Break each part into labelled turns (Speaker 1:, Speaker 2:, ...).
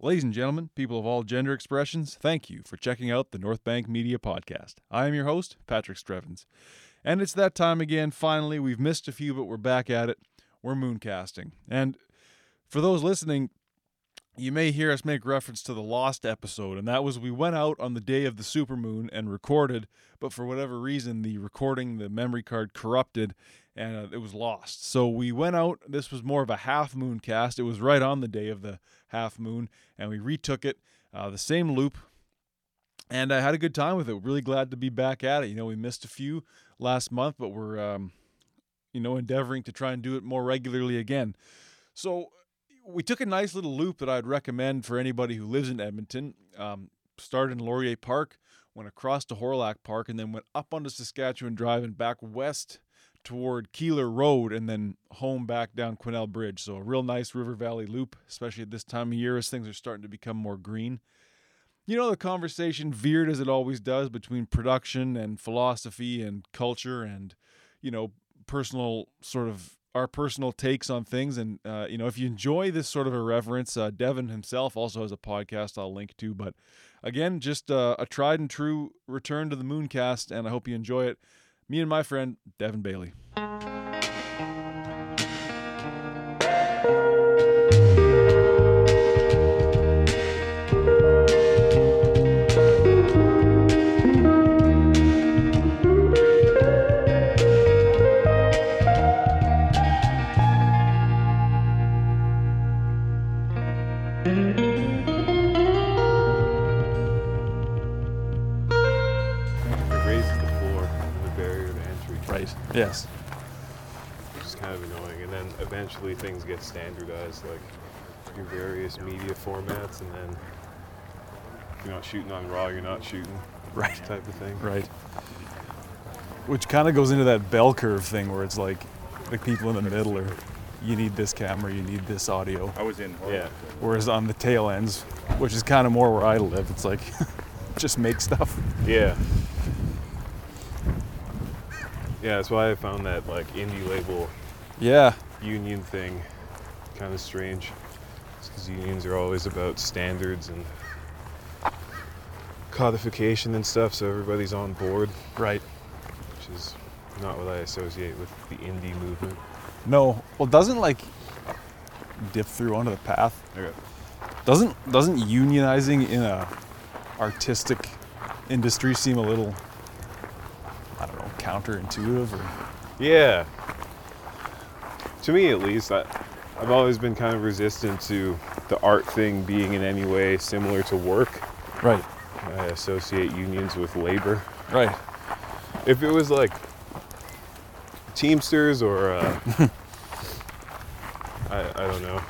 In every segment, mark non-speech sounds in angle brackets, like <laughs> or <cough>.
Speaker 1: Ladies and gentlemen, people of all gender expressions, thank you for checking out the North Bank Media Podcast. I am your host, Patrick Strevens. And it's that time again. Finally, we've missed a few, but we're back at it. We're mooncasting. And for those listening, you may hear us make reference to the lost episode, and that was we went out on the day of the supermoon and recorded, but for whatever reason, the recording, the memory card corrupted, and uh, it was lost. So we went out. This was more of a half moon cast. It was right on the day of the half moon, and we retook it, uh, the same loop, and I had a good time with it. Really glad to be back at it. You know, we missed a few last month, but we're, um, you know, endeavoring to try and do it more regularly again. So we took a nice little loop that I'd recommend for anybody who lives in Edmonton. Um, started in Laurier Park, went across to Horlock Park, and then went up onto Saskatchewan Drive and back west toward Keeler Road, and then home back down Quesnel Bridge. So a real nice River Valley loop, especially at this time of year as things are starting to become more green. You know, the conversation veered as it always does between production and philosophy and culture and, you know, personal sort of our personal takes on things. And, uh, you know, if you enjoy this sort of irreverence, uh, Devin himself also has a podcast I'll link to. But again, just uh, a tried and true return to the Mooncast, and I hope you enjoy it. Me and my friend, Devin Bailey.
Speaker 2: It raises the floor, the barrier to entry,
Speaker 1: Right. Yes.
Speaker 2: which is kind of annoying. And then eventually things get standardized, like your various media formats, and then if you're not shooting on RAW, you're not shooting,
Speaker 1: Right.
Speaker 2: type of thing.
Speaker 1: Right. Which kind of goes into that bell curve thing where it's like the people in the middle are, you need this camera, you need this audio.
Speaker 3: I was in.
Speaker 2: Yeah.
Speaker 1: Whereas on the tail ends, which is kind of more where I live, it's like <laughs> just make stuff.
Speaker 2: Yeah. Yeah, that's why I found that like indie label
Speaker 1: Yeah.
Speaker 2: union thing kind of strange. Because unions are always about standards and codification and stuff, so everybody's on board,
Speaker 1: Right.
Speaker 2: which is not what I associate with the indie movement.
Speaker 1: No. Well, doesn't like dip through onto the path.
Speaker 2: Okay.
Speaker 1: Doesn't doesn't unionizing in a artistic industry seem a little I don't know counterintuitive or
Speaker 2: Yeah. To me, at least, I, I've always been kind of resistant to the art thing being in any way similar to work.
Speaker 1: right
Speaker 2: I associate unions with labor.
Speaker 1: right
Speaker 2: if it was like Teamsters or uh, I, I don't know,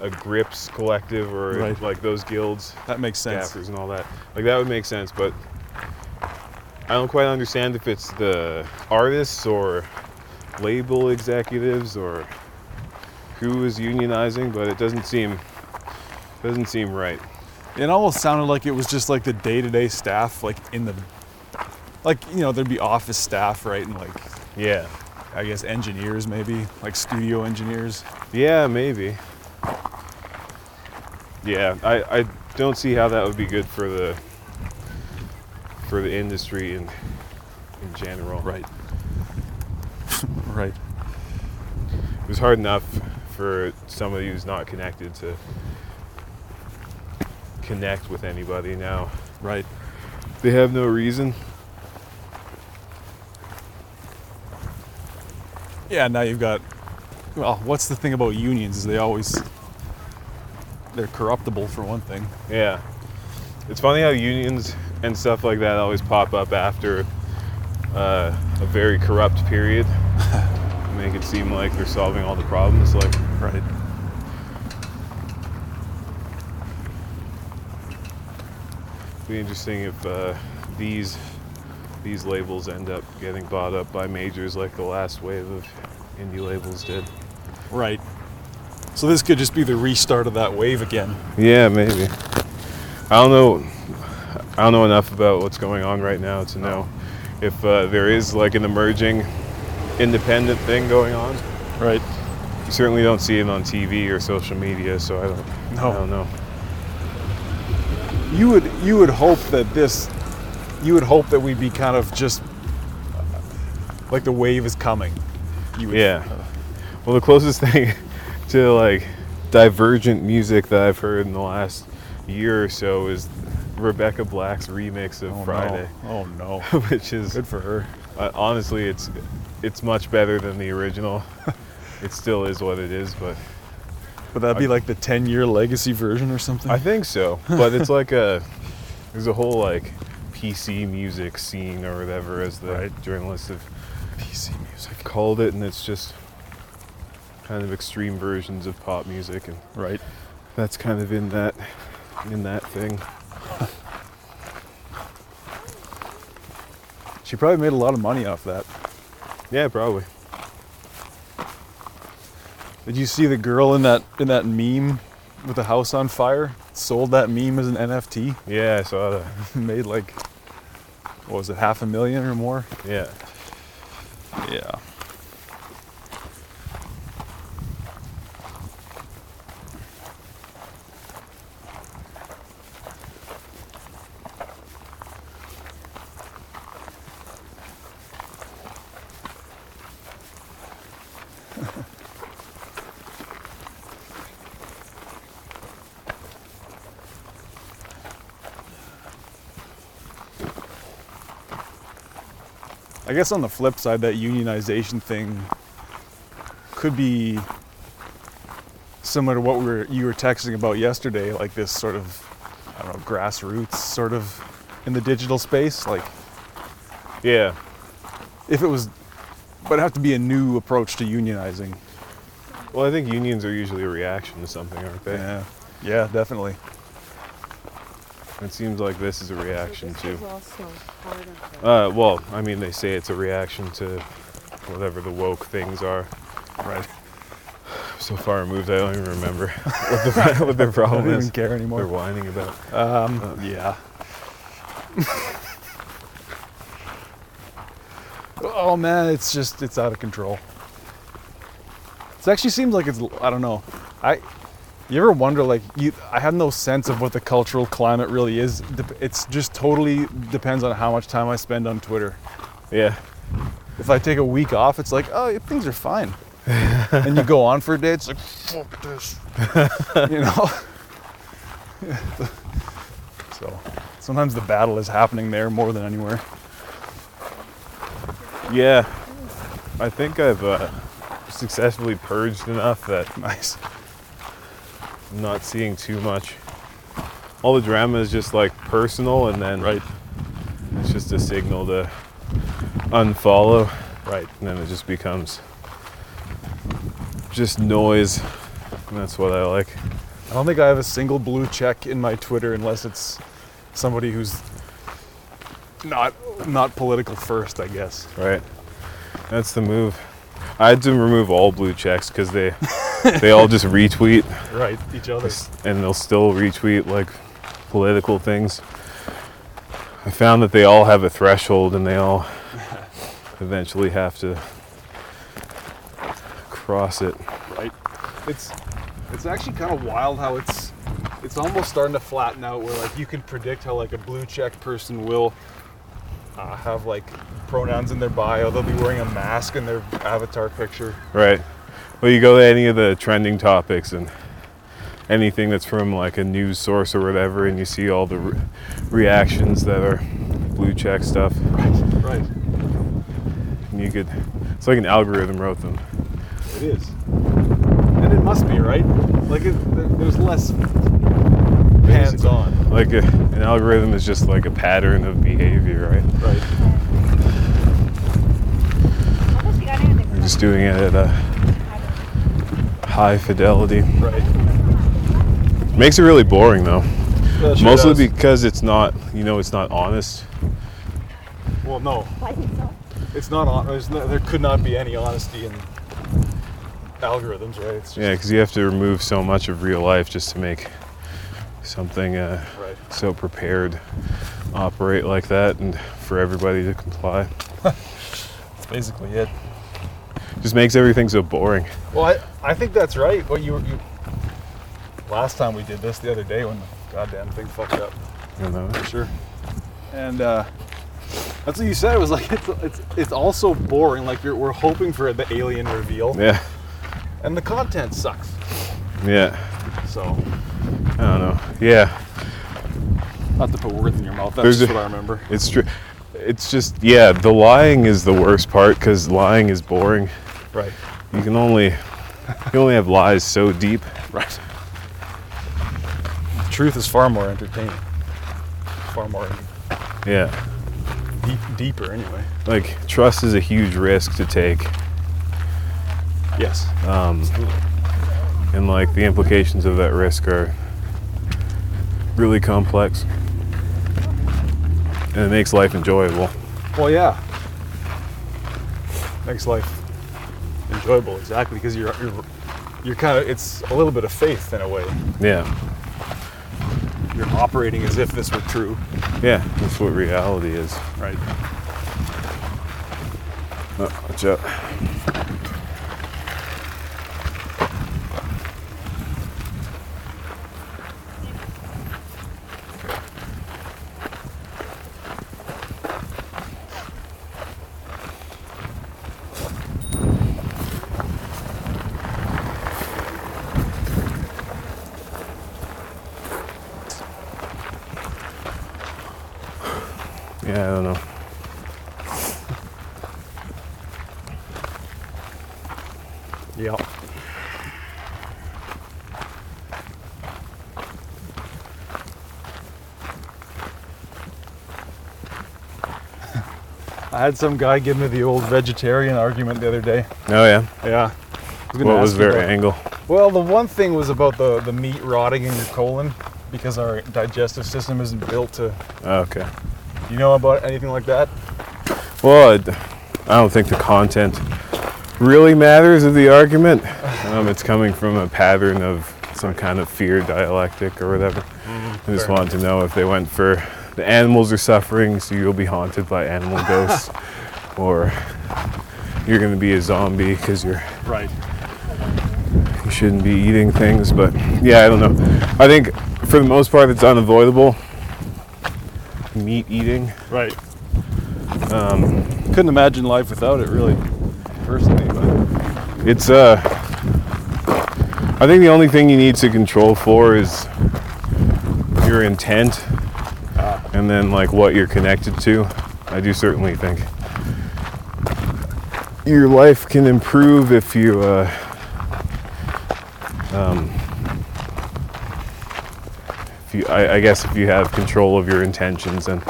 Speaker 2: a Grips collective or
Speaker 1: Right.
Speaker 2: like those guilds,
Speaker 1: that makes sense
Speaker 2: gaffers and all that, like that would make sense. But I don't quite understand if it's the artists or label executives or who is unionizing, but it doesn't seem doesn't seem right.
Speaker 1: it almost sounded like it was just like the day-to-day staff like in the like you know there'd be office staff right and like
Speaker 2: Yeah.
Speaker 1: I guess engineers maybe like studio engineers
Speaker 2: Yeah, maybe. Yeah, I, I don't see how that would be good for the for the industry in in general.
Speaker 1: <laughs> right
Speaker 2: It was hard enough for somebody who's not connected to connect with anybody now.
Speaker 1: right
Speaker 2: They have no reason.
Speaker 1: Yeah, now you've got. Well, what's the thing about unions is they always they're corruptible for one thing.
Speaker 2: Yeah. It's funny how unions and stuff like that always pop up after uh, a very corrupt <laughs> period. Make it seem like they're solving all the problems. Like,
Speaker 1: Right.
Speaker 2: Be interesting if uh, these these labels end up getting bought up by majors like the last wave of indie labels did.
Speaker 1: Right. So this could just be the restart of that wave again.
Speaker 2: Yeah, maybe. I don't know. I don't know enough about what's going on right now to know if uh, there is like an emerging independent thing going on.
Speaker 1: Right.
Speaker 2: You certainly don't see it on TV or social media, so I don't.
Speaker 1: No.
Speaker 2: I don't know.
Speaker 1: you would you would hope that this you would hope that we'd be kind of just uh, like the wave is coming. You would,
Speaker 2: Yeah. Well, the closest <laughs> thing to like divergent music that I've heard in the last year or so is Rebecca Black's remix of
Speaker 1: Oh,
Speaker 2: Friday,
Speaker 1: No. Oh
Speaker 2: <laughs>
Speaker 1: no.
Speaker 2: which is
Speaker 1: Good for her.
Speaker 2: uh, honestly it's it's much better than the original. <laughs> it still is what it is, but
Speaker 1: Would that be like the 10 year legacy version or something?
Speaker 2: I think so. But it's like a <laughs> there's a whole like PC music scene or whatever as the
Speaker 1: Right.
Speaker 2: journalists have
Speaker 1: PC music.
Speaker 2: called it, and it's just kind of extreme versions of pop music and.
Speaker 1: Right.
Speaker 2: that's kind of in that in that thing
Speaker 1: She probably made a lot of money off that.
Speaker 2: yeah probably
Speaker 1: Did you see the girl in that in that meme with the house on fire? Sold that meme as an NFT.
Speaker 2: yeah i saw that
Speaker 1: <laughs>
Speaker 2: <laughs>
Speaker 1: made like what was it, half a million or more?
Speaker 2: yeah
Speaker 1: Yeah. I guess on the flip side, that unionization thing could be similar to what we were, you were texting about yesterday, like this sort of, I don't know, grassroots sort of in the digital space. Like,
Speaker 2: yeah
Speaker 1: if it was, but it'd have to be a new approach to unionizing.
Speaker 2: well i think unions are usually a reaction to something aren't they
Speaker 1: Yeah, yeah, definitely.
Speaker 2: it seems like this is a reaction
Speaker 3: This
Speaker 2: to
Speaker 3: is also part of the-
Speaker 2: uh, well i mean they say it's a reaction to whatever the woke things are
Speaker 1: Right.
Speaker 2: so far removed i don't even remember <laughs> what the, what their
Speaker 1: I
Speaker 2: problem
Speaker 1: don't even
Speaker 2: Oh, is
Speaker 1: care
Speaker 2: they're
Speaker 1: anymore.
Speaker 2: whining about uh,
Speaker 1: Um, yeah. oh man, it's just it's out of control. It actually seems like it's I don't know. I you ever wonder like you I have no sense of what the cultural climate really is. Dep- It's just totally depends on how much time I spend on Twitter.
Speaker 2: yeah
Speaker 1: If I take a week off, it's like oh things are fine. and you go on for a day, it's like fuck this, you know. <laughs> so sometimes the battle is happening there more than anywhere. <laughs>
Speaker 2: yeah i think i've uh, successfully purged enough that
Speaker 1: Nice.
Speaker 2: I'm not seeing too much. All the drama is just like personal, and then
Speaker 1: Right.
Speaker 2: it's just a signal to unfollow,
Speaker 1: Right.
Speaker 2: and then it just becomes just noise. And that's what I like.
Speaker 1: I don't think I have a single blue check in my Twitter unless it's somebody who's not not political first, I guess.
Speaker 2: Right. That's the move. I had to remove all blue checks because
Speaker 1: <laughs>
Speaker 2: they they all just retweet,
Speaker 1: Right. Each other.
Speaker 2: and they'll still retweet like political things. I found that they all have a threshold, and they all <laughs> eventually have to cross it.
Speaker 1: Right. It's it's actually kind of wild how it's it's almost starting to flatten out where like you can predict how like a blue check person will uh, have like pronouns in their bio. They'll be wearing a mask in their avatar picture.
Speaker 2: Right. Well, you go to any of the trending topics and anything that's from like a news source or whatever, and you see all the re- reactions that are blue check stuff.
Speaker 1: Right. Right.
Speaker 2: And you could, it's like an algorithm wrote them.
Speaker 1: It is. And it must be right. Like it, there, there's less hands on.
Speaker 2: Like a, an algorithm is just like a pattern of behavior, right?
Speaker 1: Right.
Speaker 2: You're just doing it at a high fidelity.
Speaker 1: Right.
Speaker 2: Makes it really boring though.
Speaker 1: Yeah, it sure
Speaker 2: Mostly
Speaker 1: does.
Speaker 2: because it's not, you know, it's not honest.
Speaker 1: well, no, it's not. hon- There's no, there could not be any honesty in algorithms, right? It's just,
Speaker 2: Yeah, because you have to remove so much of real life just to make something uh,
Speaker 1: Right.
Speaker 2: so prepared operate like that and for everybody to comply.
Speaker 1: That's basically it.
Speaker 2: Just makes everything so boring.
Speaker 1: Well, I, I think that's right. What you, you last time we did this the other day when the goddamn thing fucked up.
Speaker 2: You know?
Speaker 1: Sure. And uh, that's what you said. It was like <laughs> it's it's it's also boring. Like you're, we're hoping for the alien reveal,
Speaker 2: Yeah.
Speaker 1: and the content sucks.
Speaker 2: Yeah.
Speaker 1: So
Speaker 2: I don't know. Yeah.
Speaker 1: not to put words in your mouth. That's
Speaker 2: There's
Speaker 1: just
Speaker 2: a-
Speaker 1: what I remember.
Speaker 2: It's true. It's just, yeah, the lying is the worst part because lying is boring.
Speaker 1: Right.
Speaker 2: You can only, you only have lies so deep.
Speaker 1: Right. Truth is far more entertaining. Far more
Speaker 2: Yeah.
Speaker 1: deep, deeper, anyway.
Speaker 2: Like, trust is a huge risk to take.
Speaker 1: Yes.
Speaker 2: Um,
Speaker 1: Absolutely.
Speaker 2: and, like, the implications of that risk are really complex. And it makes life enjoyable.
Speaker 1: Well, yeah. Makes life enjoyable, exactly, because you're you're you're kind of it's a little bit of faith in a way.
Speaker 2: Yeah.
Speaker 1: You're operating as if this were true.
Speaker 2: Yeah. That's what reality is.
Speaker 1: Right.
Speaker 2: Oh, watch out. Yeah, I don't know.
Speaker 1: Yeah. I had some guy give me the old vegetarian argument the other day.
Speaker 2: Oh, yeah.
Speaker 1: Yeah. I gonna
Speaker 2: What was
Speaker 1: ask you
Speaker 2: their
Speaker 1: about-
Speaker 2: angle?
Speaker 1: Well, the one thing was about the, the meat rotting in your colon because our digestive system isn't built to.
Speaker 2: Oh, okay.
Speaker 1: Do you know about anything like that?
Speaker 2: Well, I d- I don't think the content really matters of the argument. Um, it's coming from a pattern of some kind of fear dialectic or whatever. I just
Speaker 1: fair.
Speaker 2: wanted to know if they went for the animals are suffering, so you'll be haunted by animal ghosts, or you're going to be a zombie because you're
Speaker 1: Right.
Speaker 2: you shouldn't be eating things, but yeah, I don't know. I think for the most part, it's unavoidable. Meat eating.
Speaker 1: Right. Um, Couldn't imagine life without it, really, personally. But
Speaker 2: It's uh I think the only thing you need to control for is your intent and then like what you're connected to. I do certainly think your life can improve if you uh um if you, I, I guess if you have control of your intentions and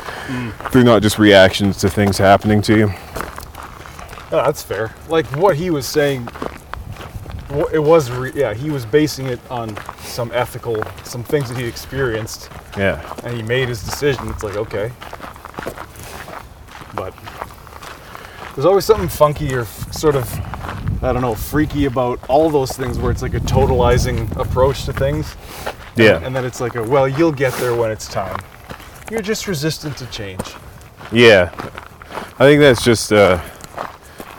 Speaker 2: they're not just reactions to things happening to you.
Speaker 1: Yeah, that's fair. Like what he was saying, wh- it was, re- yeah, he was basing it on some ethical, some things that he experienced,
Speaker 2: Yeah.
Speaker 1: and he made his decision. It's like, okay. But there's always something funky or f- sort of, I don't know, freaky about all those things where it's like a totalizing approach to things.
Speaker 2: Yeah.
Speaker 1: And then it's like a, well, you'll get there when it's time. You're just resistant to change.
Speaker 2: Yeah, I think that's just uh,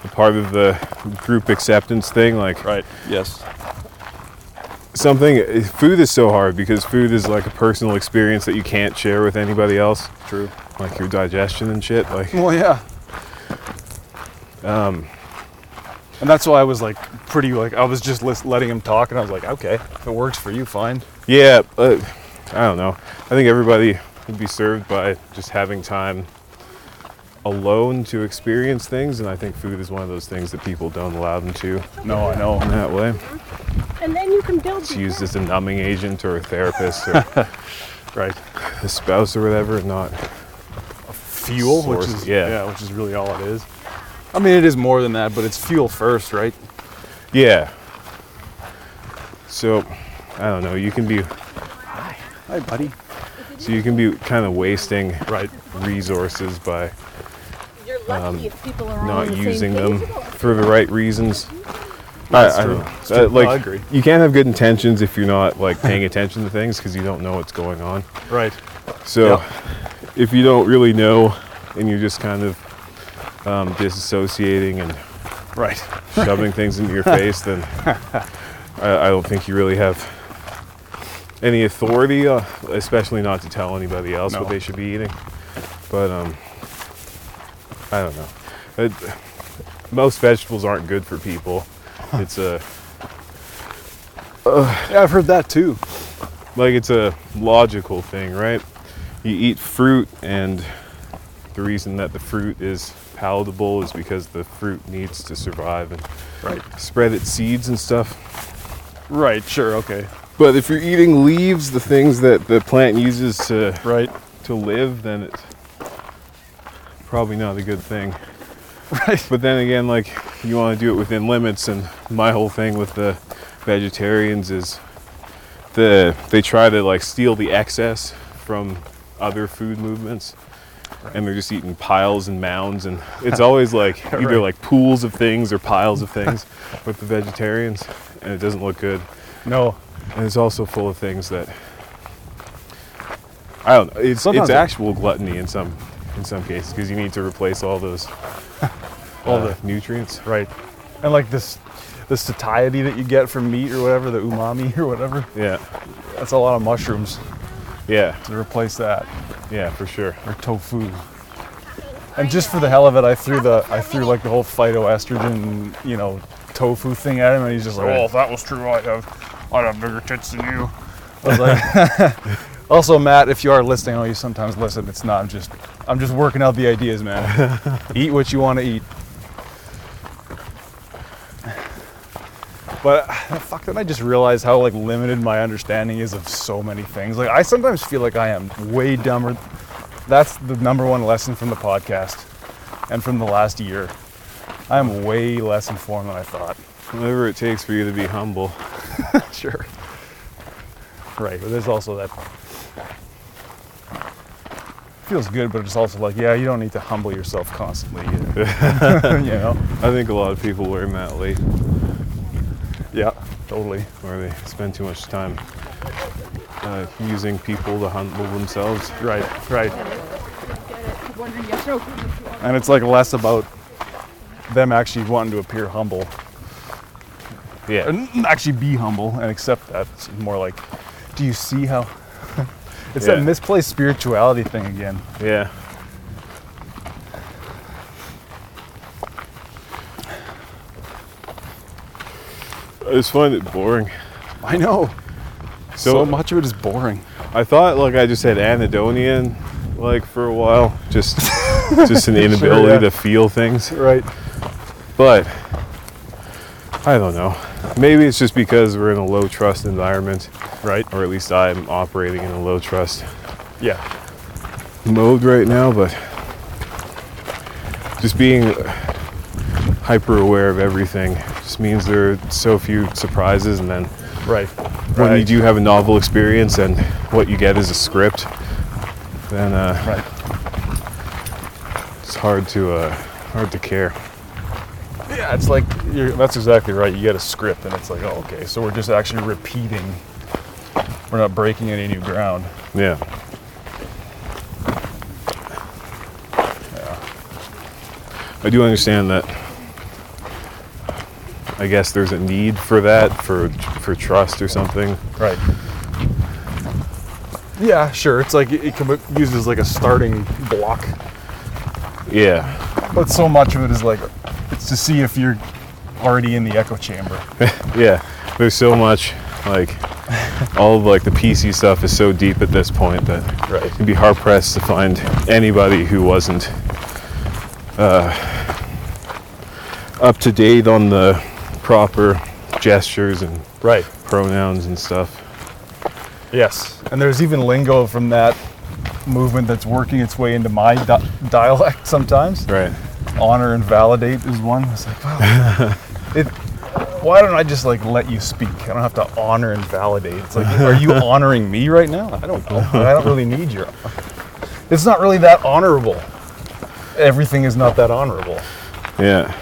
Speaker 2: a part of the group acceptance thing. Like
Speaker 1: Right. Yes.
Speaker 2: something, food is so hard because food is like a personal experience that you can't share with anybody else.
Speaker 1: True.
Speaker 2: Like your digestion and shit. Like
Speaker 1: Well, yeah.
Speaker 2: um,
Speaker 1: And that's why I was like pretty like I was just lis- letting him talk, and I was like, okay, if it works for you, fine.
Speaker 2: yeah, uh, I don't know. I think everybody would be served by just having time alone to experience things, and I think food is one of those things that people don't allow them to
Speaker 1: No, I know.
Speaker 2: in that way.
Speaker 3: And then you can build
Speaker 2: It's
Speaker 3: your
Speaker 2: used as a numbing agent or a therapist or.
Speaker 1: Right.
Speaker 2: the spouse or whatever, not.
Speaker 1: Fuel, which
Speaker 2: Source,
Speaker 1: is
Speaker 2: yeah.
Speaker 1: which is really all it is. I mean, it is more than that, but it's fuel first, right?
Speaker 2: Yeah. So, I don't know. You can be
Speaker 1: Hi, buddy.
Speaker 2: so you can be kind of wasting
Speaker 1: Right.
Speaker 2: resources by
Speaker 4: You're lucky if people are all on
Speaker 2: um, not
Speaker 4: the
Speaker 2: using
Speaker 4: same
Speaker 2: them
Speaker 4: page.
Speaker 2: for the right reasons.
Speaker 1: That's
Speaker 2: I, I
Speaker 1: true.
Speaker 2: don't know.
Speaker 1: That's
Speaker 2: Uh,
Speaker 1: true. No,
Speaker 2: like
Speaker 1: I agree.
Speaker 2: you can't have good intentions if you're not like paying attention to things because you don't know what's going on.
Speaker 1: Right.
Speaker 2: So,
Speaker 1: Yeah.
Speaker 2: if you don't really know and you're just kind of um, disassociating and
Speaker 1: Right.
Speaker 2: shoving things into your face, then I, I don't think you really have any authority, uh, especially not to tell anybody else
Speaker 5: No.
Speaker 2: what they should be eating. But um, I don't know. It, most vegetables aren't good for people. It's a
Speaker 5: Yeah, I've heard that too.
Speaker 2: like it's a logical thing, right? You eat fruit, and the reason that the fruit is palatable is because the fruit needs to survive and
Speaker 5: Right.
Speaker 2: spread its seeds and stuff.
Speaker 5: Right. Sure. Okay.
Speaker 2: But if you're eating leaves, the things that the plant uses to
Speaker 5: Right.
Speaker 2: to live, then it's probably not a good thing.
Speaker 5: <laughs> Right.
Speaker 2: But then again, like you want to do it within limits, and my whole thing with the vegetarians is the they try to like steal the excess from other food movements. And they're just eating piles and mounds,
Speaker 5: <laughs>
Speaker 2: and it's always like either
Speaker 5: Right.
Speaker 2: like pools of things or piles of things <laughs> with the vegetarians, and it doesn't look good
Speaker 5: No.
Speaker 2: and it's also full of things that I don't know. It's it's
Speaker 5: Sometimes it-
Speaker 2: actual gluttony in some in some cases because you need to replace all those
Speaker 5: <laughs> All
Speaker 2: uh, nutrients.
Speaker 5: Right. And like this, the satiety that you get from meat or whatever, the umami <laughs> or whatever.
Speaker 2: Yeah,
Speaker 5: That's a lot of mushrooms
Speaker 2: yeah,
Speaker 5: to replace that
Speaker 2: yeah, for sure.
Speaker 5: or tofu. And just for the hell of it, I threw the I threw like the whole phytoestrogen, you know, tofu thing at him, and he's just like,
Speaker 1: Well,
Speaker 5: "Oh,
Speaker 1: if that was true, I'd have, I'd have bigger tits than you.
Speaker 5: I was like, also, Matt, if you are listening, I know you sometimes listen. It's not. I'm just, I'm just working out the ideas, man. eat what you want to eat. But fuck, then I just realized how like limited my understanding is of so many things. Like I sometimes feel like I am way dumber. That's the number one lesson from the podcast and from the last year. I am way less informed than I thought.
Speaker 2: Whatever it takes for you to be humble.
Speaker 5: Sure. Right, but there's also that. Feels good, but it's also like, yeah, you don't need to humble yourself constantly. Either. <laughs> you know?
Speaker 2: I think a lot of people learn that late,
Speaker 5: Yeah, totally.
Speaker 2: where they spend too much time uh, using people to humble themselves.
Speaker 5: Right, right.
Speaker 6: Wondering yes or no.
Speaker 5: And it's like less about them actually wanting to appear humble,
Speaker 2: Yeah,
Speaker 5: and actually be humble and accept that. It's more like, do you see how? <laughs> it's
Speaker 2: Yeah.
Speaker 5: that misplaced spirituality thing again.
Speaker 2: yeah. I just find it boring.
Speaker 5: I know.
Speaker 2: So-
Speaker 5: so much of it is boring.
Speaker 2: I thought like I just had anhedonian like for a while,
Speaker 5: <laughs>
Speaker 2: just just an inability
Speaker 5: yeah.
Speaker 2: to feel things.
Speaker 5: Right.
Speaker 2: But I don't know. Maybe it's just because we're in a low trust environment,
Speaker 5: Right.
Speaker 2: or at least I'm operating in a low trust
Speaker 5: Yeah.
Speaker 2: mode right now. But just being hyper aware of everything just means there are so few surprises, and then
Speaker 5: Right.
Speaker 2: when you
Speaker 5: Right.
Speaker 2: do have a novel experience and what you get is a script, then uh,
Speaker 5: Right.
Speaker 2: it's hard to uh, hard to care.
Speaker 5: Yeah, it's like you're, that's exactly right. You get a script, and it's like, oh, okay, so we're just actually repeating. We're not breaking any new ground.
Speaker 2: Yeah. I do understand that. I guess there's a need for that for for trust or something.
Speaker 5: Right. Yeah, sure. It's like it it can be used as like a starting block,
Speaker 2: Yeah.
Speaker 5: but so much of it is like it's to see if you're already in the echo chamber.
Speaker 2: Yeah. There's so much like all of like the PC stuff is so deep at this point that
Speaker 5: Right.
Speaker 2: you'd be hard pressed to find anybody who wasn't uh, up to date on the proper gestures and
Speaker 5: Right.
Speaker 2: pronouns and stuff.
Speaker 5: Yes. And there's even lingo from that movement that's working its way into my di- dialect sometimes.
Speaker 2: Right.
Speaker 5: honor and validate is one. It's like, wow, it, why don't I just like let you speak? I don't have to honor and validate. It's like, are you honoring me right now? I don't know. I don't really need your. It's not really that honorable. Everything is not that honorable.
Speaker 2: Yeah.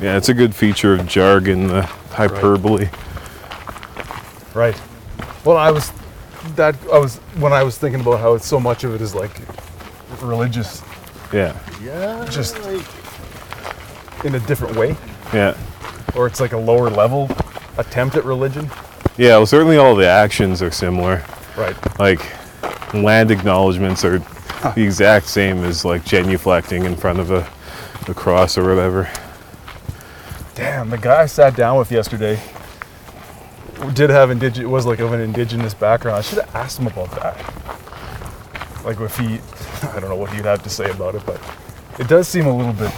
Speaker 2: Yeah, it's a good feature of jargon, the hyperbole.
Speaker 5: Right. Well, I was that I was when I was thinking about how it's so much of it is like religious
Speaker 2: Yeah.
Speaker 5: Yeah.
Speaker 2: Just-
Speaker 5: like, in a different way,
Speaker 2: Yeah.
Speaker 5: or it's like a lower level attempt at religion.
Speaker 2: Yeah, well, certainly all the actions are similar.
Speaker 5: Right.
Speaker 2: Like, land acknowledgments are the exact same as like genuflecting in front of a, a cross or whatever.
Speaker 5: Damn, the guy I sat down with yesterday did have indigenous was like of an indigenous background. I should have asked him about that. Like if he <laughs> I don't know what he'd have to say about it, but it does seem a little bit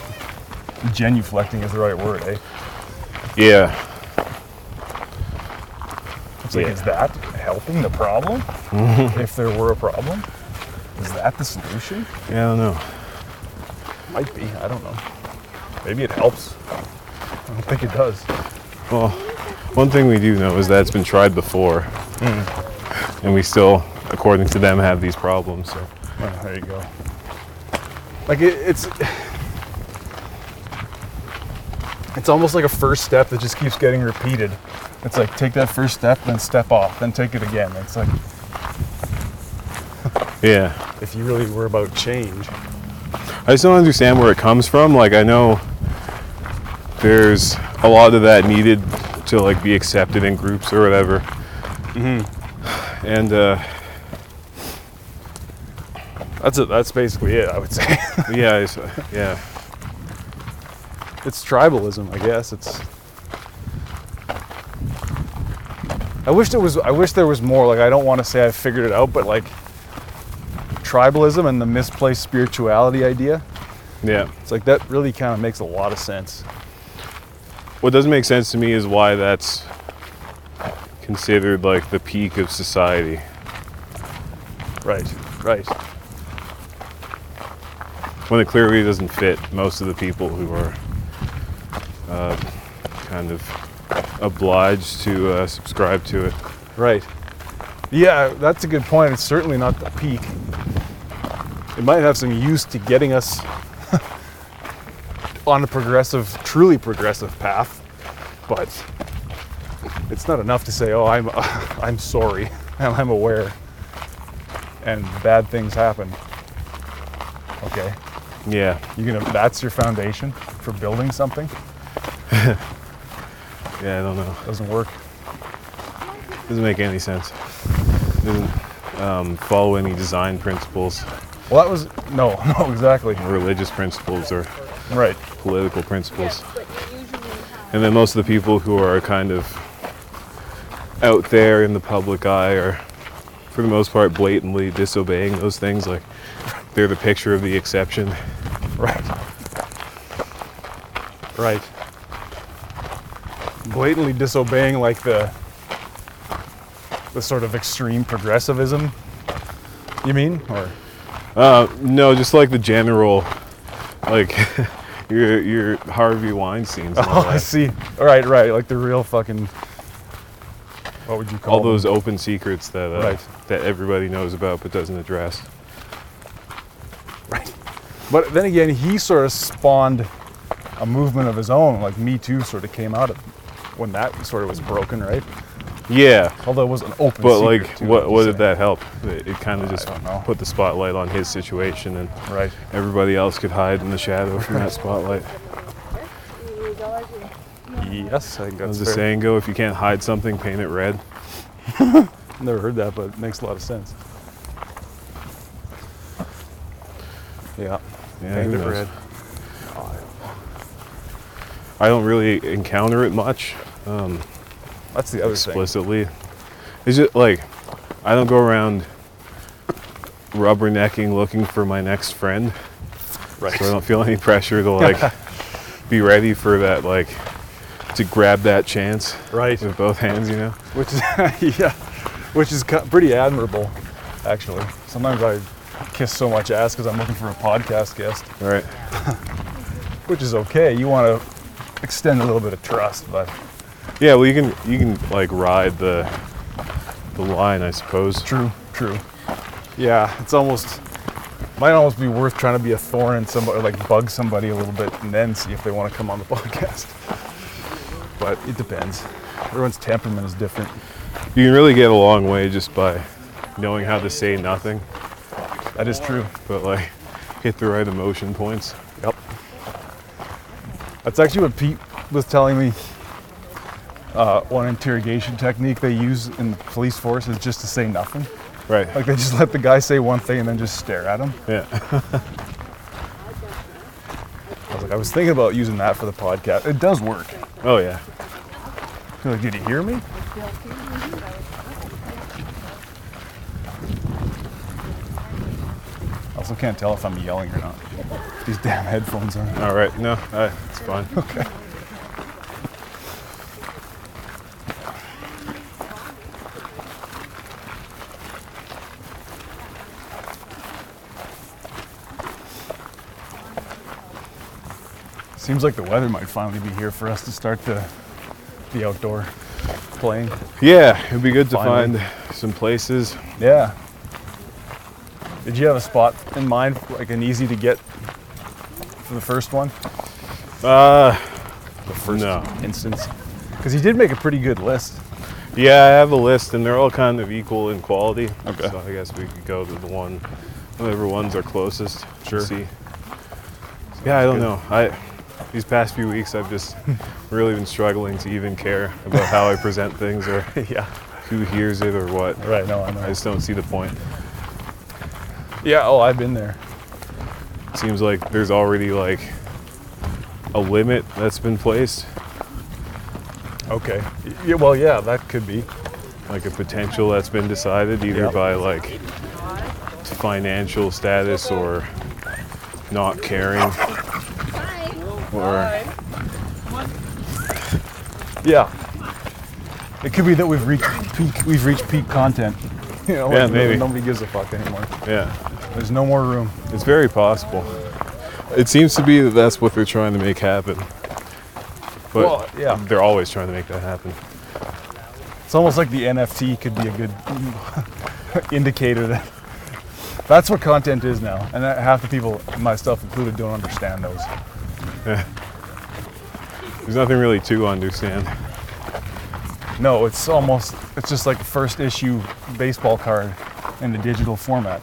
Speaker 5: genuflecting is the right word, eh?
Speaker 2: Yeah.
Speaker 5: It's like
Speaker 2: Yeah.
Speaker 5: is that helping the problem? if there were a problem? Is that the solution?
Speaker 2: Yeah, I don't know.
Speaker 5: Might be, I don't know. Maybe it helps. I don't think it does.
Speaker 2: Well, one thing we do know is that it's been tried before, and we still, according to them, have these problems. So.
Speaker 5: Oh, there you go. Like it, it's it's almost like a first step that just keeps getting repeated. It's like take that first step, then step off, then take it again. It's like
Speaker 2: Yeah,
Speaker 5: if you really were about change.
Speaker 2: I just don't understand where it comes from. Like I know there's a lot of that needed to like be accepted in groups or whatever, and uh,
Speaker 5: That's it. That's basically it. I would say <laughs>
Speaker 2: yeah, it's, yeah,
Speaker 5: it's tribalism. I guess it's. I wish there was. I wish there was more. Like I don't want to say I figured it out, but like tribalism and the misplaced spirituality idea.
Speaker 2: yeah.
Speaker 5: It's like that really kind of makes a lot of sense.
Speaker 2: What doesn't make sense to me is why that's considered like the peak of society.
Speaker 5: Right, right.
Speaker 2: when it clearly doesn't fit most of the people who are uh, kind of obliged to uh, subscribe to it.
Speaker 5: Right. Yeah, that's a good point. It's certainly not the peak. It might have some use to getting us <laughs> on a progressive, truly progressive path, but it's not enough to say, "Oh, I'm, <laughs> I'm sorry, <laughs> and I'm aware, and bad things happen." Okay,
Speaker 2: Yeah,
Speaker 5: you are gonna? That's your foundation for building something.
Speaker 2: yeah, I don't know.
Speaker 5: Doesn't work.
Speaker 2: Doesn't make any sense. Doesn't um, follow any design principles,
Speaker 5: Well, that was no, <laughs> no, exactly.
Speaker 2: religious principles, or
Speaker 5: Right.
Speaker 2: political principles.
Speaker 4: but you usually have.
Speaker 2: And then most of the people who are kind of out there in the public eye are, for the most part, blatantly disobeying those things. Like they're the picture of the exception.
Speaker 5: Right. Right. Blatantly disobeying like the the sort of extreme progressivism. You mean? Or
Speaker 2: Uh, no, just like the general, like <laughs> your your Harvey Weinstein's. and all
Speaker 5: <laughs> Oh, I
Speaker 2: that.
Speaker 5: see. All right, right. Like the real fucking what would you call
Speaker 2: All those
Speaker 5: them?
Speaker 2: open secrets that uh,
Speaker 5: Right.
Speaker 2: that everybody knows about but doesn't address.
Speaker 5: Right. But then again, he sort of spawned a movement of his own, like Me Too sort of came out of when that sort of was broken, right?
Speaker 2: Yeah,
Speaker 5: Although it was an open
Speaker 2: but
Speaker 5: secret,
Speaker 2: like,
Speaker 5: too,
Speaker 2: what
Speaker 5: I'm
Speaker 2: what
Speaker 5: saying.
Speaker 2: did that help? It, it kind of just
Speaker 5: don't know.
Speaker 2: put the spotlight on his situation, and
Speaker 5: Right.
Speaker 2: everybody else could hide in the shadow from
Speaker 5: <laughs>
Speaker 2: that spotlight.
Speaker 5: Yes, I think that's
Speaker 2: Does the
Speaker 5: fair.
Speaker 2: saying go? If you can't hide something, paint it red.
Speaker 5: Never heard that, but it makes a lot of sense. Yeah.
Speaker 2: Yeah,
Speaker 5: Paint
Speaker 2: who
Speaker 5: it
Speaker 2: knows?
Speaker 5: red.
Speaker 2: I don't really encounter it much. Um,
Speaker 5: That's the other thing.
Speaker 2: explicitly. It's just like I don't go around rubbernecking looking for my next friend,
Speaker 5: Right.
Speaker 2: so I don't feel any pressure to
Speaker 5: <laughs>
Speaker 2: like be ready for that like to grab that chance
Speaker 5: Right.
Speaker 2: with both hands, you know.
Speaker 5: Which is <laughs> yeah, which is ki- pretty admirable, actually. Sometimes I kiss so much ass because I'm looking for a podcast guest,
Speaker 2: All right.
Speaker 5: which is okay. You want to extend a little bit of trust, but
Speaker 2: Yeah, well you can you can like ride the the line, I suppose.
Speaker 5: true, true. Yeah, it's almost might almost be worth trying to be a thorn in somebody, or like bug somebody a little bit, and then see if they want to come on the <laughs> podcast. But it depends. Everyone's temperament is different.
Speaker 2: You can really get a long way just by knowing how to say nothing,
Speaker 5: That is true.
Speaker 2: but like hit the right emotion points.
Speaker 5: Yep. That's actually what Pete was telling me. Uh, one interrogation technique they use in the police force is just to say nothing.
Speaker 2: Right.
Speaker 5: Like they just let the guy say one thing and then just stare at him.
Speaker 2: Yeah.
Speaker 5: I was like, I was thinking about using that for the podcast. It does work.
Speaker 2: Oh yeah.
Speaker 5: You're like, did you hear me? Also can't tell if I'm yelling or not. These damn headphones on.
Speaker 2: All right. No, uh, it's fine.
Speaker 5: Okay. Seems like the weather might finally be here for us to start the the outdoor playing.
Speaker 2: Yeah, it'd be good to
Speaker 5: Finally.
Speaker 2: find some places.
Speaker 5: Yeah. Did you have a spot in mind, like an easy to get for the first one?
Speaker 2: Uh,
Speaker 5: The first
Speaker 2: No.
Speaker 5: instance. Because he did make a pretty good list.
Speaker 2: yeah, I have a list, and they're all kind of equal in quality.
Speaker 5: Okay.
Speaker 2: So I guess we could go to the one, whatever ones are closest.
Speaker 5: Sure.
Speaker 2: See. yeah, I don't
Speaker 5: good.
Speaker 2: know. I these past few weeks, I've just really been struggling to even care about how I present things
Speaker 5: <laughs>
Speaker 2: or
Speaker 5: <laughs> yeah.
Speaker 2: who hears it or what.
Speaker 5: Right, no, I know.
Speaker 2: I just don't see the point.
Speaker 5: yeah, oh, I've been there.
Speaker 2: seems like there's already like a limit that's been placed,
Speaker 5: Okay. Yeah, well, yeah, that could be.
Speaker 2: like a potential that's been decided either
Speaker 5: Yeah.
Speaker 2: by like financial status or not caring or
Speaker 5: Yeah. It could be that we've reached peak. We've reached peak content. <laughs> You know,
Speaker 2: Yeah,
Speaker 5: like, no-
Speaker 2: maybe.
Speaker 5: Nobody gives a fuck anymore.
Speaker 2: yeah,
Speaker 5: There's no more room.
Speaker 2: it's very possible. It seems to be that that's what they're trying to make happen. But
Speaker 5: Well, yeah.
Speaker 2: they're always trying to make that happen.
Speaker 5: It's almost like the NFT could be a good <laughs> indicator that <laughs> that's what content is now. And that half the people, myself included, don't understand those.
Speaker 2: There's nothing really to understand.
Speaker 5: No, it's almost it's just like first issue baseball card in the digital format.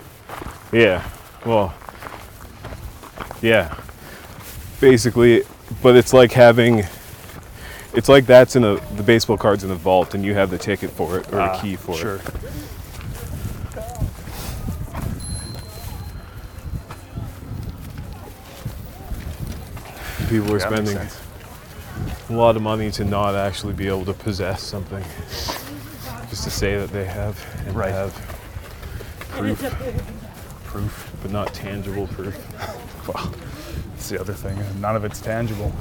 Speaker 2: Yeah. Well. Yeah. Basically, but it's like having. It's like that's in a the baseball cards in a vault, and you have the ticket for it or the key for
Speaker 5: Ah, Sure.
Speaker 2: it. People are
Speaker 5: Yeah, that makes
Speaker 2: spending
Speaker 5: sense.
Speaker 2: a lot of money to not actually be able to possess something, just to say that they have and
Speaker 5: Right.
Speaker 2: have proof, proof, but not tangible proof.
Speaker 5: Well, that's the other thing. None of it's tangible.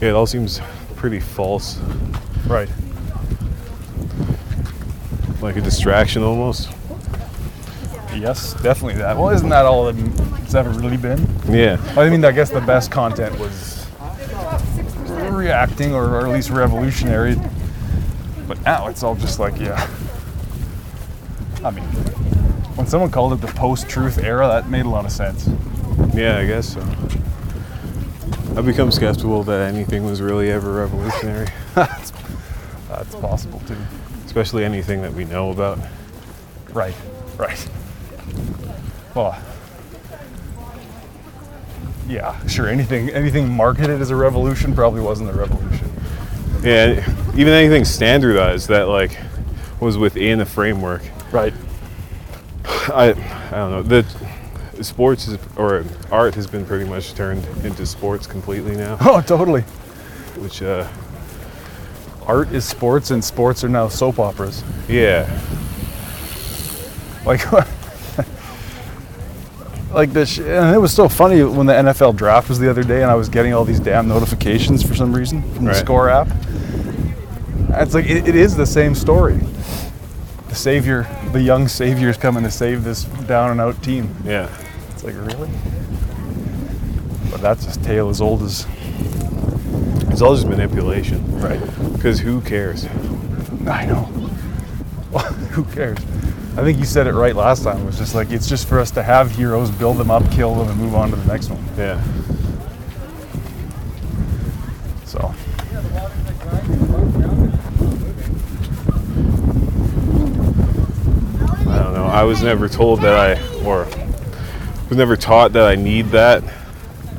Speaker 2: Yeah, it all seems pretty false,
Speaker 5: Right.
Speaker 2: like a distraction almost.
Speaker 5: Yes, definitely that. Well, isn't that all that it's ever really been?
Speaker 2: Yeah.
Speaker 5: I mean, I guess the best content was reacting or, or at least revolutionary. But now it's all just like, yeah. I mean, when someone called it the post truth era, that made a lot of sense.
Speaker 2: Yeah, I guess so. I've become skeptical that anything was really ever revolutionary,
Speaker 5: that's, that's possible too.
Speaker 2: especially anything that we know about.
Speaker 5: Right, right. Well, yeah, sure. Anything, anything marketed as a revolution probably wasn't a revolution.
Speaker 2: Yeah, even anything standardized that like was within a framework.
Speaker 5: Right.
Speaker 2: I, I don't know. The sports is, or art has been pretty much turned into sports completely now,
Speaker 5: Oh, totally.
Speaker 2: which uh,
Speaker 5: Art is sports, and sports are now soap operas.
Speaker 2: yeah,
Speaker 5: Like, <laughs> like this. Sh- and it was so funny when the NFL draft was the other day, and I was getting all these damn notifications for some reason from the
Speaker 2: Right.
Speaker 5: Score app. It's like it, it is the same story. The savior, the young savior, is coming to save this down and out team.
Speaker 2: yeah.
Speaker 5: It's like really, but that's a tale as old as
Speaker 2: It's all just manipulation.
Speaker 5: right.
Speaker 2: Because who cares?
Speaker 5: I know. <laughs> Well, who cares? I think you said it right last time. It was just like it's just for us to have heroes, build them up, kill them, and move on to the next one.
Speaker 2: Yeah.
Speaker 5: So
Speaker 2: I was never told that I, or was never taught that I need that.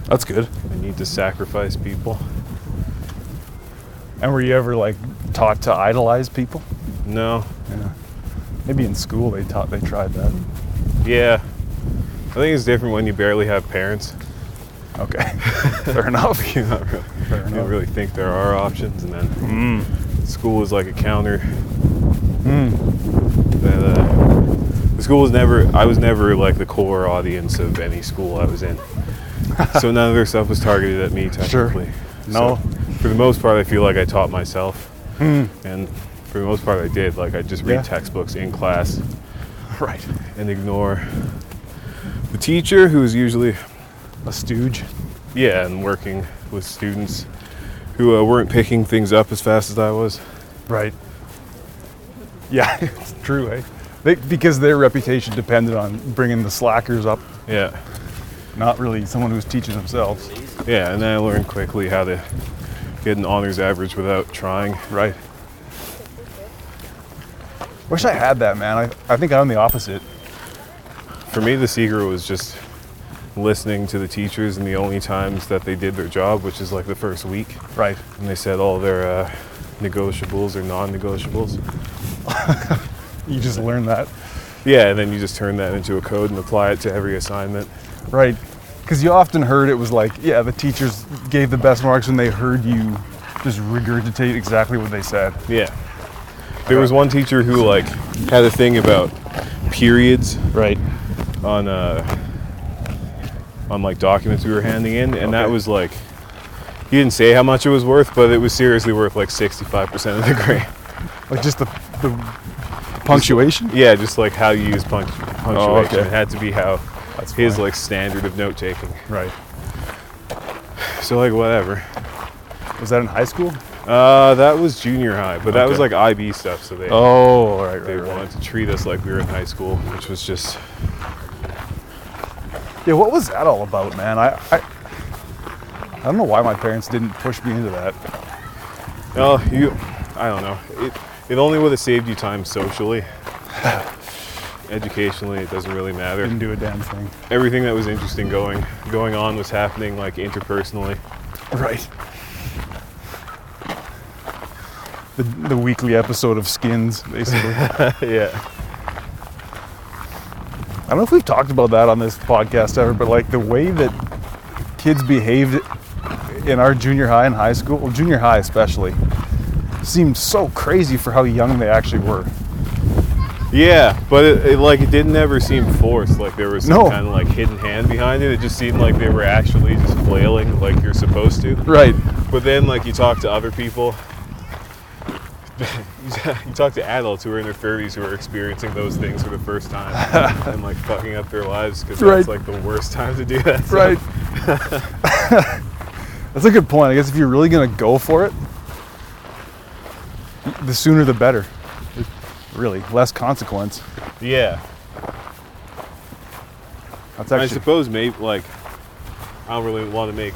Speaker 5: That's good.
Speaker 2: I need to sacrifice people.
Speaker 5: And were you ever like taught to idolize people?
Speaker 2: No.
Speaker 5: Yeah. Maybe in school they taught they tried that.
Speaker 2: Yeah. I think it's different when you barely have parents. <laughs>
Speaker 5: Okay. <laughs> Fair enough.
Speaker 2: You're not really,
Speaker 5: Fair
Speaker 2: you
Speaker 5: enough.
Speaker 2: don't really think there are options, and then
Speaker 5: Mm.
Speaker 2: school is like a counter.
Speaker 5: Mm.
Speaker 2: That, uh, the school was never, I was never like the core audience of any school I was
Speaker 5: <laughs>
Speaker 2: in. so none of their stuff was targeted at me
Speaker 5: Sure.
Speaker 2: technically.
Speaker 5: No.
Speaker 2: So, for the most part, I feel like I taught myself.
Speaker 5: Mm.
Speaker 2: And for the most part, I did. Like, I just read
Speaker 5: Yeah.
Speaker 2: textbooks in class
Speaker 5: <laughs> Right.
Speaker 2: and ignore the teacher, who's usually,
Speaker 5: A stooge.
Speaker 2: yeah, and working with students who uh, weren't picking things up as fast as I was.
Speaker 5: Right. Yeah, <laughs> it's true, eh? They, because their reputation depended on bringing the slackers up,
Speaker 2: Yeah.
Speaker 5: not really someone who's teaching themselves.
Speaker 2: Yeah, and then I learned quickly how to get an honors average without trying.
Speaker 5: Right. Wish I had that, man. I, I think I'm the opposite.
Speaker 2: For me, the secret was just listening to the teachers and the only times that they did their job, which is like the first week.
Speaker 5: Right.
Speaker 2: And they said all their uh, negotiables or non negotiables.
Speaker 5: You just learn that.
Speaker 2: Yeah, and then you just turn that into a code and apply it to every assignment.
Speaker 5: Right. Because you often heard it was like, yeah, the teachers gave the best marks when they heard you just regurgitate exactly what they said.
Speaker 2: Yeah. There was one teacher who like had a thing about periods
Speaker 5: Right.
Speaker 2: on uh on like documents we were handing in and that
Speaker 5: Okay.
Speaker 2: was like he didn't say how much it was worth, but it was seriously worth like 65% of the grade.
Speaker 5: Like just the, the punctuation?
Speaker 2: <laughs> Yeah, just like how you use punct- punctuation.
Speaker 5: Oh, okay.
Speaker 2: It had to be how
Speaker 5: That's
Speaker 2: his
Speaker 5: fine.
Speaker 2: like standard of note taking.
Speaker 5: Right.
Speaker 2: So like whatever.
Speaker 5: Was that in high school?
Speaker 2: Uh, that was junior high, but that was like
Speaker 5: Okay.
Speaker 2: IB stuff. So they
Speaker 5: Oh, right,
Speaker 2: they wanted to treat us like we were in high school, which was just
Speaker 5: Yeah, what was that all about, man? I, I, I don't know why my parents didn't push me into that.
Speaker 2: Well, you, I don't know. It, it only would have saved you time socially. <sighs> Educationally, it doesn't really
Speaker 5: Didn't
Speaker 2: matter.
Speaker 5: do a damn thing.
Speaker 2: Everything that was interesting going going on was happening like
Speaker 5: <laughs>
Speaker 2: interpersonally.
Speaker 5: Right. The, the weekly episode of Skins, <laughs> basically. I
Speaker 2: yeah.
Speaker 5: don't know if we've talked about that on this podcast ever, but like the way that kids behaved in our junior high and high school, well, junior high especially, seemed so crazy for how young they actually were.
Speaker 2: Yeah, but it, it like it didn't ever seem forced. Like there was some
Speaker 5: No.
Speaker 2: kind of like hidden hand behind it. It just seemed like they were actually just flailing like you're supposed to.
Speaker 5: Right.
Speaker 2: But then, like, you talk to other people. <laughs> you talk to adults who are in their 30s who are experiencing those things for the first
Speaker 5: <laughs>
Speaker 2: time and like fucking up their lives because that's
Speaker 5: Right.
Speaker 2: like the worst time to do that. stuff.
Speaker 5: Right. <laughs> That's a good point. I guess if you're really gonna go for it, the sooner the better. Really, less consequence.
Speaker 2: Yeah.
Speaker 5: That's
Speaker 2: I
Speaker 5: actually
Speaker 2: suppose maybe like I don't really want to make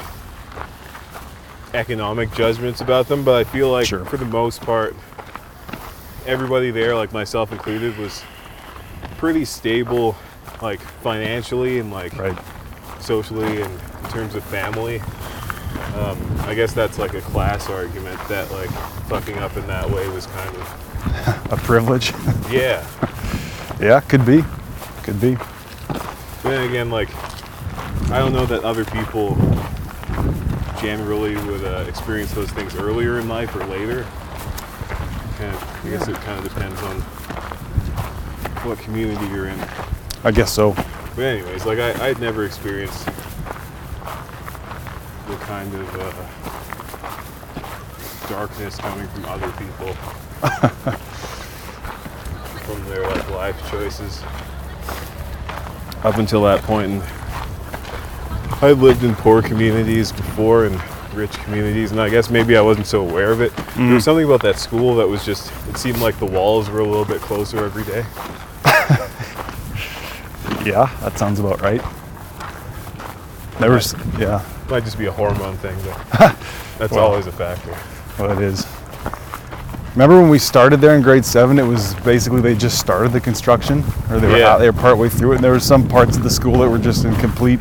Speaker 2: economic judgments about them, but I feel like
Speaker 5: Sure.
Speaker 2: for the most part, everybody there, like myself included, was pretty stable, like financially and like
Speaker 5: right.
Speaker 2: socially and in terms of family. Um, I guess that's like a class argument that like fucking up in that way was kind of
Speaker 5: A privilege. <laughs>
Speaker 2: yeah.
Speaker 5: yeah, could be. Could be.
Speaker 2: Then again, like I don't know that other people generally would uh, experience those things earlier in life or later. Kind of, I guess it kind of depends on what community you're in.
Speaker 5: I guess so.
Speaker 2: But anyways, like I, I'd never experienced the kind of uh, darkness coming from other <laughs> people, from their like life choices. Up until that point, and I lived in poor communities before and rich communities, and I guess maybe I wasn't so aware of it. There was something about that school that was just, it seemed like the walls were a little bit closer every day.
Speaker 5: Yeah, that sounds about right. Never. s Yeah. <laughs>
Speaker 2: Might just be a hormone thing, but that's
Speaker 5: Well.
Speaker 2: always a factor.
Speaker 5: Well, it is. Remember when we started there in grade seven? It was basically they just started the construction, or they were
Speaker 2: Yeah.
Speaker 5: out, they were partway through it, and there were some parts of the school that were just in complete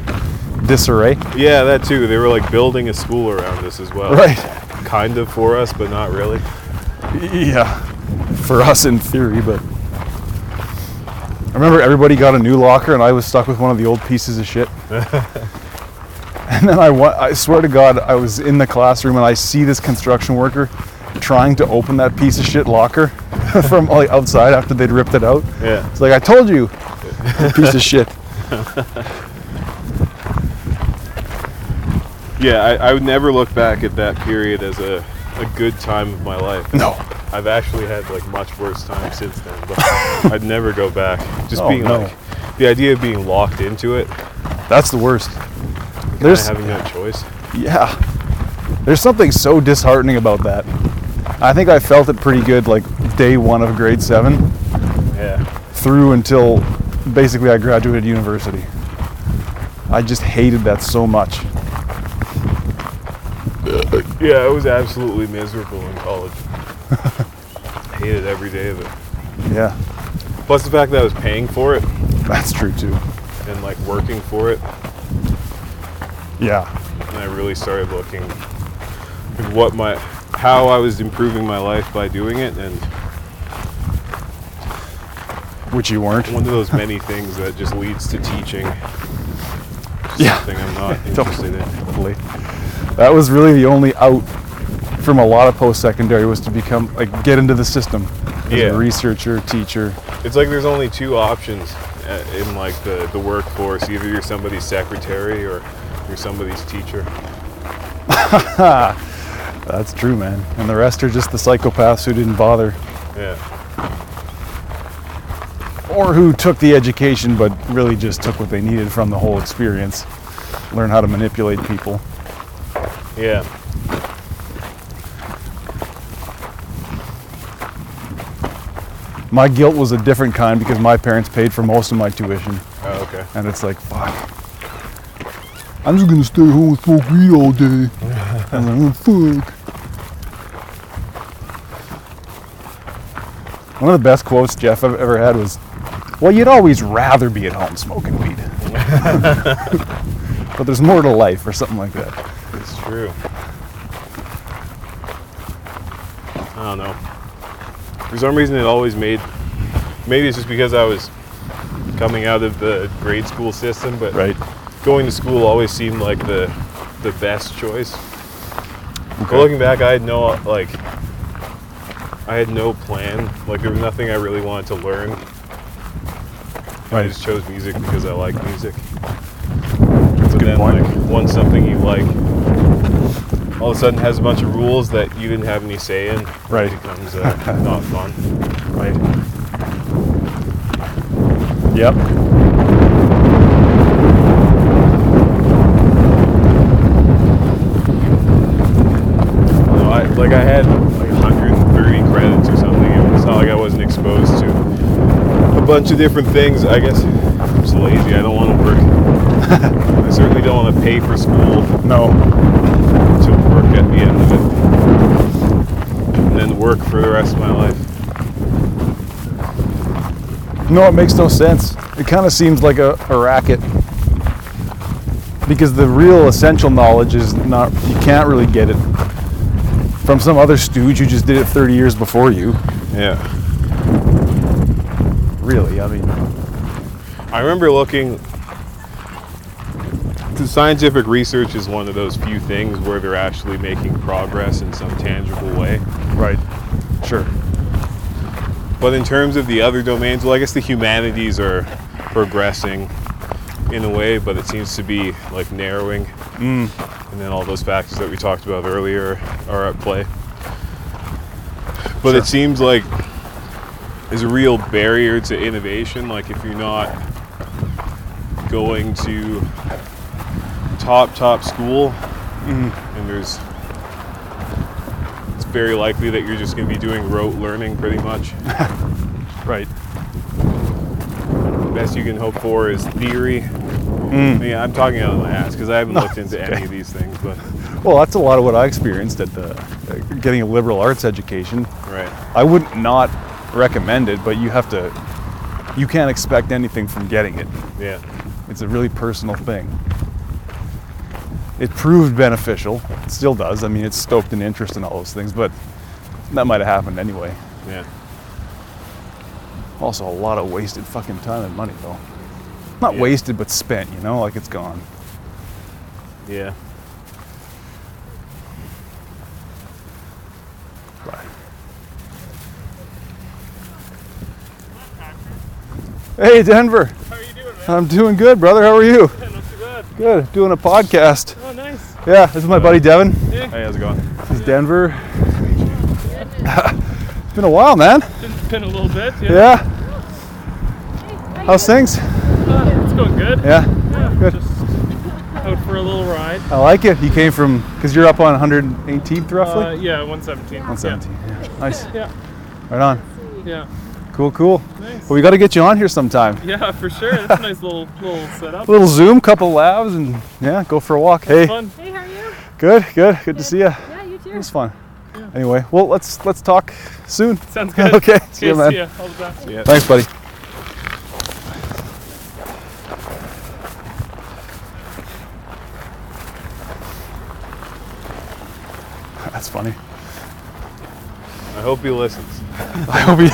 Speaker 5: disarray.
Speaker 2: Yeah, that too. They were like building a school around this as well.
Speaker 5: Right.
Speaker 2: Kind of for us, but not really.
Speaker 5: Yeah, for us in theory, but I remember everybody got a new locker, and I was stuck with one of the old pieces of shit. and then I, wa- I swear to God, I was in the classroom, and I see this construction worker trying to open that piece of shit locker <laughs> from like outside after they'd ripped it out.
Speaker 2: Yeah.
Speaker 5: It's like I told you, you piece of shit. <laughs>
Speaker 2: Yeah, I, I would never look back at that period as a, a good time of my life.
Speaker 5: No.
Speaker 2: I've actually had like much worse time since then,
Speaker 5: <laughs>
Speaker 2: but I'd never go back. Just
Speaker 5: Oh,
Speaker 2: being
Speaker 5: no.
Speaker 2: like the idea of being locked into it,
Speaker 5: That's the worst.
Speaker 2: and
Speaker 5: There's
Speaker 2: having no choice.
Speaker 5: Yeah. There's something so disheartening about that. I think I felt it pretty good like day one of grade seven
Speaker 2: Yeah.
Speaker 5: through until basically I graduated university. I just hated that so much.
Speaker 2: Yeah, I was absolutely miserable in
Speaker 5: <laughs>
Speaker 2: college. Hated every day of it.
Speaker 5: Yeah,
Speaker 2: Plus the fact that I was paying for it
Speaker 5: that's true too.
Speaker 2: and like working for it,
Speaker 5: Yeah.
Speaker 2: and I really started looking at what my how I was improving my life by doing it and
Speaker 5: Which you weren't.
Speaker 2: one of
Speaker 5: <laughs>
Speaker 2: those many things that just leads to teaching.
Speaker 5: Yeah.
Speaker 2: Something I'm not
Speaker 5: <laughs> Totally.
Speaker 2: interested in.
Speaker 5: Totally. That was really the only out from a lot of post secondary was to become like get into the system. As
Speaker 2: Yeah.
Speaker 5: a researcher, teacher.
Speaker 2: It's like there's only two options uh, in like the, the workforce. Either you're somebody's secretary or you're somebody's teacher.
Speaker 5: That's true, man. And the rest are just the psychopaths who didn't bother.
Speaker 2: Yeah.
Speaker 5: or who took the education but really just took what they needed from the whole experience learn how to manipulate people
Speaker 2: Yeah.
Speaker 5: my guilt was a different kind because my parents paid for most of my tuition
Speaker 2: Oh, okay.
Speaker 5: and it's like fuck i'm just gonna stay home and smoke weed all day <laughs> i'm like oh, fuck one of the best quotes jeff i've ever had was well you'd always rather be at home smoking weed <laughs> but there's more to life or something like that
Speaker 2: It's true. I don't know. For some reason, it always made. Maybe it's just because I was coming out of the grade school system, but
Speaker 5: right
Speaker 2: going to school always seemed like the the best choice. But
Speaker 5: Okay.
Speaker 2: looking back, I had no like I had no plan. Like there was nothing I really wanted to learn. I just chose music because I like music. but
Speaker 5: good
Speaker 2: then,
Speaker 5: point.
Speaker 2: like once something you like, all of a sudden has a bunch of rules that you didn't have any say in.
Speaker 5: Right.
Speaker 2: It becomes
Speaker 5: <laughs>
Speaker 2: uh, not fun.
Speaker 5: Right. Yep.
Speaker 2: No, I, like I had like 130 credits or something. and It's not like I wasn't exposed to a bunch of different things. I guess I'm just lazy. I don't want
Speaker 5: <laughs>
Speaker 2: to work. I certainly don't want to pay for school
Speaker 5: No.
Speaker 2: to work at the end of it, and then work for the rest of my life.
Speaker 5: No, it makes no sense. It kind of seems like a, a racket. Because the real essential knowledge is not, you can't really get it from some other stooge who just did it 30 years before you.
Speaker 2: Yeah.
Speaker 5: Really, I mean,
Speaker 2: I remember looking. 'cause Scientific research is one of those few things where they're actually making progress in some tangible way.
Speaker 5: right. Sure.
Speaker 2: But in terms of the other domains, well, I guess the humanities are progressing in a way, but it seems to be like narrowing. And then all those factors that we talked about earlier are at play. But it seems like there's a real barrier to innovation. Like if you're not going to top top school, and there's it's very likely that you're just going to be doing rote learning pretty much.
Speaker 5: Right.
Speaker 2: best you can hope for is theory. Yeah, I'm talking out of my ass because I haven't looked into any of these things, but
Speaker 5: Well, that's a lot of what I experienced at the uh, getting a liberal arts education.
Speaker 2: Right.
Speaker 5: I wouldn't not recommend it, but you have to. You can't expect anything from getting it.
Speaker 2: Yeah.
Speaker 5: It's a really personal thing. It proved beneficial. It still does. I mean, it stoked an interest in all those things, but that might have happened anyway.
Speaker 2: Yeah.
Speaker 5: Also, a lot of wasted fucking time and money, though. Not
Speaker 2: Yeah.
Speaker 5: wasted, but spent, you know? Like it's gone.
Speaker 2: Yeah.
Speaker 5: But- Hey, Denver. How are you doing, man? I'm doing good, brother. How are you?
Speaker 7: Not too bad.
Speaker 5: Good. Doing a podcast.
Speaker 7: Oh, nice.
Speaker 5: Yeah, this is my buddy Devin.
Speaker 7: Yeah.
Speaker 2: Hey, how's it going?
Speaker 5: This is Denver. <laughs> it's been a while, man.
Speaker 7: Been, been a little bit. Yeah.
Speaker 5: Yeah. How's things?
Speaker 7: Uh, it's going good.
Speaker 5: Yeah.
Speaker 7: Yeah,
Speaker 5: Good.
Speaker 7: Just out for a little ride.
Speaker 5: I like it. You came from, because you're up on 118th roughly?
Speaker 7: Uh, yeah, 117.
Speaker 5: 117. Yeah. Nice.
Speaker 7: Yeah.
Speaker 5: Right on.
Speaker 7: Yeah. Yeah.
Speaker 5: Cool, cool.
Speaker 7: Nice.
Speaker 5: Well, we got to get you on here sometime.
Speaker 7: yeah, for sure. That's a nice little little
Speaker 5: <laughs>
Speaker 7: setup.
Speaker 5: little Zoom, couple labs, and yeah, go for a walk. Hey,
Speaker 7: Fun.
Speaker 3: Hey, how are you?
Speaker 5: good, good, good to see you.
Speaker 3: Yeah, you too.
Speaker 5: It was fun. Anyway, well, let's let's talk soon.
Speaker 7: Sounds
Speaker 5: <laughs>
Speaker 7: good.
Speaker 5: Okay, see
Speaker 7: See
Speaker 5: ya,
Speaker 7: ya,
Speaker 5: man.
Speaker 7: See ya. All the best.
Speaker 2: Yeah.
Speaker 5: Thanks, buddy. That's funny. <laughs>
Speaker 2: I hope he listens.
Speaker 5: I hope he.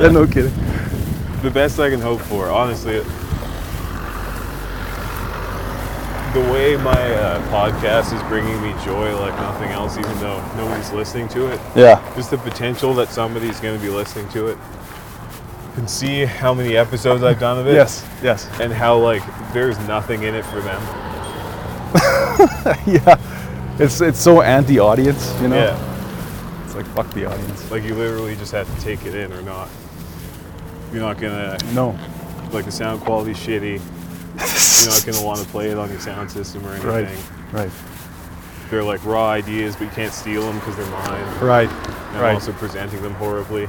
Speaker 5: <laughs> yeah, no kidding.
Speaker 2: The best I can hope for, honestly. The way my uh, podcast is bringing me joy like nothing else, even though nobody's listening to it.
Speaker 5: Yeah,
Speaker 2: Just the potential that somebody's going to be listening to it and see how many episodes I've done of it.
Speaker 5: yes, yes. <laughs>
Speaker 2: And how, like, there's nothing in it for them.
Speaker 5: Yeah. It's it's so anti-audience, you know.
Speaker 2: Yeah.
Speaker 5: It's like fuck the audience.
Speaker 2: Like, you literally just have to take it in or not. You're not going to
Speaker 5: No.
Speaker 2: like the sound quality's shitty. You're not gonna want to play it on your sound system or anything.
Speaker 5: Right. Right.
Speaker 2: They're like raw ideas, but you can't steal them because they're mine.
Speaker 5: Right.
Speaker 2: And
Speaker 5: right.
Speaker 2: I'm also presenting them horribly.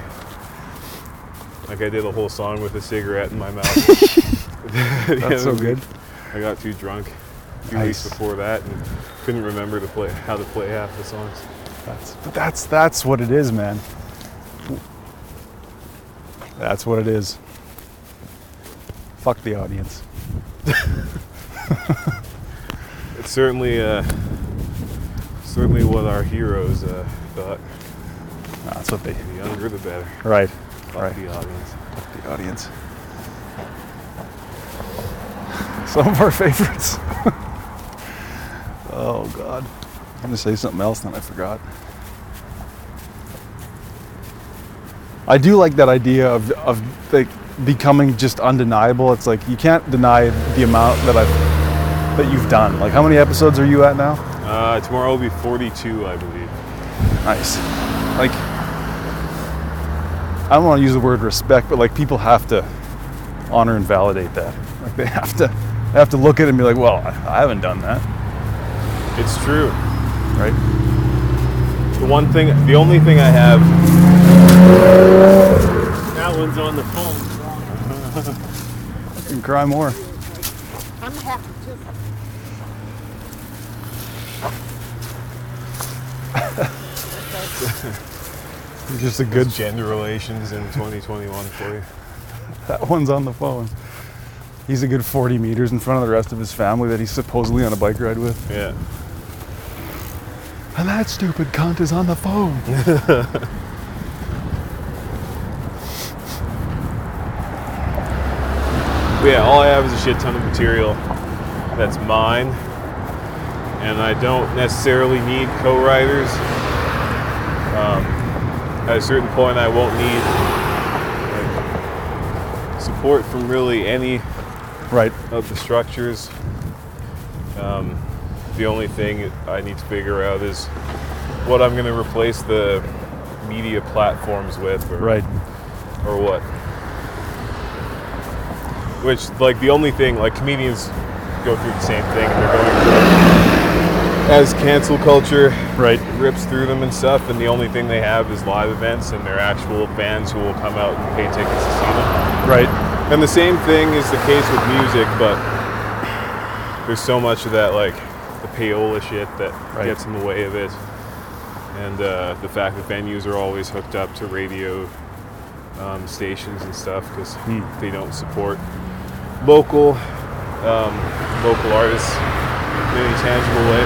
Speaker 2: Like I did a whole song with a cigarette in my mouth. <laughs> The other <laughs>
Speaker 5: That's so
Speaker 2: week.
Speaker 5: good.
Speaker 2: I got too drunk a few
Speaker 5: Nice.
Speaker 2: weeks before that and couldn't remember to play how to play half the songs.
Speaker 5: That's but that's that's what it is, man. That's what it is. Fuck the audience.
Speaker 2: It's certainly uh, certainly what our heroes uh, thought.
Speaker 5: That's what they.
Speaker 2: The younger, the better.
Speaker 5: Right.
Speaker 2: Fuck
Speaker 5: Right.
Speaker 2: the audience.
Speaker 5: The audience. <laughs> Some of our favorites. <laughs> oh God. I'm gonna say something else, then I forgot. I do like that idea of of like becoming just undeniable. It's like you can't deny the amount that I've that you've done. Like how many episodes are you at now?
Speaker 2: Uh, tomorrow will be 42, I believe.
Speaker 5: Nice. Like, I don't want to use the word respect, but like people have to honor and validate that. Like they have to, they have to look at it and be like, well, I, I haven't done that,
Speaker 2: It's true.
Speaker 5: right?
Speaker 2: The one thing, the only thing I have,
Speaker 7: That one's on the phone.
Speaker 5: You can cry more. <laughs>
Speaker 3: I'm happy too.
Speaker 5: Just a good.
Speaker 2: is gender relations in 2021 for you.
Speaker 5: That one's on the phone. He's a good 40 meters in front of the rest of his family that he's supposedly on a bike ride with.
Speaker 2: Yeah.
Speaker 5: And that stupid cunt is on the phone.
Speaker 2: But yeah, all I have is a shit ton of material that's mine, and I don't necessarily need co-writers. Um, at a certain point, I won't need like, support from really any
Speaker 5: right.
Speaker 2: of the structures. Um, the only thing I need to figure out is what I'm going to replace the media platforms with, or,
Speaker 5: Right.
Speaker 2: or what. Which, like, the only thing, like, comedians go through the same thing, and they're going as cancel culture
Speaker 5: Right.
Speaker 2: rips through them and stuff, and the only thing they have is live events and their actual fans who will come out and pay tickets to see them.
Speaker 5: Right.
Speaker 2: And the same thing is the case with music, but there's so much of that, like the payola shit, that
Speaker 5: Right.
Speaker 2: gets in the way of it. and uh, the fact that venues are always hooked up to radio um, stations and stuff because they don't support local um, local artists in any tangible way.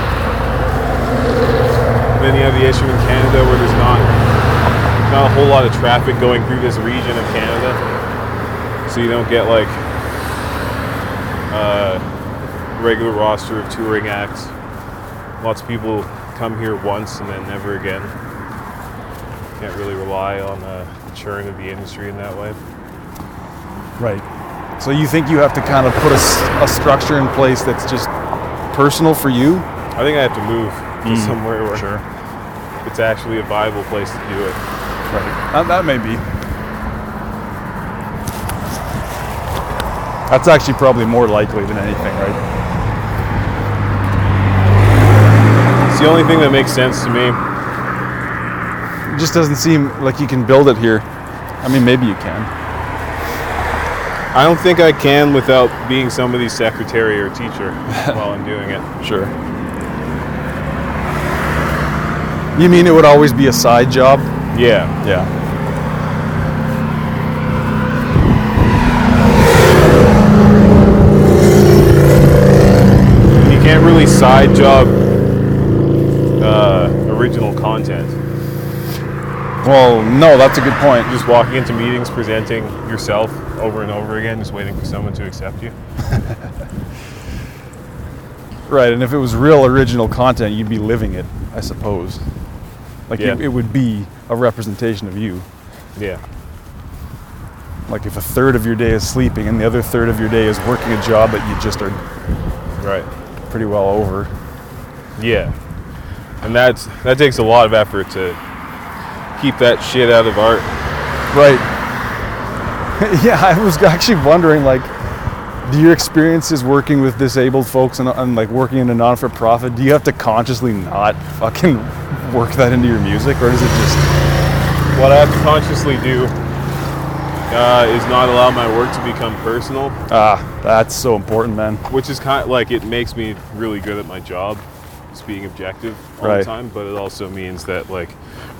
Speaker 2: Then you have the issue in Canada where there's not not a whole lot of traffic going through this region of Canada, so you don't get like uh, regular roster of touring acts. Lots of people come here once and then never again. Can't really rely on uh, the churn of the industry in that way.
Speaker 5: Right. So you think you have to kind of put a, s- a structure in place that's just personal for you?
Speaker 2: I think I have to move to somewhere where
Speaker 5: Sure.
Speaker 2: it's actually a viable place to do it.
Speaker 5: Right. Uh, That, that may be. That's actually probably more likely than anything, right?
Speaker 2: It's the only thing that makes sense to me.
Speaker 5: It just doesn't seem like you can build it here. I mean, maybe you can.
Speaker 2: I don't think I can without being somebody's secretary or teacher while I'm doing it.
Speaker 5: Sure. You mean it would always be a side job?
Speaker 2: Yeah.
Speaker 5: Yeah.
Speaker 2: You can't really side job uh, original content.
Speaker 5: Well, no, that's a good point.
Speaker 2: Just walking into meetings, presenting yourself over and over again, just waiting for someone to accept you.
Speaker 5: Right, and if it was real original content, you'd be living it, I suppose. Like
Speaker 2: Yeah.
Speaker 5: it, it would be a representation of you.
Speaker 2: Yeah.
Speaker 5: Like if a third of your day is sleeping and the other third of your day is working a job that you just are
Speaker 2: Right.
Speaker 5: pretty well over.
Speaker 2: Yeah. And that's that takes a lot of effort to keep that shit out of art.
Speaker 5: Right. <laughs> yeah, I was actually wondering, like, do your experiences working with disabled folks and, and like working in a non for profit, do you have to consciously not fucking <laughs> work that into your music, or does it just
Speaker 2: What I have to consciously do uh, is not allow my work to become personal,
Speaker 5: ah, that's so important, man?
Speaker 2: which is kind of like it makes me really good at my job, just being objective all
Speaker 5: Right.
Speaker 2: the time. But it also means that like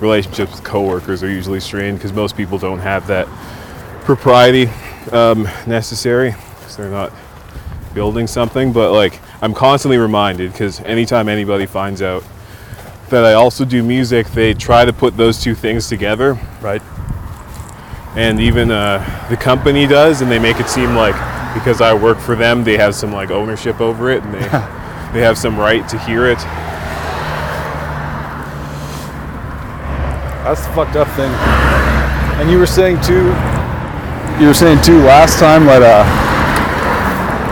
Speaker 2: relationships with coworkers are usually strained because most people don't have that propriety um, necessary because they're not building something. But like I'm constantly reminded because anytime anybody finds out that I also do music, they try to put those two things together
Speaker 5: Right.
Speaker 2: and even uh, the company does, and they make it seem like because I work for them, they have some like ownership over it, and they they have some right to hear it.
Speaker 5: That's the fucked up thing. And you were saying too. You were saying too last time that uh,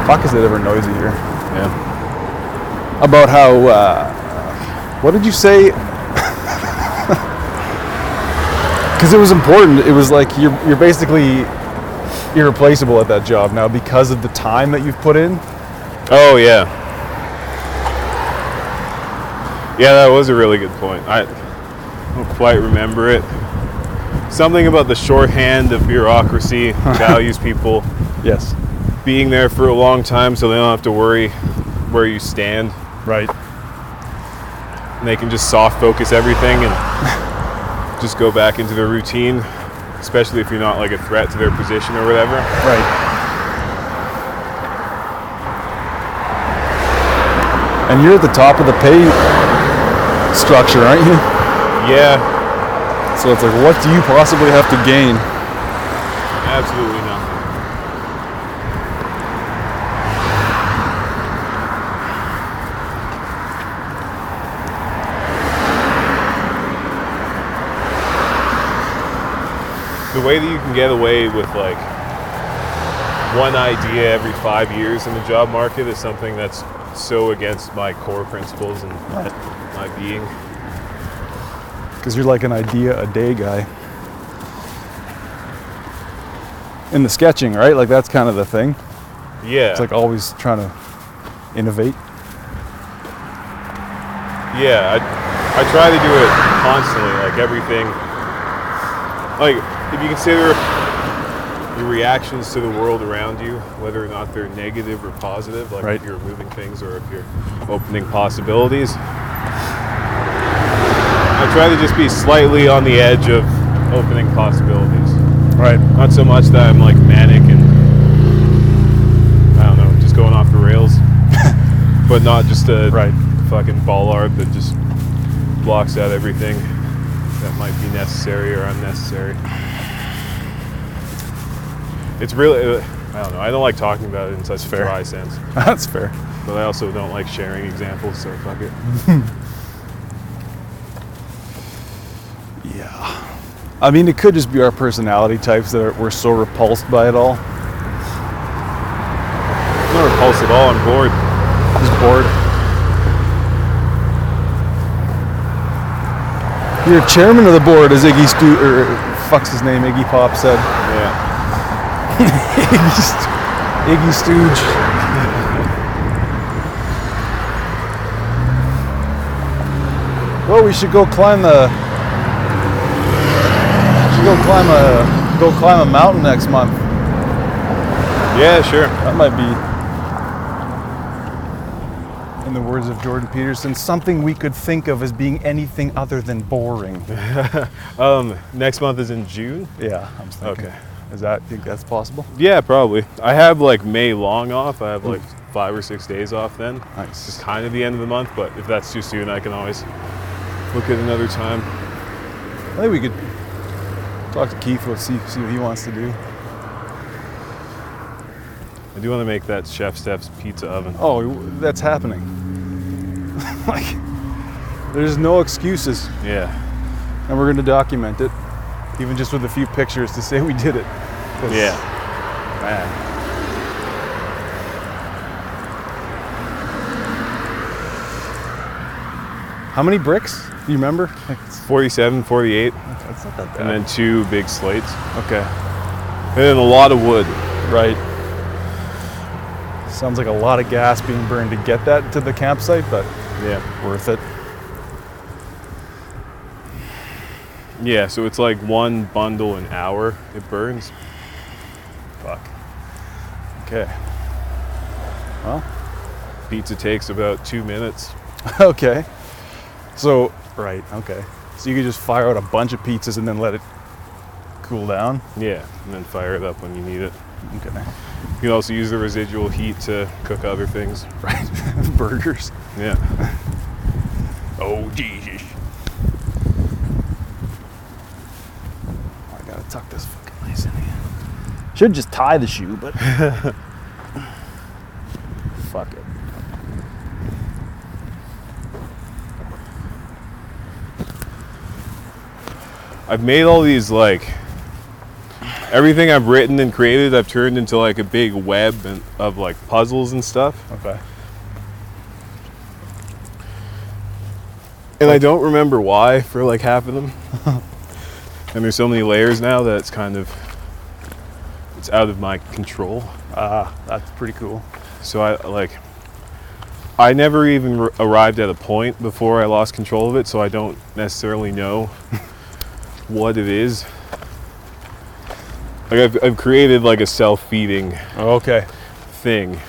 Speaker 5: fuck is it ever noisy here?
Speaker 2: Yeah,
Speaker 5: About how uh, what did you say? <laughs> Because it was important. It was like you're you're basically irreplaceable at that job now because of the time that you've put in.
Speaker 2: Oh yeah. Yeah, that was a really good point. I don't quite remember it. Something about the shorthand of bureaucracy values people
Speaker 5: Yes.
Speaker 2: being there for a long time, so they don't have to worry where you stand.
Speaker 5: Right.
Speaker 2: and they can just soft focus everything and <laughs> just go back into their routine, especially if you're not like a threat to their position or whatever.
Speaker 5: Right. And you're at the top of the pay structure, aren't you?
Speaker 2: Yeah,
Speaker 5: So it's like, what do you possibly have to gain?
Speaker 2: absolutely not. The way that you can get away with like one idea every five years in the job market is something that's so against my core principles and my being.
Speaker 5: Because you're like an idea a day guy. In the sketching, right? Like that's kind of the thing.
Speaker 2: Yeah.
Speaker 5: It's like always trying to innovate. <laughs>
Speaker 2: yeah, I, I try to do it constantly, like everything. Like, if you consider your reactions to the world around you, whether or not they're negative or positive, like
Speaker 5: Right.
Speaker 2: if you're moving things or if you're opening possibilities, I try to just be slightly on the edge of opening possibilities.
Speaker 8: Right.
Speaker 2: Not so much that I'm like manic and I don't know, just going off the rails, but not just a
Speaker 8: Right.
Speaker 2: fucking bollard that just blocks out everything that might be necessary or unnecessary. It's really, uh, I don't know. I don't like talking about it in such a dry sense,
Speaker 5: That's fair.
Speaker 2: but I also don't like sharing examples. So fuck it.
Speaker 5: Yeah. I mean, it could just be our personality types that are, we're so repulsed by it all.
Speaker 2: I'm not repulsed at all. I'm bored.
Speaker 5: Just bored. You're chairman of the board, as Iggy Stu or fuck's his name, Iggy Pop said.
Speaker 2: Yeah.
Speaker 5: Iggy, St- Iggy Stooge. Well, we should go climb the. Should go climb a go climb a mountain next month.
Speaker 2: Yeah, sure.
Speaker 5: That might be, in the words of Jordan Peterson, something we could think of as being anything other than boring.
Speaker 2: Um, next month is in June.
Speaker 5: <laughs> Yeah, I'm thinking.
Speaker 2: Okay.
Speaker 5: Is that think that's possible?
Speaker 2: Yeah, probably. I have like May long off. I have like five or six days off then.
Speaker 5: Nice.
Speaker 2: It's kind of the end of the month, but if that's too soon, I can always look at another time.
Speaker 5: I think we could talk to Keith. We'll see see what he wants to do.
Speaker 2: I do want to make that Chef Steph's pizza oven.
Speaker 5: Oh, that's happening. <laughs> like, there's no excuses,
Speaker 2: Yeah.
Speaker 5: and we're going to document it, even just with a few pictures to say we did it. 'Cause,
Speaker 2: Yeah.
Speaker 5: Man. How many bricks? Do you remember? <laughs> Like, it's-
Speaker 2: 47, 48,
Speaker 5: That's not that
Speaker 2: and then two big slates.
Speaker 5: okay,
Speaker 2: And then a lot of wood.
Speaker 5: right. Sounds like a lot of gas being burned to get that to the campsite, but
Speaker 2: Yeah.
Speaker 5: worth it.
Speaker 2: Yeah, so it's like one bundle an hour it burns. Fuck.
Speaker 5: Okay. Well, <laughs>
Speaker 2: Pizza takes about two minutes.
Speaker 5: okay. So, right, okay. So you could just fire out a bunch of pizzas and then let it cool down?
Speaker 2: Yeah. And then fire it up when you need it.
Speaker 5: Okay.
Speaker 2: You can also use the residual heat to cook other things.
Speaker 5: Right. <laughs> Burgers.
Speaker 2: Yeah.
Speaker 8: Oh, Jesus.
Speaker 5: Oh, I gotta tuck this fucking lace in here.
Speaker 9: Should just tie the shoe,
Speaker 5: <laughs>
Speaker 9: but fuck it.
Speaker 2: I've made all these like everything I've written and created I've turned into like a big web and, of like puzzles and stuff.
Speaker 5: Okay.
Speaker 2: And I don't remember why for like half of them. and there's so many layers now that it's kind of it's out of my control.
Speaker 5: Ah, that's pretty cool.
Speaker 2: So I like I never even r- arrived at a point before I lost control of it, so I don't necessarily know <laughs> what it is. Like I've, I've created like a self-feeding
Speaker 5: Okay.
Speaker 2: thing,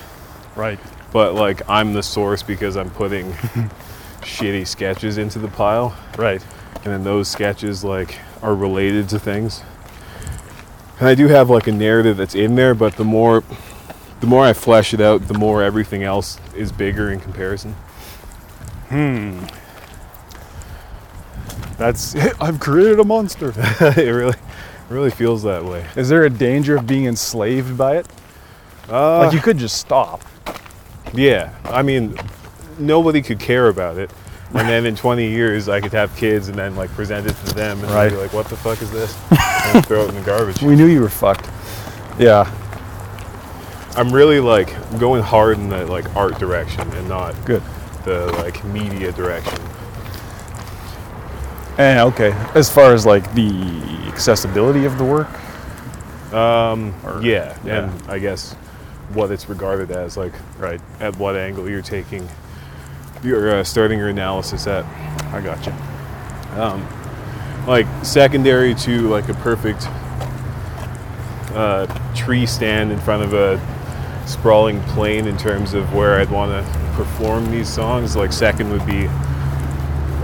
Speaker 5: Right.
Speaker 2: but like I'm the source because I'm
Speaker 5: <laughs>
Speaker 2: putting shitty sketches into the pile,
Speaker 5: Right.
Speaker 2: and then those sketches like are related to things. And I do have like a narrative that's in there, but the more the more I flesh it out, the more everything else is bigger in comparison. <laughs>
Speaker 5: That's <laughs> it. I've created a monster.
Speaker 2: it really really feels that way.
Speaker 5: Is there a danger of being enslaved by it?
Speaker 2: Uh,
Speaker 5: like you could just stop.
Speaker 2: yeah, I mean, nobody could care about it. And then in 20 years, I could have kids and then like present it to them and they'd be
Speaker 5: Right.
Speaker 2: like, what the fuck is this? and throw it in the
Speaker 5: <laughs>
Speaker 2: garbage.
Speaker 5: We knew you were fucked. Yeah.
Speaker 2: I'm really like going hard in the like art direction and not
Speaker 5: Good.
Speaker 2: the like media direction.
Speaker 5: Eh, okay. As far as like the accessibility of the work,
Speaker 2: yeah,
Speaker 5: yeah.
Speaker 2: and I guess what it's regarded as, like
Speaker 5: right?
Speaker 2: at what angle you're taking, you're uh, starting your analysis at. Um,
Speaker 5: I got you.
Speaker 2: like secondary to like a perfect uh, tree stand in front of a sprawling plain in terms of where I'd want to perform these songs. Like second would be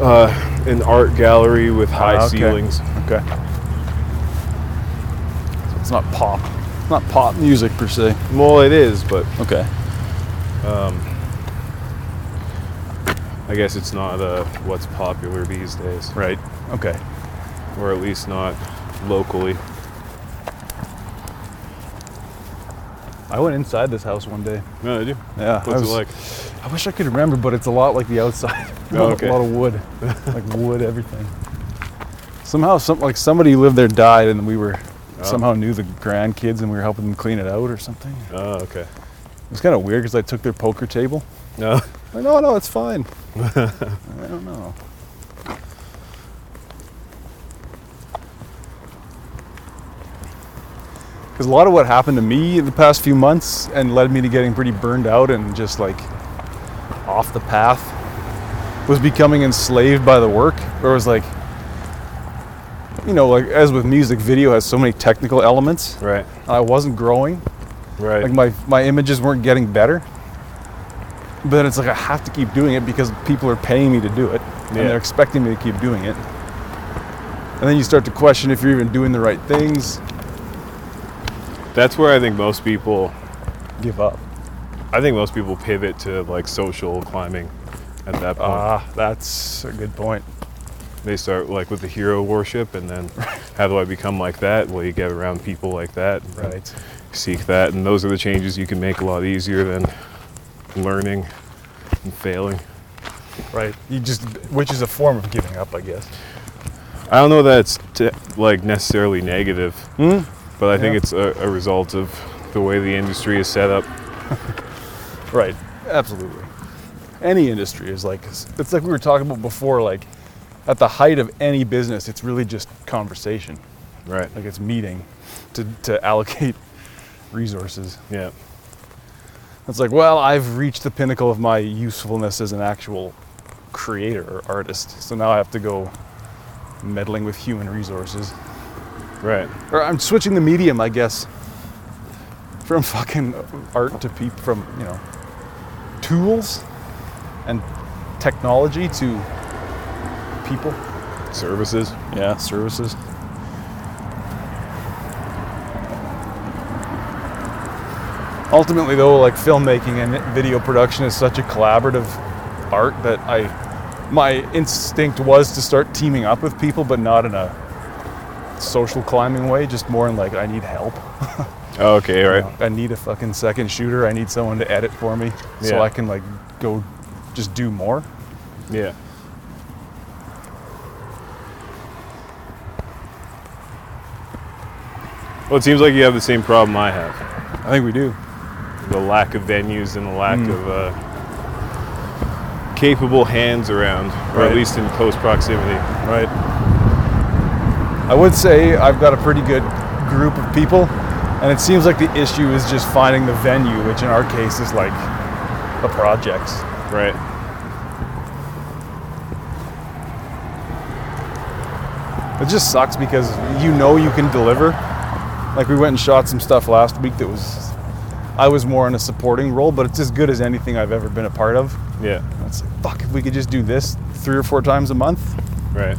Speaker 2: uh, an art gallery with high
Speaker 5: Ah, okay.
Speaker 2: ceilings.
Speaker 5: Okay.
Speaker 9: So it's not pop. It's not pop music per se.
Speaker 2: Well, it is, but
Speaker 9: Okay.
Speaker 2: I guess it's not uh, what's popular these days,
Speaker 5: Right. Okay.
Speaker 2: or at least not locally.
Speaker 5: I went inside this house one day.
Speaker 2: No, I do.
Speaker 5: Yeah. I
Speaker 2: What's
Speaker 5: was-
Speaker 2: it like?
Speaker 5: I wish I could remember, but it's a lot like the outside. <laughs>
Speaker 2: Oh,
Speaker 5: a, lot,
Speaker 2: okay.
Speaker 5: a lot of wood, <laughs> like wood, everything. Somehow, some like somebody who lived there died, and we were
Speaker 2: Oh.
Speaker 5: somehow knew the grandkids, and we were helping them clean it out or something. It
Speaker 2: Oh, okay.
Speaker 5: was kind of weird because I took their poker table.
Speaker 2: No.
Speaker 5: Like, no, no, it's <laughs> fine. I don't know. Because a lot of what happened to me the past few months and led me to getting pretty burned out and just like off the path was becoming enslaved by the work. Or was like, you know, like as with music, video has so many technical elements.
Speaker 2: <laughs> Right.
Speaker 5: I wasn't growing
Speaker 2: Right.
Speaker 5: like my my images weren't getting better but then it's like i have to keep doing it because people are paying me to do it and
Speaker 2: Yeah.
Speaker 5: they're expecting me to keep doing it and then you start to question if you're even doing the right things
Speaker 2: That's where I think most people.
Speaker 5: give up
Speaker 2: I think most people pivot to like social climbing. At that point,
Speaker 5: ah that's a good point
Speaker 2: they start like with the hero worship, and <laughs> then how do I become like that? Well, you get around people like that, and
Speaker 5: right
Speaker 2: seek that, and those are the changes you can make a lot easier than learning and failing.
Speaker 5: right you just which is a form of giving up i guess
Speaker 2: I don't know that it's t- like necessarily negative, but I think
Speaker 5: Yeah.
Speaker 2: it's a, a result of the way the industry is set up.
Speaker 5: right absolutely any industry is like it's like we were talking about before like at the height of any business it's really just conversation
Speaker 2: Right.
Speaker 5: like it's meeting to, to allocate resources.
Speaker 2: Yeah.
Speaker 5: It's like, well, I've reached the pinnacle of my usefulness as an actual creator or artist, so now I have to go meddling with human resources.
Speaker 2: Right.
Speaker 5: Or I'm switching the medium, I guess, from fucking art to people, from, you know, tools and technology to people.
Speaker 2: Services.
Speaker 5: Yeah, services. Ultimately, though, like filmmaking and video production is such a collaborative art that I, my instinct was to start teaming up with people, but not in a social climbing way, just more in like, I need help.
Speaker 2: Oh, okay. Right.
Speaker 5: I need a fucking second shooter. I need someone to edit for me so
Speaker 2: Yeah.
Speaker 5: I can like go just do more.
Speaker 2: Yeah. Well, it seems like you have the same problem I have
Speaker 5: I think we do.
Speaker 2: the lack of venues and the lack of uh, capable hands around, or
Speaker 5: Right.
Speaker 2: at least in close proximity.
Speaker 5: Right. I would say I've got a pretty good group of people, and it seems like the issue is just finding the venue, which in our case is like the projects.
Speaker 2: Right.
Speaker 5: It just sucks because you know you can deliver. Like we went and shot some stuff last week that was I was more in a supporting role, but it's as good as anything I've ever been a part of.
Speaker 2: Yeah.
Speaker 5: And It's like fuck if we could just do this three or four times a month.
Speaker 2: Right.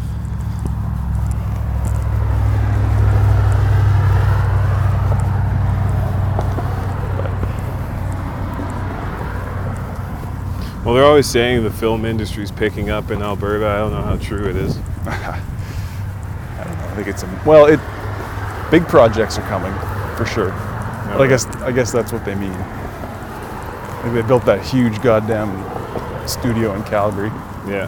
Speaker 2: Well, they're always saying the film industry's picking up in Alberta. I don't know how true it is.
Speaker 5: I think it's a well, it big projects are coming for sure. But I guess I guess that's what they mean. Like they built that huge goddamn studio in Calgary.
Speaker 2: Yeah.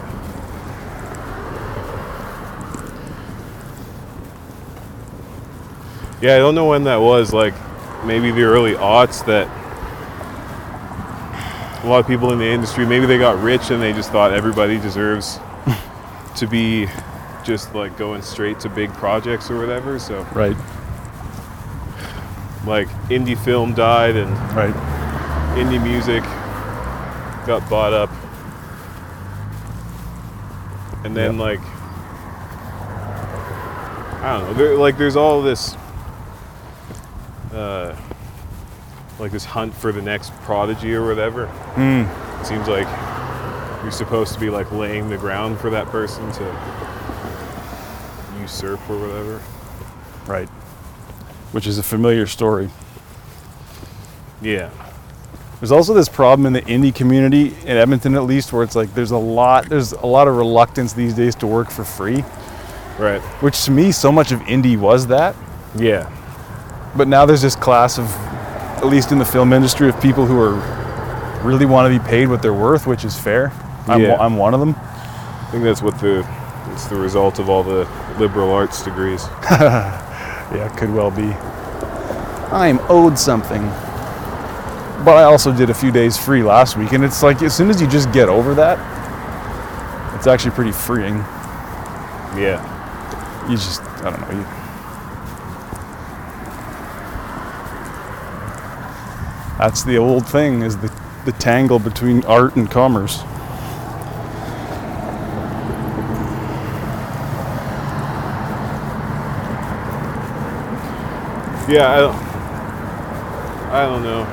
Speaker 2: Yeah, I don't know when that was. Like, maybe the early aughts that a lot of people in the industry, maybe they got rich and they just thought everybody deserves to be just like going straight to big projects or whatever. So,
Speaker 5: Right.
Speaker 2: like, indie film died and
Speaker 5: Right.
Speaker 2: indie music got bought up. And then like I don't know, there, like there's all this uh Hmm. like this hunt for the next prodigy or whatever. It seems like you're supposed to be like laying the ground for that person to usurp or whatever.
Speaker 5: Right. Which is a familiar story.
Speaker 2: Yeah.
Speaker 5: There's also this problem in the indie community in Edmonton, at least, where it's like there's a lot there's a lot of reluctance these days to work for free.
Speaker 2: Right.
Speaker 5: Which to me, so much of indie was that.
Speaker 2: Yeah.
Speaker 5: But now there's this class of, at least in the film industry, of people who are really want to be paid what they're worth, which is fair. I'm,
Speaker 2: Yeah.
Speaker 5: I'm one of them.
Speaker 2: I think that's what the it's the result of all the liberal arts degrees.
Speaker 5: Yeah, could well be. I'm owed something. But I also did a few days free last week, and it's like as soon as you just get over that, it's actually pretty freeing.
Speaker 2: Yeah.
Speaker 5: You just, I don't know. You, that's the old thing is the, the tangle between art and commerce.
Speaker 2: Yeah, I don't I don't know.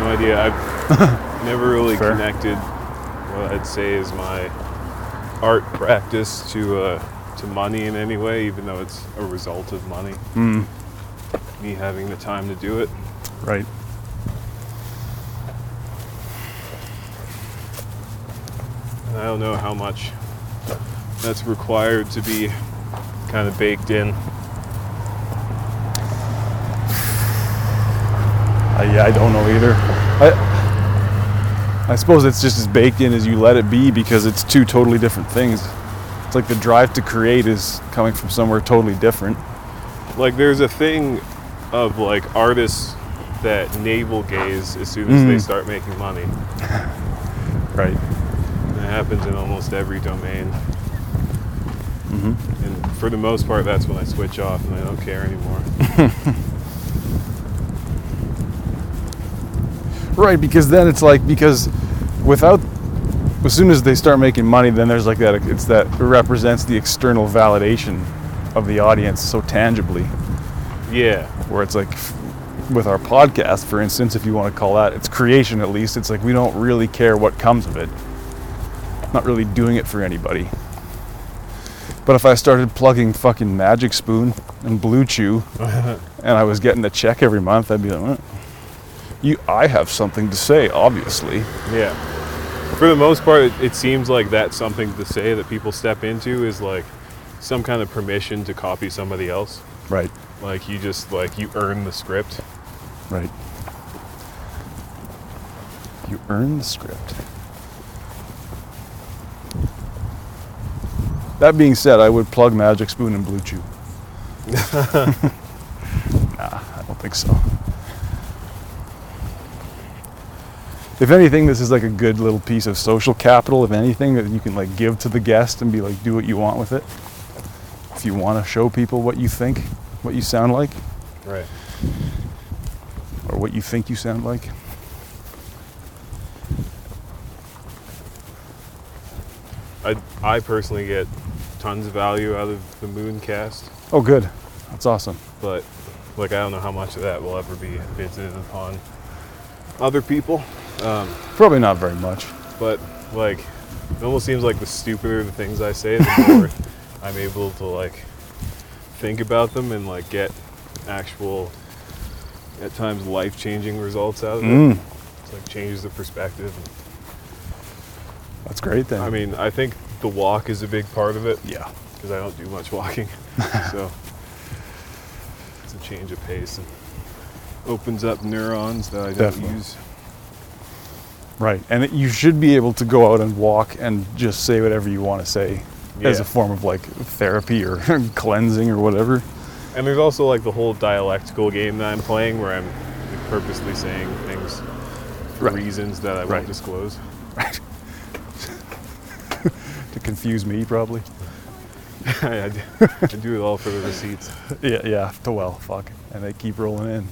Speaker 2: No idea. I've never really
Speaker 5: Fair.
Speaker 2: connected what I'd say is my art practice to uh, to money in any way, even though it's a result of money. Me having the time to do it.
Speaker 5: Right.
Speaker 2: And I don't know how much that's required to be kind of baked in.
Speaker 5: I, yeah, I don't know either. I, I suppose it's just as baked in as you let it be because it's two totally different things. It's like the drive to create is coming from somewhere totally different.
Speaker 2: like there's a thing of like artists that navel gaze as soon as they
Speaker 5: Mm.
Speaker 2: start making money.
Speaker 5: Right.
Speaker 2: And it happens in almost every domain. And for the most part, that's when I switch off and I don't care anymore. <laughs>
Speaker 5: Right, because then it's like because without as soon as they start making money, then there's like that it's that it represents the external validation of the audience so tangibly.
Speaker 2: yeah,
Speaker 5: Where it's like f- with our podcast, for instance, if you want to call that it's creation at least, it's like we don't really care what comes of it. Not really doing it for anybody. But if I started plugging fucking Magic Spoon and Blue Chew and I was getting a check every month, I'd be like, "Well, you, I have something to say, obviously.
Speaker 2: yeah. For the most part, it, it seems like that's something to say that people step into is like some kind of permission to copy somebody else.
Speaker 5: Right,
Speaker 2: Like you just like you earn the script.
Speaker 5: right. You earn the script. That being said, I would plug Magic Spoon and Blue Chew. nah, I don't think so. If anything, this is like a good little piece of social capital, if anything, that you can like give to the guest and be like, do what you want with it. If you want to show people what you think, what you sound like.
Speaker 2: Right.
Speaker 5: or what you think you sound like.
Speaker 2: I I personally get tons of value out of the Mooncast.
Speaker 5: Oh, good. That's awesome.
Speaker 2: but like I don't know how much of that will ever be visited upon other people.
Speaker 5: Probably not very much.
Speaker 2: But like, it almost seems like the stupider the things I say, the more <laughs> I'm able to like think about them and like get actual, at times life-changing results out of it.
Speaker 5: Mm,
Speaker 2: It's like changes the perspective.
Speaker 5: that's great then.
Speaker 2: I mean, I think the walk is a big part of it
Speaker 5: yeah.
Speaker 2: because I don't do much
Speaker 5: <laughs>
Speaker 2: walking, so it's a change of pace and opens up neurons that I don't
Speaker 5: Definitely.
Speaker 2: use.
Speaker 5: Right. And it, you should be able to go out and walk and just say whatever you want to say as
Speaker 2: Yeah.
Speaker 5: a form of like therapy or <laughs> cleansing or whatever.
Speaker 2: And there's also like the whole dialectical game that I'm playing where I'm purposely saying things for
Speaker 5: Right.
Speaker 2: reasons that I
Speaker 5: Right.
Speaker 2: won't
Speaker 5: <laughs>
Speaker 2: disclose. <laughs>
Speaker 5: Right. to confuse me, probably.
Speaker 2: I, I do, I do it all for the receipts.
Speaker 5: Yeah, yeah. To well, fuck. And they keep rolling in.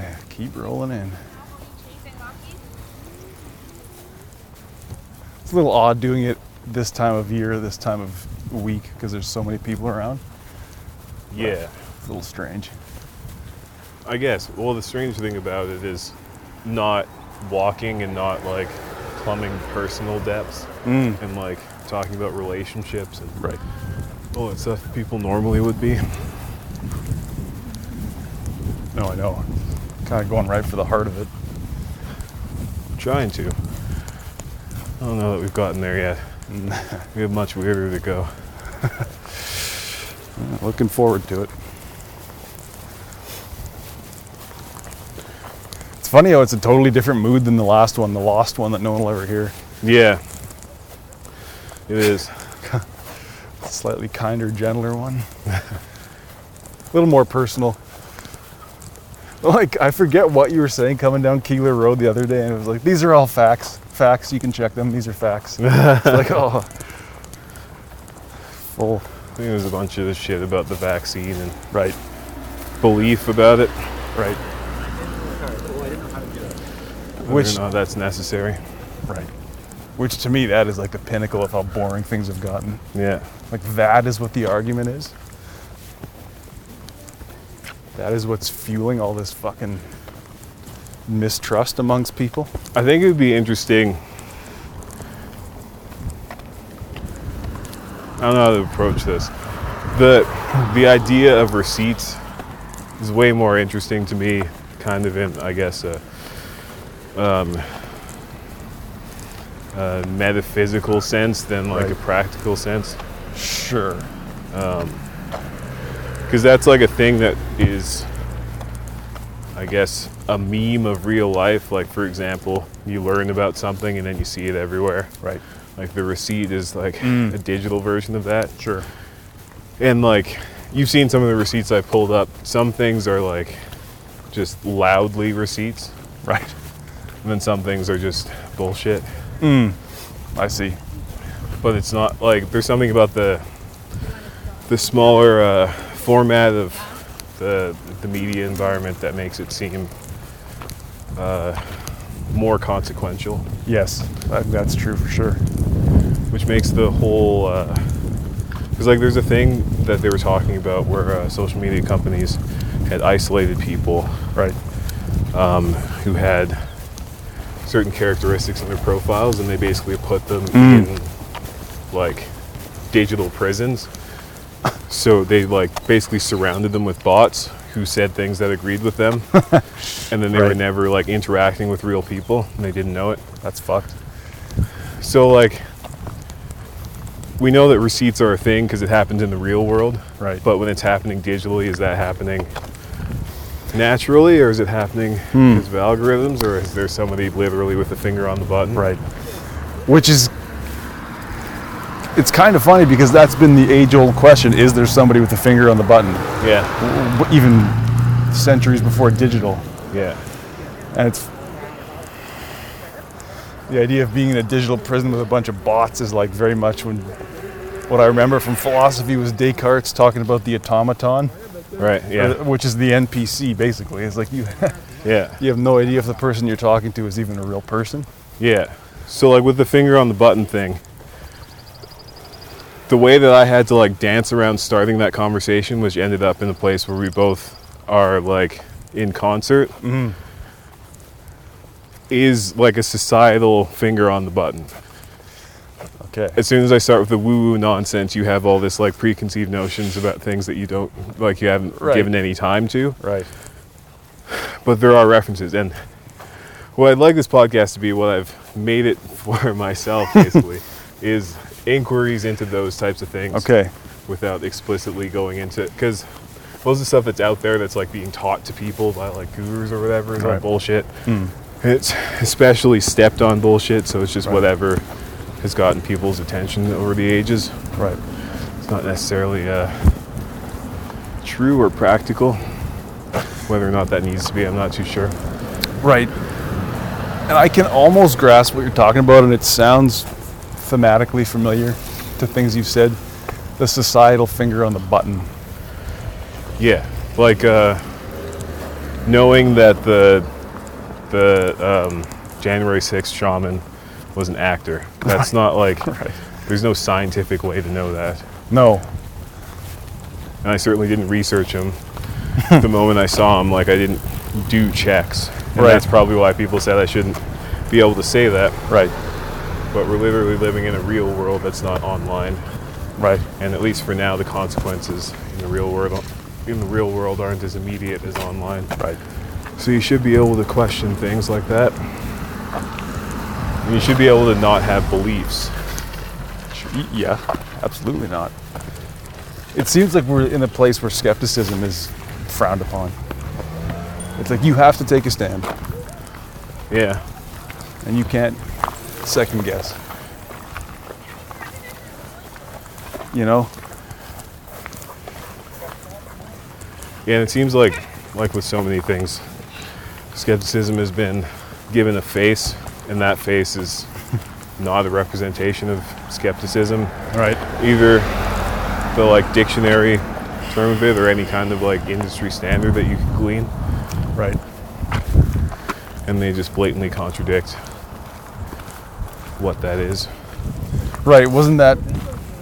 Speaker 5: Yeah, keep rolling in. It's a little odd doing it this time of year, this time of week, because there's so many people around.
Speaker 2: Yeah,
Speaker 5: It's a little strange.
Speaker 2: I guess. Well, the strange thing about it is not walking and not like plumbing personal depths
Speaker 5: Mm.
Speaker 2: and like talking about relationships and
Speaker 5: Right.
Speaker 2: all that stuff people normally would be.
Speaker 5: No, I know. Kind of going right for the heart of it.
Speaker 2: Trying to. I don't know that we've gotten there yet. we have much weirder to go.
Speaker 5: Looking forward to it. It's funny how it's a totally different mood than the last one, the lost one that no one will ever hear.
Speaker 2: Yeah. It is.
Speaker 5: Slightly kinder, gentler one. <laughs> a little more personal. Like, I forget what you were saying coming down Keeler Road the other day, and it was like, these are all facts. Facts, you can check them, these are <laughs> facts. it's like, oh. Full.
Speaker 2: I think there's a bunch of this shit about the vaccine and
Speaker 5: Right,
Speaker 2: belief about it.
Speaker 5: right,
Speaker 2: whether or
Speaker 5: Which-
Speaker 2: not that's necessary.
Speaker 5: right. Which to me, that is like the pinnacle of how boring things have gotten.
Speaker 2: Yeah.
Speaker 5: Like that is what the argument is. That is what's fueling all this fucking mistrust amongst people.
Speaker 2: I think it would be interesting. I don't know how to approach this. The the idea of receipts is way more interesting to me, kind of in I guess a, um, a metaphysical sense than like a
Speaker 5: Right.
Speaker 2: practical sense,
Speaker 5: Sure.
Speaker 2: because that's like a thing that is, I guess, a meme of real life. Like for example, you learn about something and then you see it everywhere.
Speaker 5: Right.
Speaker 2: Like the receipt is like a digital version of that.
Speaker 5: Sure.
Speaker 2: And like you've seen some of the receipts I pulled up. Some things are like just loudly receipts,
Speaker 5: Right.
Speaker 2: and then some things are just bullshit.
Speaker 5: I see.
Speaker 2: But it's not like there's something about the the smaller uh, format of the the media environment that makes it seem uh, more consequential,
Speaker 5: Yes, that, Uh, that's true for sure.
Speaker 2: which makes the whole. Uh, because like there's a thing that they were talking about where uh, social media companies had isolated people um,
Speaker 5: Right.
Speaker 2: who had certain characteristics in their profiles and they basically put them in like digital prisons. So they like basically surrounded them with bots who said things that agreed with
Speaker 5: <laughs>
Speaker 2: them and then they were
Speaker 5: Right.
Speaker 2: never like interacting with real people and they didn't know it.
Speaker 5: That's fucked.
Speaker 2: So like we know that receipts are a thing because it happens in the real world.
Speaker 5: Right.
Speaker 2: But when it's happening digitally, is that happening naturally or is it happening
Speaker 5: Hmm.
Speaker 2: because of algorithms or is there somebody literally with a finger on the button?
Speaker 5: Right. Which is it's kind of funny because that's been the age-old question: Is there somebody with a finger on the button?
Speaker 2: Yeah.
Speaker 5: W- Even centuries before digital.
Speaker 2: Yeah.
Speaker 5: And it's the idea of being in a digital prison with a bunch of bots is like very much when what I remember from philosophy was Descartes talking about the automaton,
Speaker 2: Right.
Speaker 5: uh,
Speaker 2: Yeah.
Speaker 5: which is the NPC basically. It's like you <laughs>
Speaker 2: Yeah.
Speaker 5: you have no idea if the person you're talking to is even a real person.
Speaker 2: Yeah. So like with the finger on the button thing, the way that I had to like dance around starting that conversation, which ended up in a place where we both are like in concert, is like a societal finger on the button.
Speaker 5: Okay.
Speaker 2: As soon as I start with the woo-woo nonsense, you have all this like preconceived notions about things that you don't like. You haven't
Speaker 5: Right.
Speaker 2: given any time to.
Speaker 5: right.
Speaker 2: but there are references and what i'd like this podcast to be what i've made it <laughs> for
Speaker 5: <laughs>
Speaker 2: myself basically is inquiries into those types of things
Speaker 5: Okay.
Speaker 2: without explicitly going into it because most of the stuff that's out there that's like being taught to people by like gurus or whatever is
Speaker 5: Right. Hmm.
Speaker 2: like bullshit it's especially stepped on bullshit so it's just
Speaker 5: Right.
Speaker 2: whatever has gotten people's attention over the ages
Speaker 5: Right.
Speaker 2: it's not necessarily uh, true or practical whether or not that needs to be i'm not too sure
Speaker 5: Right. And I can almost grasp what you're talking about, and it sounds thematically familiar to things you've said. The societal finger on the button.
Speaker 2: Yeah, like uh, knowing that the the um, January sixth shaman was an
Speaker 5: <laughs>
Speaker 2: actor. That's not like there's no scientific way to know that,
Speaker 5: No.
Speaker 2: <laughs> and I certainly didn't research him. the moment I saw him, like I didn't do checks. And
Speaker 5: Right.
Speaker 2: That's probably why people said I shouldn't be able to say that.
Speaker 5: Right.
Speaker 2: But we're literally living in a real world that's not online,
Speaker 5: Right.
Speaker 2: and at least for now, the consequences in the real world in the real world aren't as immediate as online.
Speaker 5: Right.
Speaker 2: So you should be able to question things like that. And you should be able to not have beliefs.
Speaker 5: Y- Yeah. Absolutely not. It seems like we're in a place where skepticism is frowned upon. It's like you have to take a stand
Speaker 2: Yeah.
Speaker 5: and you can't second guess. You know?
Speaker 2: Yeah, and it seems like, like with so many things, skepticism has been given a face, and that face is
Speaker 5: <laughs>
Speaker 2: not a representation of skepticism.
Speaker 5: Right.
Speaker 2: Either the like dictionary term of it, or any kind of like industry standard that you can glean,
Speaker 5: Right.
Speaker 2: and they just blatantly contradict what that is.
Speaker 5: Right. Wasn't that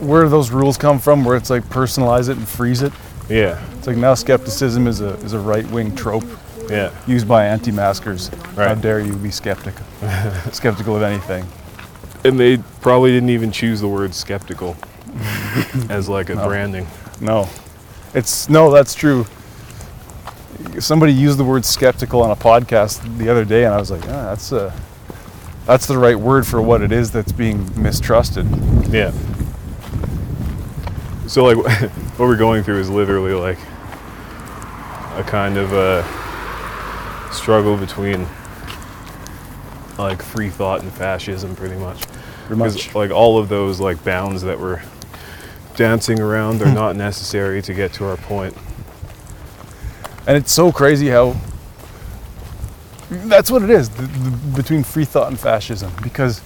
Speaker 5: where those rules come from where it's like personalize it and freeze it?
Speaker 2: Yeah,
Speaker 5: It's like now skepticism is a is a right wing trope
Speaker 2: yeah,
Speaker 5: used by anti-maskers. How
Speaker 2: Right.
Speaker 5: dare you be skeptic, <laughs> skeptical of anything?
Speaker 2: and they probably didn't even choose the word skeptical as like a branding.
Speaker 5: No, it's no. That's true. Somebody used the word skeptical on a podcast the other day, and I was like, ah, that's a that's the right word for what it is that's being mistrusted.
Speaker 2: Yeah. So like, <laughs> what we're going through is literally like a kind of a struggle between like free thought and fascism, pretty much.
Speaker 5: Pretty much.
Speaker 2: Because like all of those like bounds that we're dancing around
Speaker 5: Hmm.
Speaker 2: are not necessary to get to our point.
Speaker 5: And it's so crazy how that's what it is th th between free thought and fascism. Because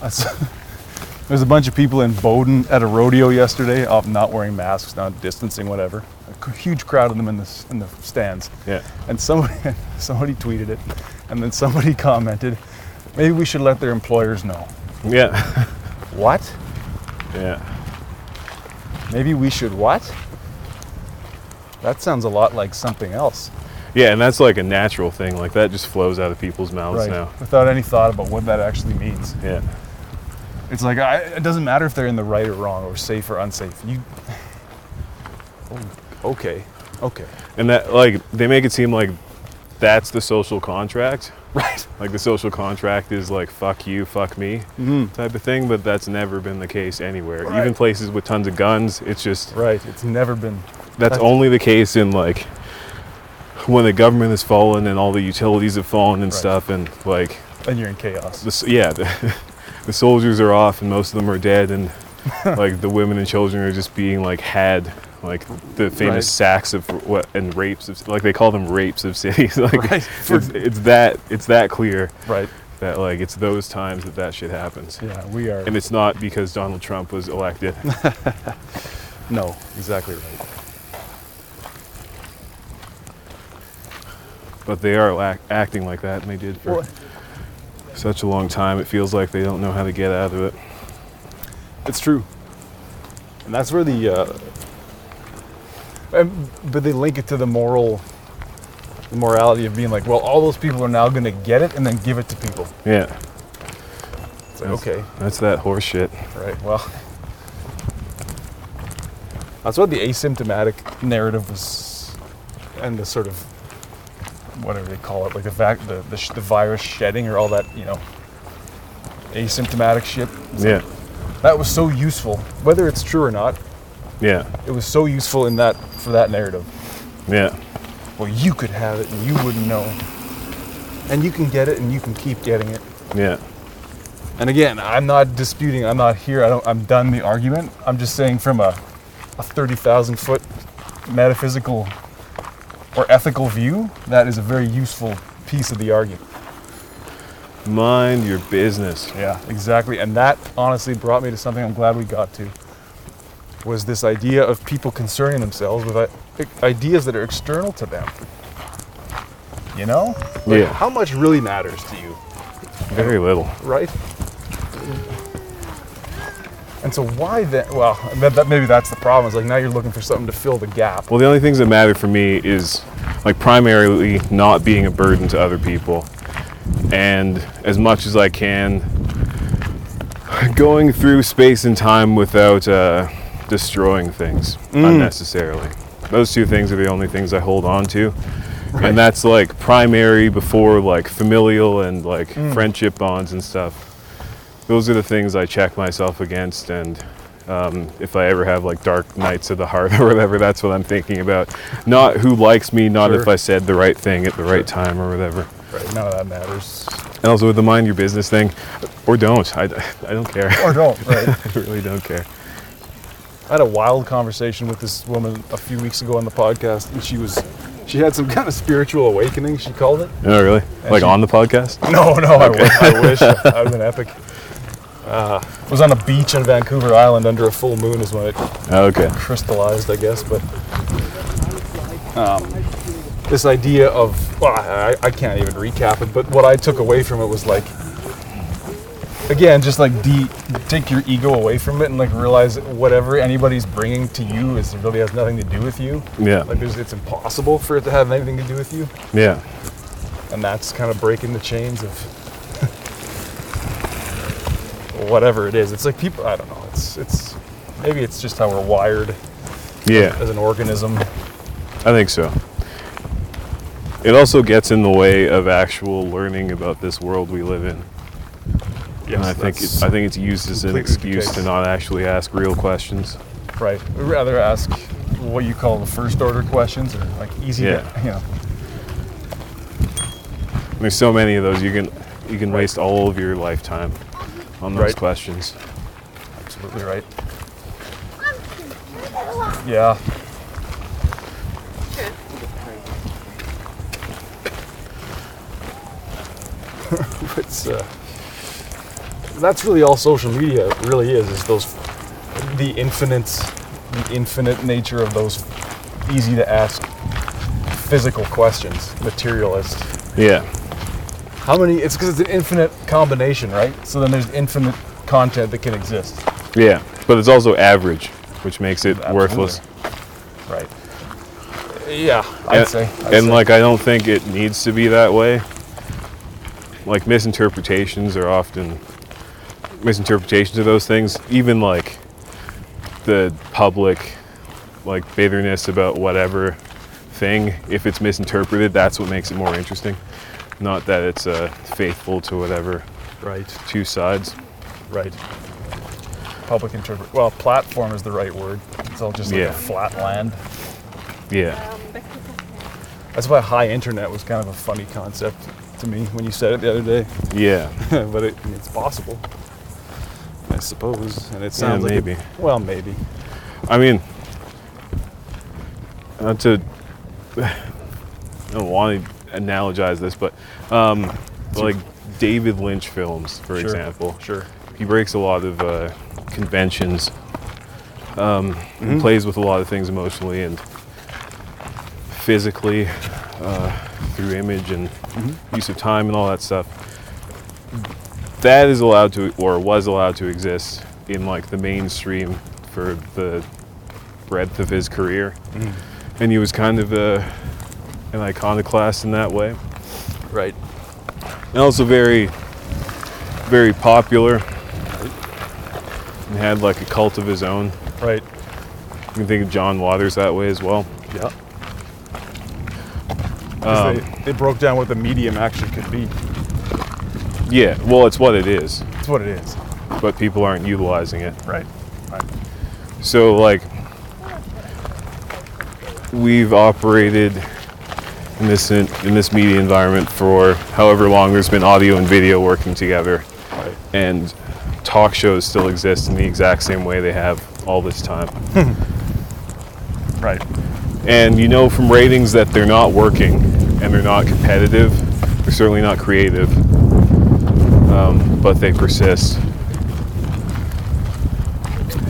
Speaker 5: that's, <laughs> there's a bunch of people in Bowdoin at a rodeo yesterday, off not wearing masks, not distancing, whatever. A c- huge crowd of them in the s- in the stands.
Speaker 2: Yeah.
Speaker 5: And somebody <laughs> somebody tweeted it, and then somebody <laughs> commented, maybe we should let their employers know.
Speaker 2: Yeah. <laughs>
Speaker 5: What?
Speaker 2: yeah.
Speaker 5: Maybe we should what? That sounds a lot like something else.
Speaker 2: Yeah, and that's like a natural thing. Like that just flows out of people's mouths now.
Speaker 5: Without any thought about what that actually means.
Speaker 2: Yeah.
Speaker 5: It's like I, it doesn't matter if they're in the right or wrong or safe or unsafe. You. <laughs> Oh, okay. Okay.
Speaker 2: And that like they make it seem like that's the social contract.
Speaker 5: Right.
Speaker 2: <laughs> like the social contract is like fuck you fuck me type of thing but that's never been the case anywhere even
Speaker 5: Mm-hmm. Right.
Speaker 2: places with tons of guns it's just
Speaker 5: Right. It's never been.
Speaker 2: that's
Speaker 5: That's-
Speaker 2: only the case in like when the government has fallen and all the utilities have fallen and
Speaker 5: Right.
Speaker 2: stuff and like
Speaker 5: And you're in
Speaker 2: <laughs>
Speaker 5: chaos.
Speaker 2: the, s- yeah the, the soldiers are off and most of them are dead
Speaker 5: <laughs>
Speaker 2: and like the women and children are just being like had like the famous
Speaker 5: Right.
Speaker 2: sacks of what and rapes of like they call them rapes of <laughs> cities like
Speaker 5: Right.
Speaker 2: it's, it's that it's that clear
Speaker 5: Right.
Speaker 2: that like it's those times that that shit happens
Speaker 5: Yeah. We are.
Speaker 2: and it's not because donald trump was
Speaker 5: <laughs>
Speaker 2: elected
Speaker 5: no. Exactly right.
Speaker 2: but they are lac- acting like that and they did for such a long time it feels like they don't know how to get out of it
Speaker 5: It's true. And that's where the. Uh, um, but they link it to the moral. The morality of being like, well, all those people are now going to get it and then give it to people.
Speaker 2: yeah
Speaker 5: It's like, okay.
Speaker 2: that's that horse shit
Speaker 5: Right. Well, that's what the asymptomatic narrative was, and the sort of whatever they call it, like the vac, the the, sh- the virus shedding or all that, you know, asymptomatic shit.
Speaker 2: yeah
Speaker 5: That was so useful, whether it's true or not.
Speaker 2: yeah
Speaker 5: It was so useful in that for that narrative.
Speaker 2: yeah
Speaker 5: Well, you could have it and you wouldn't know, and you can get it and you can keep getting it.
Speaker 2: yeah
Speaker 5: And again, I'm not disputing. I'm not here. I don't. I'm done the argument. I'm just saying from a, a thirty thousand foot metaphysical or ethical view, that is a very useful piece of the argument.
Speaker 2: mind your business
Speaker 5: Yeah, exactly. And that honestly brought me to something I'm glad we got to. Was this idea of people concerning themselves with i- ideas that are external to them? You know, Like,
Speaker 2: Yeah.
Speaker 5: How much really matters to you?
Speaker 2: very little
Speaker 5: right? And so why then? Well, that, that, maybe that's the problem. Is like now you're looking for something to fill the gap.
Speaker 2: well the only things that matter for me is like primarily not being a burden to other people and as much as I can going through space and time without uh, destroying things unnecessarily. Those two things are the only things I hold on to. And that's like primary before like familial and like friendship bonds and stuff. Those are the things I check myself against. And um, if I ever have like dark nights of the heart <laughs> or whatever, that's what I'm thinking about. Not who likes me, not if
Speaker 5: Sure.
Speaker 2: I said the right thing at the right time or whatever.
Speaker 5: Right, none of that matters.
Speaker 2: And also with the mind your business thing, or don't. I, I don't care. <laughs>
Speaker 5: Or don't, right?
Speaker 2: I really don't care.
Speaker 5: I had a wild conversation with this woman a few weeks ago on the podcast, and she was, she had some kind of spiritual awakening, she called it.
Speaker 2: No, Oh, really? like
Speaker 5: she-
Speaker 2: on the podcast?
Speaker 5: <laughs> No, no, I wish. I, wish. I was an epic. Uh, was on a beach on Vancouver Island under a full moon is when it
Speaker 2: Oh, okay.
Speaker 5: crystallized, I guess. But um, this idea of well, I, I can't even recap it, but what I took away from it was like, again, just like de- take your ego away from it and like realize that whatever anybody's bringing to you is really has nothing to do with you.
Speaker 2: Yeah.
Speaker 5: Like there's, it's impossible for it to have anything to do with you,
Speaker 2: Yeah.
Speaker 5: and that's kind of breaking the chains of whatever it is. It's like people. I don't know. It's it's maybe it's just how we're wired as
Speaker 2: Yeah.
Speaker 5: an organism.
Speaker 2: I think so. It also gets in the way of actual learning about this world we live in. and I think it,
Speaker 5: that's
Speaker 2: I think it's used as an
Speaker 5: completely the
Speaker 2: excuse to
Speaker 5: case.
Speaker 2: not actually ask real questions.
Speaker 5: right. We'd rather ask what you call the first order questions or like easy, to-
Speaker 2: Yeah.
Speaker 5: you know.
Speaker 2: There's so many of those you can you can waste all of your lifetime on those
Speaker 5: Right.
Speaker 2: questions.
Speaker 5: Absolutely right. Yeah. <laughs> it's uh, that's really all social media really is is those the infinite the infinite nature of those easy to ask physical questions materialist
Speaker 2: Yeah.
Speaker 5: how many it's because it's an infinite combination right so then there's infinite content that can exist
Speaker 2: Yeah. But it's also average, which makes it
Speaker 5: Absolutely.
Speaker 2: worthless.
Speaker 5: Right. Yeah, I'd
Speaker 2: and,
Speaker 5: say. I'd
Speaker 2: and
Speaker 5: say.
Speaker 2: like I don't think it needs to be that way. Like misinterpretations are often misinterpretations of those things. Even like the public like bitterness about whatever thing, if it's misinterpreted, that's what makes it more interesting. Not that it's uh, faithful to whatever
Speaker 5: right,
Speaker 2: two sides.
Speaker 5: right. Public interpret. Well, platform is the right word. It's all just like
Speaker 2: Yeah.
Speaker 5: a flat land.
Speaker 2: Yeah.
Speaker 5: That's why high internet was kind of a funny concept to me when you said it the other day. <laughs>
Speaker 2: Yeah.
Speaker 5: but it, I mean, it's possible, I suppose. And it sounds like it-
Speaker 2: maybe.
Speaker 5: well, maybe.
Speaker 2: I mean, not to, I don't want to analogize this, but um, like David Lynch films, for
Speaker 5: Sure,
Speaker 2: example,
Speaker 5: Sure.
Speaker 2: he breaks a lot of uh, conventions um, and plays with a lot of things emotionally and physically uh, through image and use of time and all that stuff that is allowed to or was allowed to exist in like the mainstream for the breadth of his career and he was kind of a, an iconoclast in that way
Speaker 5: Right.
Speaker 2: and also very very popular and had like a cult of his own
Speaker 5: Right.
Speaker 2: you can think of john waters that way as well
Speaker 5: Yeah. Um, 'Cause they, they broke down what the medium actually could be.
Speaker 2: yeah well it's what it is
Speaker 5: It's what it is.
Speaker 2: but people aren't utilizing it
Speaker 5: Right. Right.
Speaker 2: So like we've operated in this in, this media environment for however long there's been audio and video working together
Speaker 5: Right.
Speaker 2: and talk shows still exist in the exact same way they have all this time.
Speaker 5: Right.
Speaker 2: And you know from ratings that they're not working and they're not competitive. They're certainly not creative. Um, but they persist.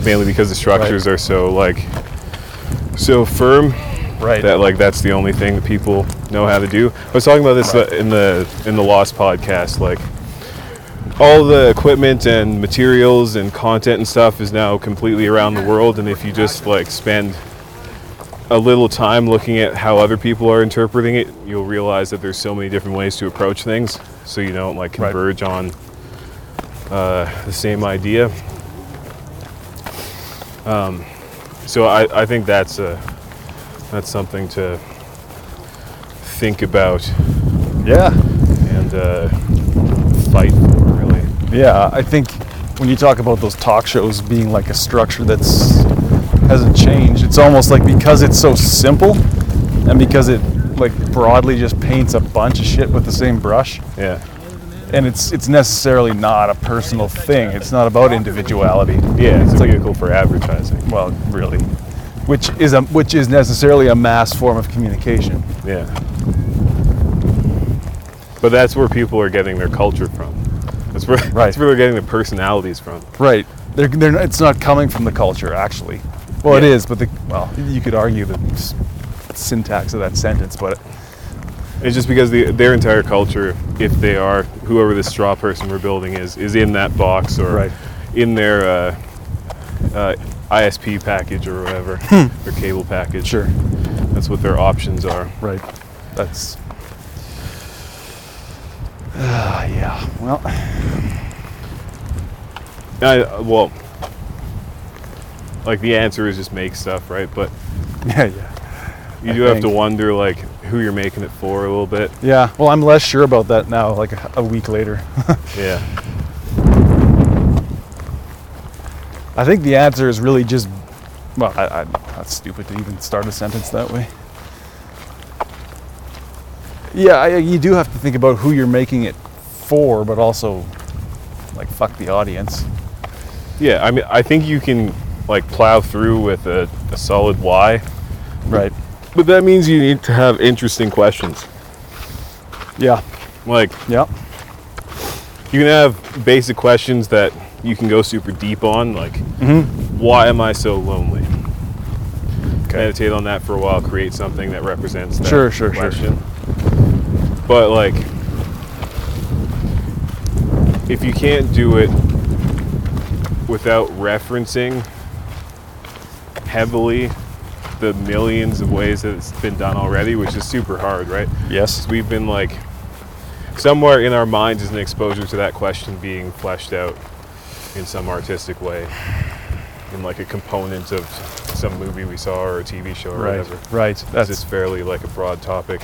Speaker 2: Mainly because the structures are so like so firm
Speaker 5: Right.
Speaker 2: that like that's the only thing that people know how to do. I was talking about this uh, in the in the Lost podcast like all the equipment and materials and content and stuff is now completely around the world and if you just like spend a little time looking at how other people are interpreting it, you'll realize that there's so many different ways to approach things, so you don't like
Speaker 5: Right.
Speaker 2: converge on uh, the same idea. Um, so I, I think that's a that's something to think about
Speaker 5: Yeah.
Speaker 2: and uh, fight for, really.
Speaker 5: Yeah, I think when you talk about those talk shows being like a structure that's hasn't changed, it's almost like because it's so simple and because it like broadly just paints a bunch of shit with the same brush
Speaker 2: Yeah,
Speaker 5: and it's it's necessarily not a personal thing. It's not about individuality.
Speaker 2: yeah, it's, a vehicle for advertising.
Speaker 5: Well, really. Which is a which is necessarily a mass form of communication.
Speaker 2: Yeah. But that's where people are getting their culture from. That's where <laughs>
Speaker 5: Right.
Speaker 2: that's where they're getting their personalities from.
Speaker 5: Right. They're, they're, not- it's not coming from the culture, actually. Well, it
Speaker 2: Yeah.
Speaker 5: is, but the well, you could argue the s- syntax of that sentence, but
Speaker 2: It's just because the, their entire culture, if they are whoever this straw person we're building is, is in that box or
Speaker 5: Right.
Speaker 2: in their uh, uh, ISP package or whatever, their cable package.
Speaker 5: Hmm. Sure.
Speaker 2: That's what their options are.
Speaker 5: right. That's. Ah, yeah. Well, <laughs>
Speaker 2: I, uh, well, like the answer is just make stuff, right? But
Speaker 5: yeah, yeah,
Speaker 2: you
Speaker 5: I
Speaker 2: do have to
Speaker 5: think.
Speaker 2: wonder like who you're making it for a little bit.
Speaker 5: yeah. Well, I'm less sure about that now. Like a, a week later, <laughs>
Speaker 2: Yeah.
Speaker 5: I think the answer is really just. Well, I, I, that's stupid to even start a sentence that way. Yeah, I, you do have to think about who you're making it for, but also, like, fuck the audience.
Speaker 2: Yeah, I mean, I think you can like plow through with a, a solid why,
Speaker 5: Right.
Speaker 2: but that means you need to have interesting questions.
Speaker 5: Yeah.
Speaker 2: Like,
Speaker 5: Yeah.
Speaker 2: you can have basic questions that you can go super deep on, like,
Speaker 5: Mm-hmm.
Speaker 2: why am I so lonely? Meditate on that for a while, create something that represents that
Speaker 5: Sure, sure, sure.
Speaker 2: question. But, like, if you can't do it without referencing heavily the millions of ways that it's been done already, which is super hard, right?
Speaker 5: Yes.
Speaker 2: So we've been like somewhere in our minds is an exposure to that question being fleshed out in some artistic way in like a component of some movie we saw or a tv show or
Speaker 5: Right.
Speaker 2: whatever
Speaker 5: Right.
Speaker 2: that's
Speaker 5: That's
Speaker 2: just fairly like a broad topic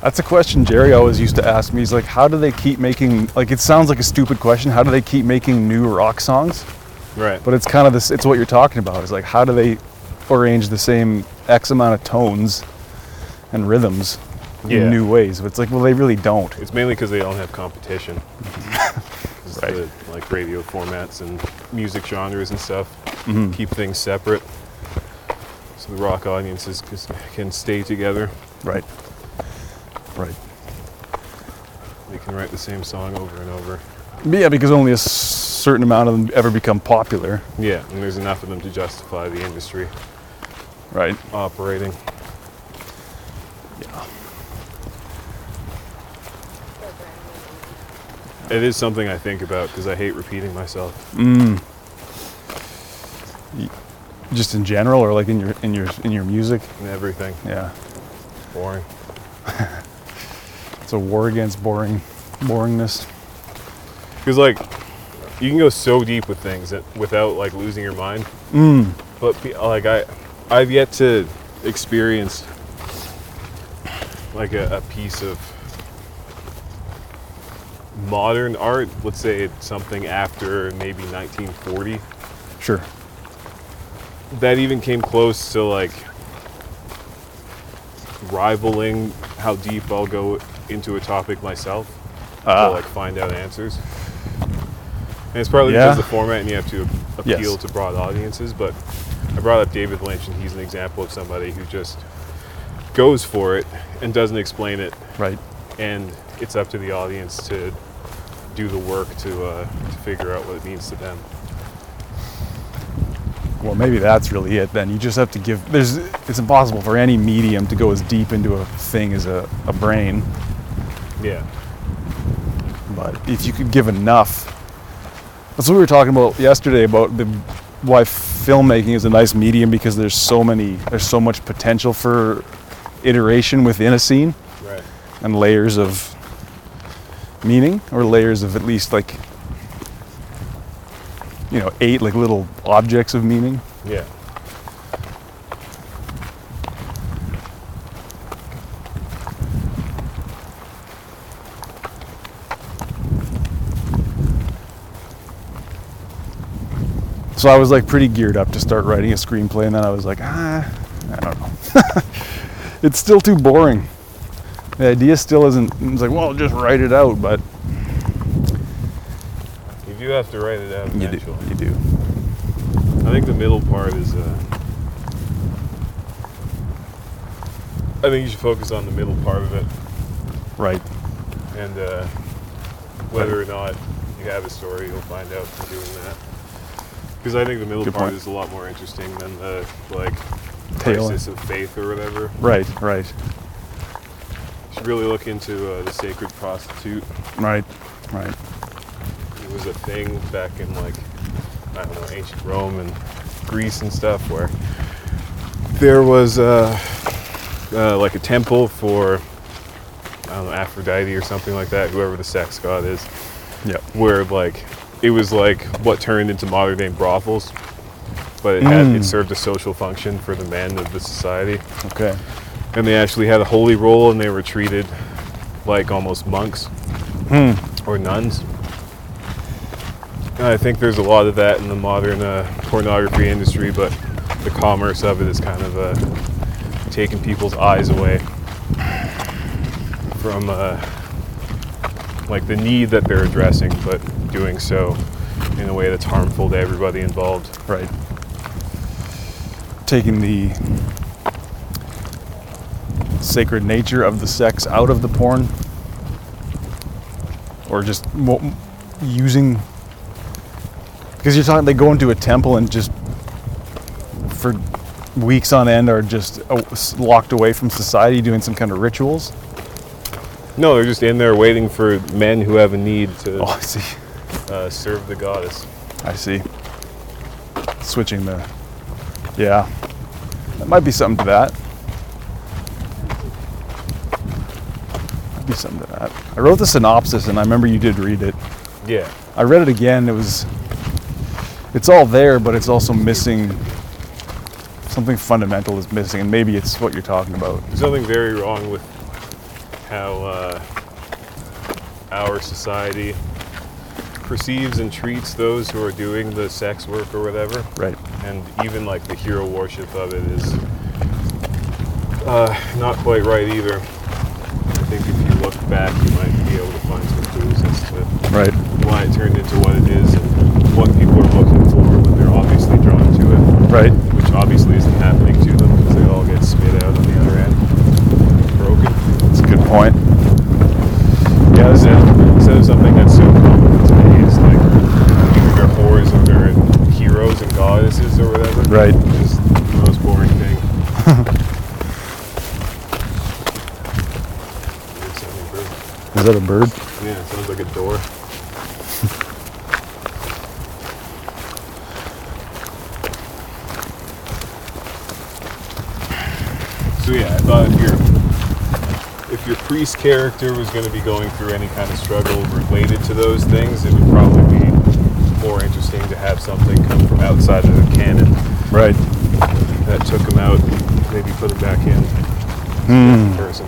Speaker 5: that's a question Jerry always used to ask me. He's like, "How do they keep making like it sounds like a stupid question. How do they keep making new rock songs?"
Speaker 2: right
Speaker 5: But it's kind of this it's what you're talking about. It's like, "How do they arrange the same X amount of tones and rhythms
Speaker 2: Yeah.
Speaker 5: in new ways?" But it's like, "Well, they really don't."
Speaker 2: it's mainly because they don't have
Speaker 5: <laughs>
Speaker 2: competition 'Cause
Speaker 5: Right.
Speaker 2: the, like radio formats and music genres and stuff
Speaker 5: Mm-hmm.
Speaker 2: keep things separate so the rock audiences c- can stay together
Speaker 5: Right. Right.
Speaker 2: they can write the same song over and over
Speaker 5: Yeah, because only a s- certain amount of them ever become popular.
Speaker 2: Yeah, and there's enough of them to justify the industry
Speaker 5: Right.
Speaker 2: operating.
Speaker 5: Yeah.
Speaker 2: It is something I think about because I hate repeating myself.
Speaker 5: Just in general or like in your in your in your music.
Speaker 2: and Everything
Speaker 5: Yeah.
Speaker 2: boring.
Speaker 5: It's a war against boring, boringness.
Speaker 2: Because like, you can go so deep with things that without like losing your mind. But be- like I, I've yet to experience like a, a piece of modern art. Let's say it's something after maybe 1940.
Speaker 5: Sure.
Speaker 2: that even came close to like rivaling how deep I'll go into a topic myself
Speaker 5: Ah.
Speaker 2: to like find out answers. And it's partly
Speaker 5: Yeah.
Speaker 2: because of the format and you have to
Speaker 5: Yes.
Speaker 2: appeal to broad audiences, but I brought up David Lynch and he's an example of somebody who just goes for it and doesn't explain it
Speaker 5: Right.
Speaker 2: and it's up to the audience to do the work to uh, to figure out what it means to them.
Speaker 5: Well, maybe that's really it then. You just have to give. There's. It's impossible for any medium to go as deep into a thing as a, a brain.
Speaker 2: Yeah.
Speaker 5: But if you could give enough, that's what we were talking about yesterday about the why f- filmmaking is a nice medium because there's so many there's so much potential for iteration within a scene
Speaker 2: Right.
Speaker 5: and layers of meaning or layers of at least like you know eight like little objects of meaning
Speaker 2: Yeah.
Speaker 5: so i was like pretty geared up to start writing a screenplay and then i was like ah i don't know <laughs> it's still too boring the idea still isn't it's like well just write it out but
Speaker 2: You do have to write it out
Speaker 5: you do
Speaker 2: eventually.
Speaker 5: you do
Speaker 2: I think the middle part is. Uh, I think you should focus on the middle part of it
Speaker 5: right
Speaker 2: and uh, whether or not you have a story, you'll find out from doing that. Because I think the middle
Speaker 5: Good
Speaker 2: part
Speaker 5: point.
Speaker 2: is a lot more interesting than the like
Speaker 5: Tail end.
Speaker 2: crisis of faith or whatever.
Speaker 5: right right
Speaker 2: You should really look into uh, the sacred prostitute.
Speaker 5: right right
Speaker 2: It was a thing back in like I don't know ancient Rome and Greece and stuff where there was uh, uh, like a temple for I don't know Aphrodite or something like that, whoever the sex god is,
Speaker 5: yep
Speaker 2: where like it was like what turned into modern day brothels, but it had it served a social function for the men of the society,
Speaker 5: okay
Speaker 2: and they actually had a holy role and they were treated like almost monks or nuns. And I think there's a lot of that in the modern uh, pornography industry, but the commerce of it is kind of uh, taking people's eyes away from uh, like the need that they're addressing, but doing so in a way that's harmful to everybody involved.
Speaker 5: Right. Taking the sacred nature of the sex out of the porn, or just mo- using because you're talking they go into a temple and just for weeks on end are just uh, s- locked away from society doing some kind of rituals.
Speaker 2: No, they're just in there waiting for men who have a need to
Speaker 5: Oh, I see.
Speaker 2: uh, serve the goddess.
Speaker 5: I see. Switching the. Yeah. That might be something to that. Might be something to that. I wrote the synopsis and I remember you did read it.
Speaker 2: Yeah.
Speaker 5: I read it again. It was. It's all there, but it's also missing. Something fundamental is missing, and maybe it's what you're talking about.
Speaker 2: There's something very wrong with how uh, our society perceives and treats those who are doing the sex work or whatever.
Speaker 5: Right.
Speaker 2: And even like the hero worship of it is uh, not quite right either. I think if you look back, you might be able to find some clues as to
Speaker 5: Right.
Speaker 2: why it turned into what it is and what people are looking for when they're obviously drawn to it
Speaker 5: Right.
Speaker 2: which obviously isn't happening to them because they all get spit out on the other end, broken.
Speaker 5: That's a good point.
Speaker 2: Yeah, instead of, instead of something that's so common today, it's like either they're whores or they're heroes and goddesses or whatever.
Speaker 5: Right.
Speaker 2: It's the most boring thing. Weird sounding bird.
Speaker 5: Is that a bird?
Speaker 2: Yeah, it sounds like a door. <laughs> so yeah, I thought if your if your priest character was going to be going through any kind of struggle related to those things, it would probably be more interesting to have something come from outside of the canon
Speaker 5: Right.
Speaker 2: that took him out, maybe put him back in person.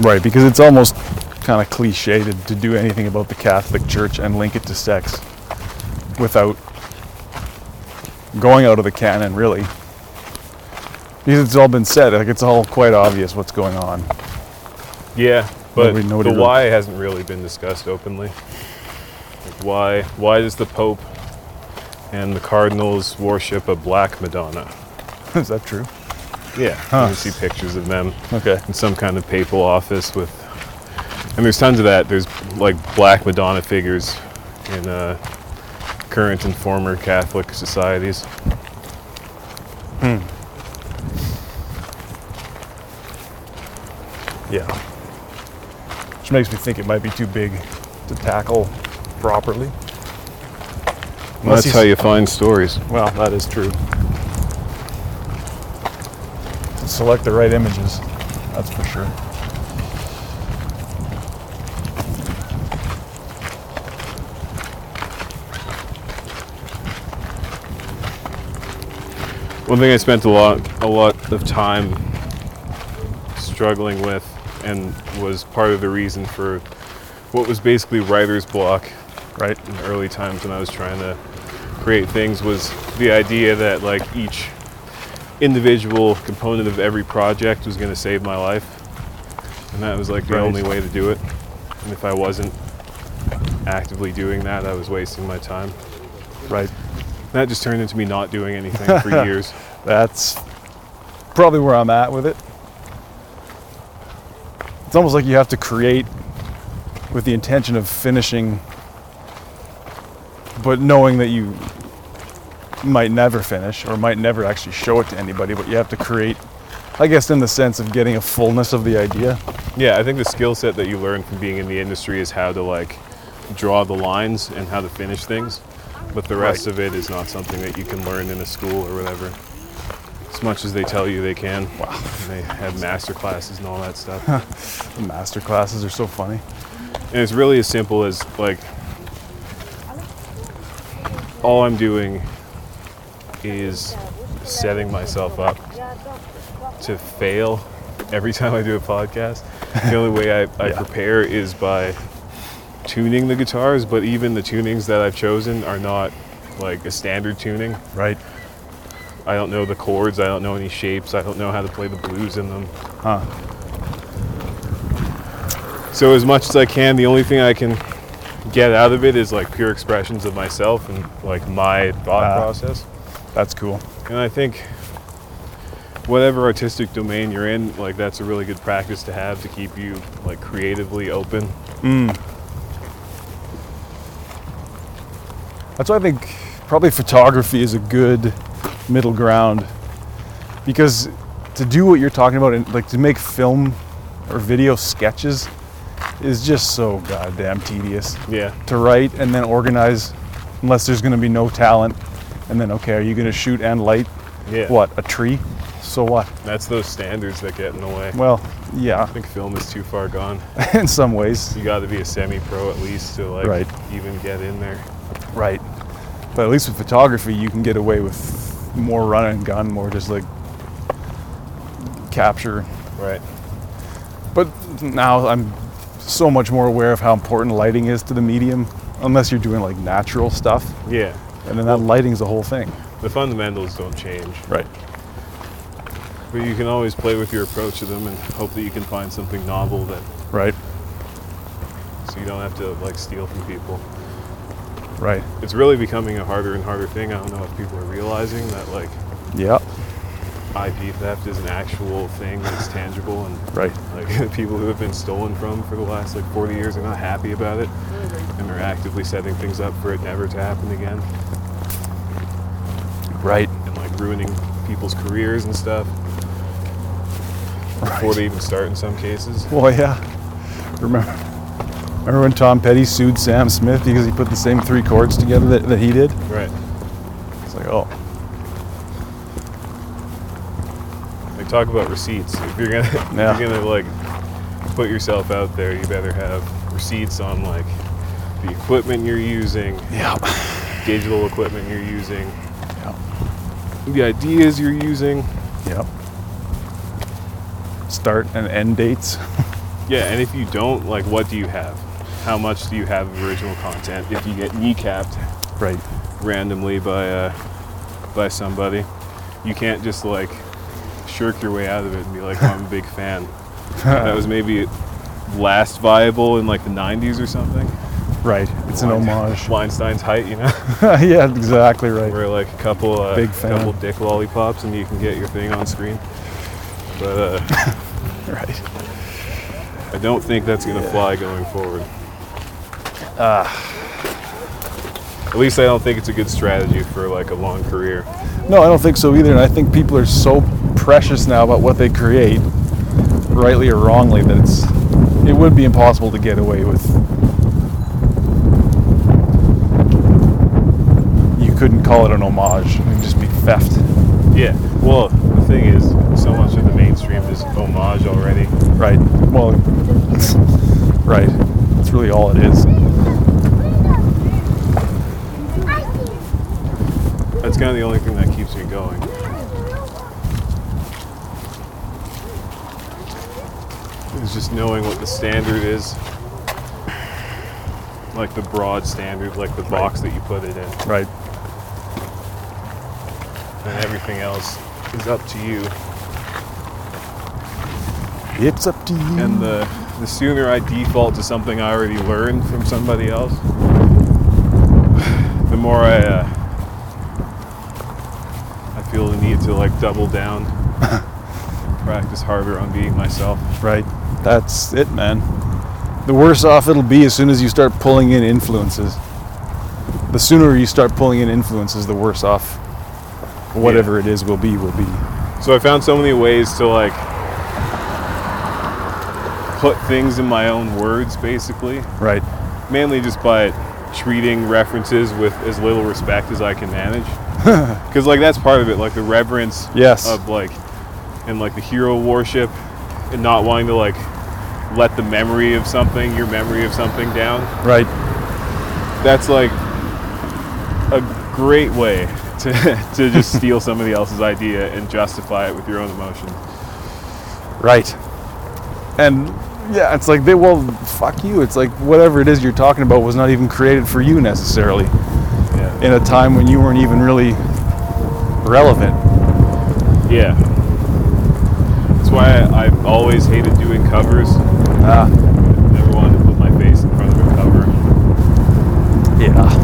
Speaker 5: Right, because it's almost kind of cliche to, to do anything about the Catholic Church and link it to sex without going out of the canon, really. Because it's all been said, like it's all quite obvious what's going on. <laughs>
Speaker 2: Yeah, but
Speaker 5: Nobody- nobody
Speaker 2: the
Speaker 5: really-
Speaker 2: why hasn't really been discussed openly. Like why why does the Pope and the Cardinals worship a black Madonna?
Speaker 5: Is that true?
Speaker 2: Yeah, you see pictures of them
Speaker 5: Okay.
Speaker 2: in some kind of papal office with, and there's tons of that. There's like black Madonna figures in uh, current and former Catholic societies.
Speaker 5: Yeah. Which makes me think it might be too big to tackle properly.
Speaker 2: Well,
Speaker 5: Unless
Speaker 2: that's
Speaker 5: he's-
Speaker 2: how you find stories.
Speaker 5: Well, that is true. Select the right images, that's for sure.
Speaker 2: One thing I spent a lot, a lot of time struggling with, and was part of the reason for what was basically writer's block, right? In the early times when I was trying to create things, was the idea that like each individual component of every project was going to save my life, and that was like the
Speaker 5: Right.
Speaker 2: only way to do it. And if I wasn't actively doing that, I was wasting my time.
Speaker 5: Right.
Speaker 2: That just turned into me not doing anything for years.
Speaker 5: That's probably where I'm at with it. It's almost like you have to create with the intention of finishing, but knowing that you might never finish or might never actually show it to anybody, but you have to create, I guess, in the sense of getting a fullness of the idea.
Speaker 2: Yeah, I think the skill set that you learn from being in the industry is how to like draw the lines and how to finish things. But the rest of it is not something that you can learn in a school or whatever. As much as they tell you they can. Wow. And they have master classes and all that stuff. and
Speaker 5: The master classes are so funny.
Speaker 2: it's really as simple as like all I'm doing is setting myself up to fail every <laughs> time I do a podcast. The only way I, I prepare is by tuning the guitars, but even the tunings that I've chosen are not like a standard tuning.
Speaker 5: Right.
Speaker 2: I don't know the chords, I don't know any shapes, I don't know how to play the blues in them.
Speaker 5: Huh.
Speaker 2: So, as much as I can, the only thing I can get out of it is like pure expressions of myself and like my thought
Speaker 5: Ah.
Speaker 2: process.
Speaker 5: That's cool.
Speaker 2: And I think whatever artistic domain you're in, like that's a really good practice to have to keep you like creatively open.
Speaker 5: That's why I think probably photography is a good middle ground because to do what you're talking about and like to make film or video sketches is just so goddamn tedious
Speaker 2: Yeah.
Speaker 5: to write and then organize unless there's going to be no talent and then okay are you going to shoot and light
Speaker 2: Yeah.
Speaker 5: what a tree so what
Speaker 2: That's those standards that get in the way.
Speaker 5: well yeah <laughs>
Speaker 2: I think film is too far gone.
Speaker 5: in some ways
Speaker 2: You got to be a semi-pro at least to like
Speaker 5: Right.
Speaker 2: even get in there.
Speaker 5: Right. But at least with photography, you can get away with more run and gun, more just like capture.
Speaker 2: Right.
Speaker 5: But now I'm so much more aware of how important lighting is to the medium, unless you're doing like natural stuff.
Speaker 2: Yeah.
Speaker 5: And then that lighting's the whole thing.
Speaker 2: The fundamentals don't change,
Speaker 5: Right.
Speaker 2: but you can always play with your approach to them and hope that you can find something novel that
Speaker 5: Right.
Speaker 2: so you don't have to like steal from people.
Speaker 5: Right.
Speaker 2: It's really becoming a harder and harder thing. I don't know if people are realizing that like
Speaker 5: Yeah.
Speaker 2: IP theft is an actual thing that's tangible and
Speaker 5: Right.
Speaker 2: like <laughs> people who have been stolen from for the last like 40 years are not happy about it and they're actively setting things up for it never to happen again
Speaker 5: Right.
Speaker 2: and like ruining people's careers and stuff before they even start in some cases.
Speaker 5: Well, yeah. Remember, remember when Tom Petty sued Sam Smith because he put the same three chords together that, that he did?
Speaker 2: Right.
Speaker 5: It's like, oh,
Speaker 2: Like talk about receipts. If you're gonna <laughs>
Speaker 5: Yeah.
Speaker 2: if you're gonna like put yourself out there, you better have receipts on like the equipment you're using,
Speaker 5: yeah.
Speaker 2: digital equipment you're using,
Speaker 5: Yeah.
Speaker 2: the ideas you're using.
Speaker 5: Yep. Start and end dates.
Speaker 2: Yeah, and if you don't, like, what do you have? How much do you have of original content? If you get kneecapped
Speaker 5: <laughs> Right.
Speaker 2: randomly by uh, by somebody, you can't just like shirk your way out of it and be like, "Oh, "I'm a big fan."
Speaker 5: <laughs>
Speaker 2: that was maybe last viable in like the '90s or something.
Speaker 5: Right. It's an homage.
Speaker 2: Weinstein's height, you know,
Speaker 5: <laughs> yeah, exactly right.
Speaker 2: where like a couple uh,
Speaker 5: Big fan.
Speaker 2: couple dick lollipops and you can get your thing on screen. But uh,
Speaker 5: Right.
Speaker 2: I don't think that's
Speaker 5: <laughs>
Speaker 2: gonna fly going forward.
Speaker 5: Ah.
Speaker 2: At least I don't think it's a good strategy for like a long career.
Speaker 5: No, I don't think so either. And I think people are so precious now about what they create rightly or wrongly, that it's it would be impossible to get away with. You couldn't call it an homage; it would just be theft.
Speaker 2: Yeah. Well, the thing is, so much of the mainstream is homage already.
Speaker 5: Right. Well, <laughs> right. That's really all it is.
Speaker 2: That's kind of the only thing that keeps me going. Is just knowing what the standard is. Like the broad standard, like the box that you put it in.
Speaker 5: Right.
Speaker 2: And everything else is up to you.
Speaker 5: It's up to you.
Speaker 2: And the the sooner I default to something I already learned from somebody else, <sighs> the more I uh, I feel the need to like double down, practice harder on being myself.
Speaker 5: Right. That's it, man. The worse off it'll be as soon as you start pulling in influences. The sooner you start pulling in influences, the worse off whatever it is will be will be.
Speaker 2: So I found so many ways to like put things in my own words, basically,
Speaker 5: Right.
Speaker 2: mainly just by treating references with as little respect as I can manage. Because like that's part of it, like the reverence
Speaker 5: Yes.
Speaker 2: of like and like the hero worship and not wanting to like let the memory of something, your memory of something down.
Speaker 5: Right.
Speaker 2: That's like a great way to <laughs> to just steal somebody else's idea and justify it with your own emotions.
Speaker 5: Right. And yeah, it's like they well fuck you. It's like whatever it is you're talking about was not even created for you necessarily
Speaker 2: Yeah.
Speaker 5: in a time when you weren't even really relevant.
Speaker 2: Yeah. That's why I, I've always hated doing covers.
Speaker 5: Ah,
Speaker 2: Never wanted to put my face in front of a cover.
Speaker 5: yeah.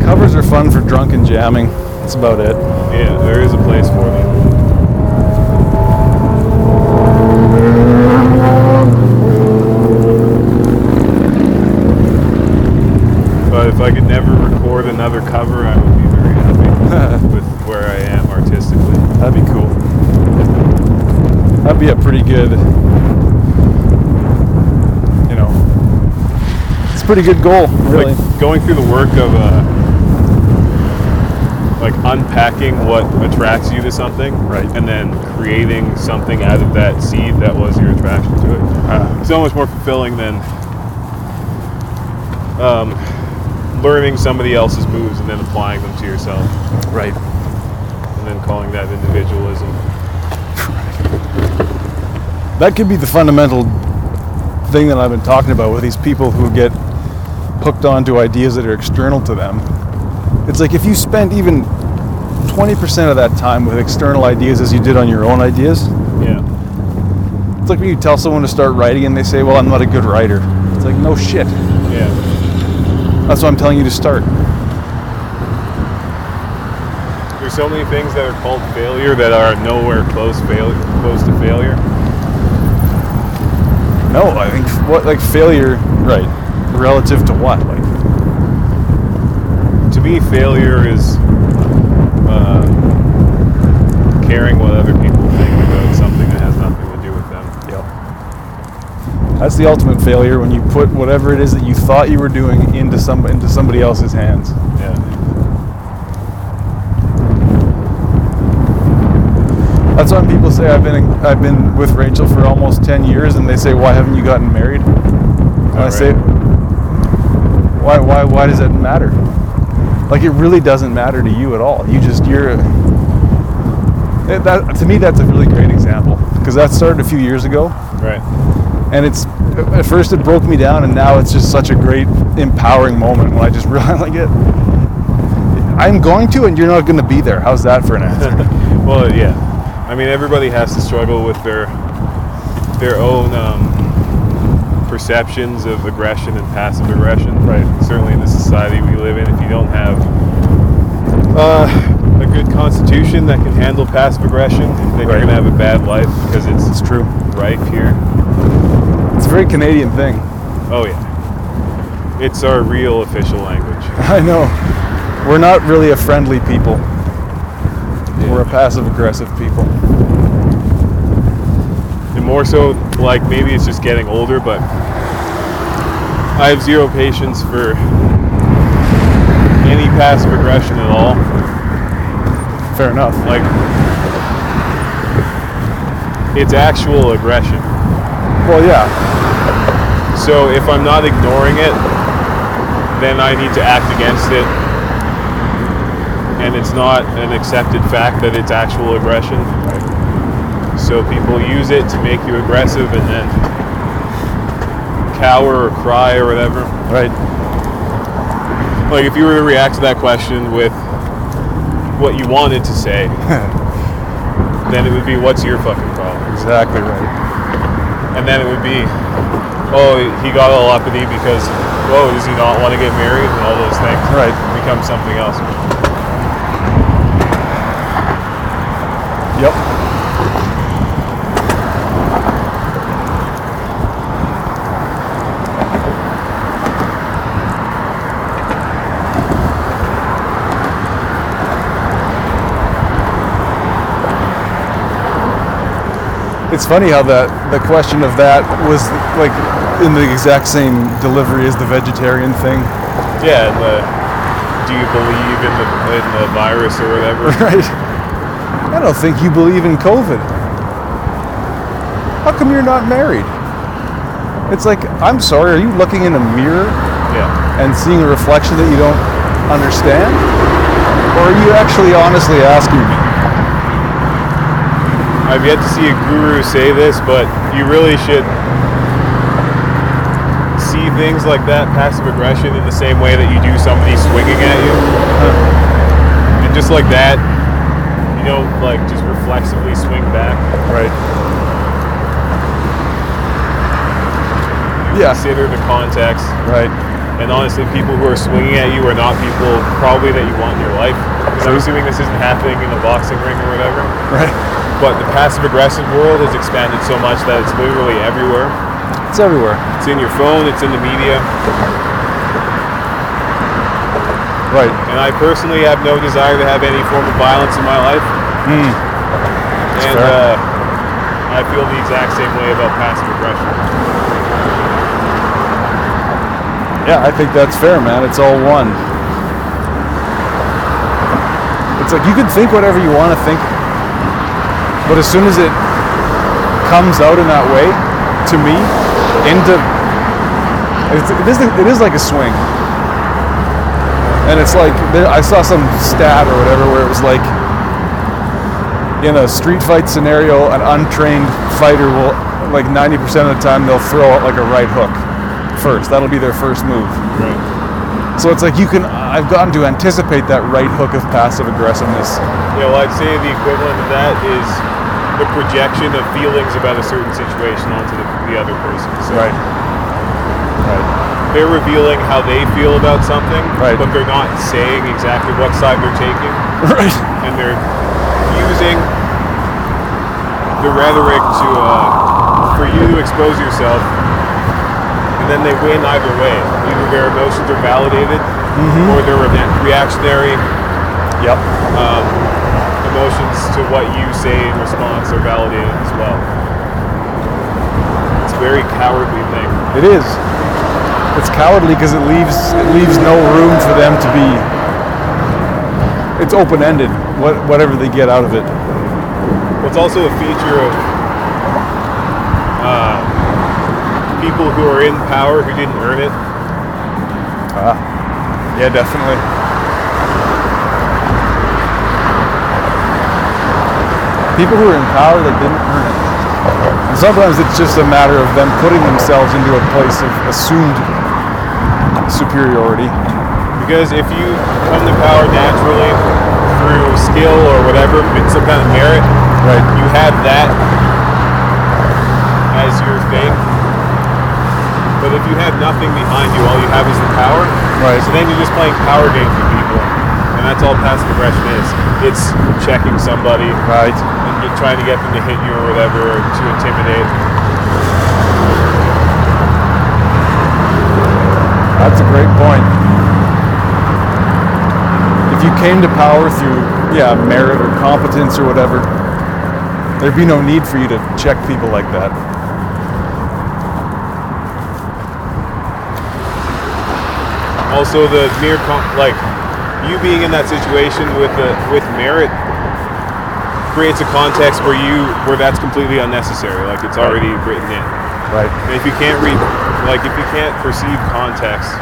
Speaker 5: Covers are fun for drunken jamming. That's about it.
Speaker 2: Yeah, there is a place for them. But if I could never record another cover, I would be very happy with where I am artistically.
Speaker 5: That'd be cool. That'd be a pretty good, you know, it's a pretty good goal, really.
Speaker 2: like going through the work of uh, like unpacking what attracts you to something
Speaker 5: Right.
Speaker 2: and then creating something out of that seed that was your attraction to it
Speaker 5: Uh,
Speaker 2: so much more fulfilling than um, learning somebody else's moves and then applying them to yourself
Speaker 5: right.
Speaker 2: and then calling that individualism
Speaker 5: That could be the fundamental thing that I've been talking about with these people who get hooked onto ideas that are external to them. It's like if you spent even 20% of that time with external ideas as you did on your own ideas,
Speaker 2: yeah
Speaker 5: it's like when you tell someone to start writing and they say, Well, I'm not a good writer. It's like, no shit.
Speaker 2: yeah
Speaker 5: That's why I'm telling you to start.
Speaker 2: there's so many things that are called failure that are nowhere close fail- close to failure
Speaker 5: No, I think what like failure, right? Relative to what? Like,
Speaker 2: to me, failure is uh, caring what other people think about something that has nothing to do with them.
Speaker 5: yeah. That's the ultimate failure when you put whatever it is that you thought you were doing into some into somebody else's hands.
Speaker 2: Yeah.
Speaker 5: That's when people say I've been in, I've been with Rachel for almost ten years, and they say, "Why haven't you gotten married?" And I
Speaker 2: Right.
Speaker 5: say, "Why? Why? Why does that matter? Like, it really doesn't matter to you at all. You just you're." It- That, to me, that's a really great example because that started a few years ago.
Speaker 2: Right.
Speaker 5: and it's at first it broke me down and now it's just such a great empowering moment when i just <laughs> realize like it i'm going to and you're not going to be there how's that for an
Speaker 2: <laughs>
Speaker 5: answer
Speaker 2: Well, yeah. I mean, everybody has to struggle with their their own um, perceptions of aggression and passive aggression. Right. Certainly, in the society we live in, if you don't have uh, a good constitution that can handle passive aggression, then
Speaker 5: Right.
Speaker 2: you're gonna have a bad life because it's
Speaker 5: it's true
Speaker 2: rife here.
Speaker 5: it's a very canadian thing <laughs>
Speaker 2: Oh yeah. It's our real official language.
Speaker 5: i know we're not really a friendly people we're a passive aggressive people
Speaker 2: And more so like maybe it's just getting older, but I have zero patience for any past progression at all.
Speaker 5: Fair enough.
Speaker 2: Like it's actual aggression.
Speaker 5: Well, yeah.
Speaker 2: So if I'm not ignoring it, then I need to act against it. And it's not an accepted fact that it's actual aggression. So people use it to make you aggressive and then cower or cry or whatever.
Speaker 5: Right.
Speaker 2: Like if you were to react to that question with what you wanted to say, then it would be what's your fucking problem?
Speaker 5: Exactly right.
Speaker 2: And then it would be, oh, he got all uppity because, whoa, does he not want to get married and all those things.
Speaker 5: Right.
Speaker 2: Become something else.
Speaker 5: Yep. It's funny how that the question of that was like in the exact same delivery as the vegetarian thing.
Speaker 2: Yeah, and the, do you believe in the, in the virus or whatever?
Speaker 5: <laughs> Right. I don't think you believe in COVID. How come you're not married? It's like, I'm sorry, are you looking in a mirror
Speaker 2: yeah.
Speaker 5: and seeing a reflection that you don't understand? Or are you actually honestly asking me?
Speaker 2: I've yet to see a guru say this, but you really should see things like that, passive aggression, in the same way that you do somebody swinging at you. And just like that, you know, like just reflexively swing back.
Speaker 5: Right.
Speaker 2: You
Speaker 5: Yeah.
Speaker 2: Consider the context.
Speaker 5: Right. <laughs>
Speaker 2: And honestly, people who are swinging at you are not people probably that you want in your life. Because I'm assuming this isn't happening in a boxing ring or whatever.
Speaker 5: Right.
Speaker 2: But the passive aggressive world has expanded so much that it's literally everywhere.
Speaker 5: It's everywhere.
Speaker 2: It's in your phone, it's in the media.
Speaker 5: Right.
Speaker 2: And I personally have no desire to have any form of violence in my life. and
Speaker 5: fair.
Speaker 2: uh, I feel the exact same way about passive aggression.
Speaker 5: Yeah, I think that's fair, man. It's all one. It's like you can think whatever you want to think, but as soon as it comes out in that way, to me, into it's, it, is, it is like a swing, and it's like there, I saw some stat or whatever where it was like in a street fight scenario, an untrained fighter will like 90% of the time they'll throw out like a right hook first. That'll be their first move.
Speaker 2: Right.
Speaker 5: So it's like you can. I've gotten to anticipate that right hook of passive aggressiveness.
Speaker 2: Yeah, well, I'd say the equivalent of that is the projection of feelings about a certain situation onto the, the other person. So
Speaker 5: Right.
Speaker 2: they're revealing how they feel about something,
Speaker 5: Right.
Speaker 2: but they're not saying exactly what side they're taking.
Speaker 5: Right.
Speaker 2: and they're using the rhetoric to uh, for you to expose yourself, and then they win either way. Either their emotions are validated, or they're re- reactionary
Speaker 5: <laughs> Yep.
Speaker 2: emotions to what you say in response are validated as well. It's a very cowardly thing.
Speaker 5: It is. It's cowardly because it leaves it leaves no room for them to be. It's open ended. What whatever they get out of it.
Speaker 2: Well, it's also a feature of uh, people who are in power who didn't earn it.
Speaker 5: Yeah, definitely. People who are in power that didn't earn it. And sometimes it's just a matter of them putting themselves into a place of assumed superiority.
Speaker 2: Because if you come to power naturally through skill or whatever, it's some kind of merit,
Speaker 5: Right.
Speaker 2: you have that as your thing. But if you have nothing behind you, all you have is the power.
Speaker 5: Right.
Speaker 2: So then you're just playing power games with people. And that's all passive aggression is. It's checking somebody
Speaker 5: Right.
Speaker 2: and get, trying to get them to hit you or whatever, or to intimidate.
Speaker 5: That's a great point. If you came to power through, yeah, merit or competence or whatever, There'd be no need for you to check people like that.
Speaker 2: Also, the mere com- like you being in that situation with the with merit creates a context where you where that's completely unnecessary. Like it's already written in.
Speaker 5: Right.
Speaker 2: And if you can't read, like if you can't perceive context,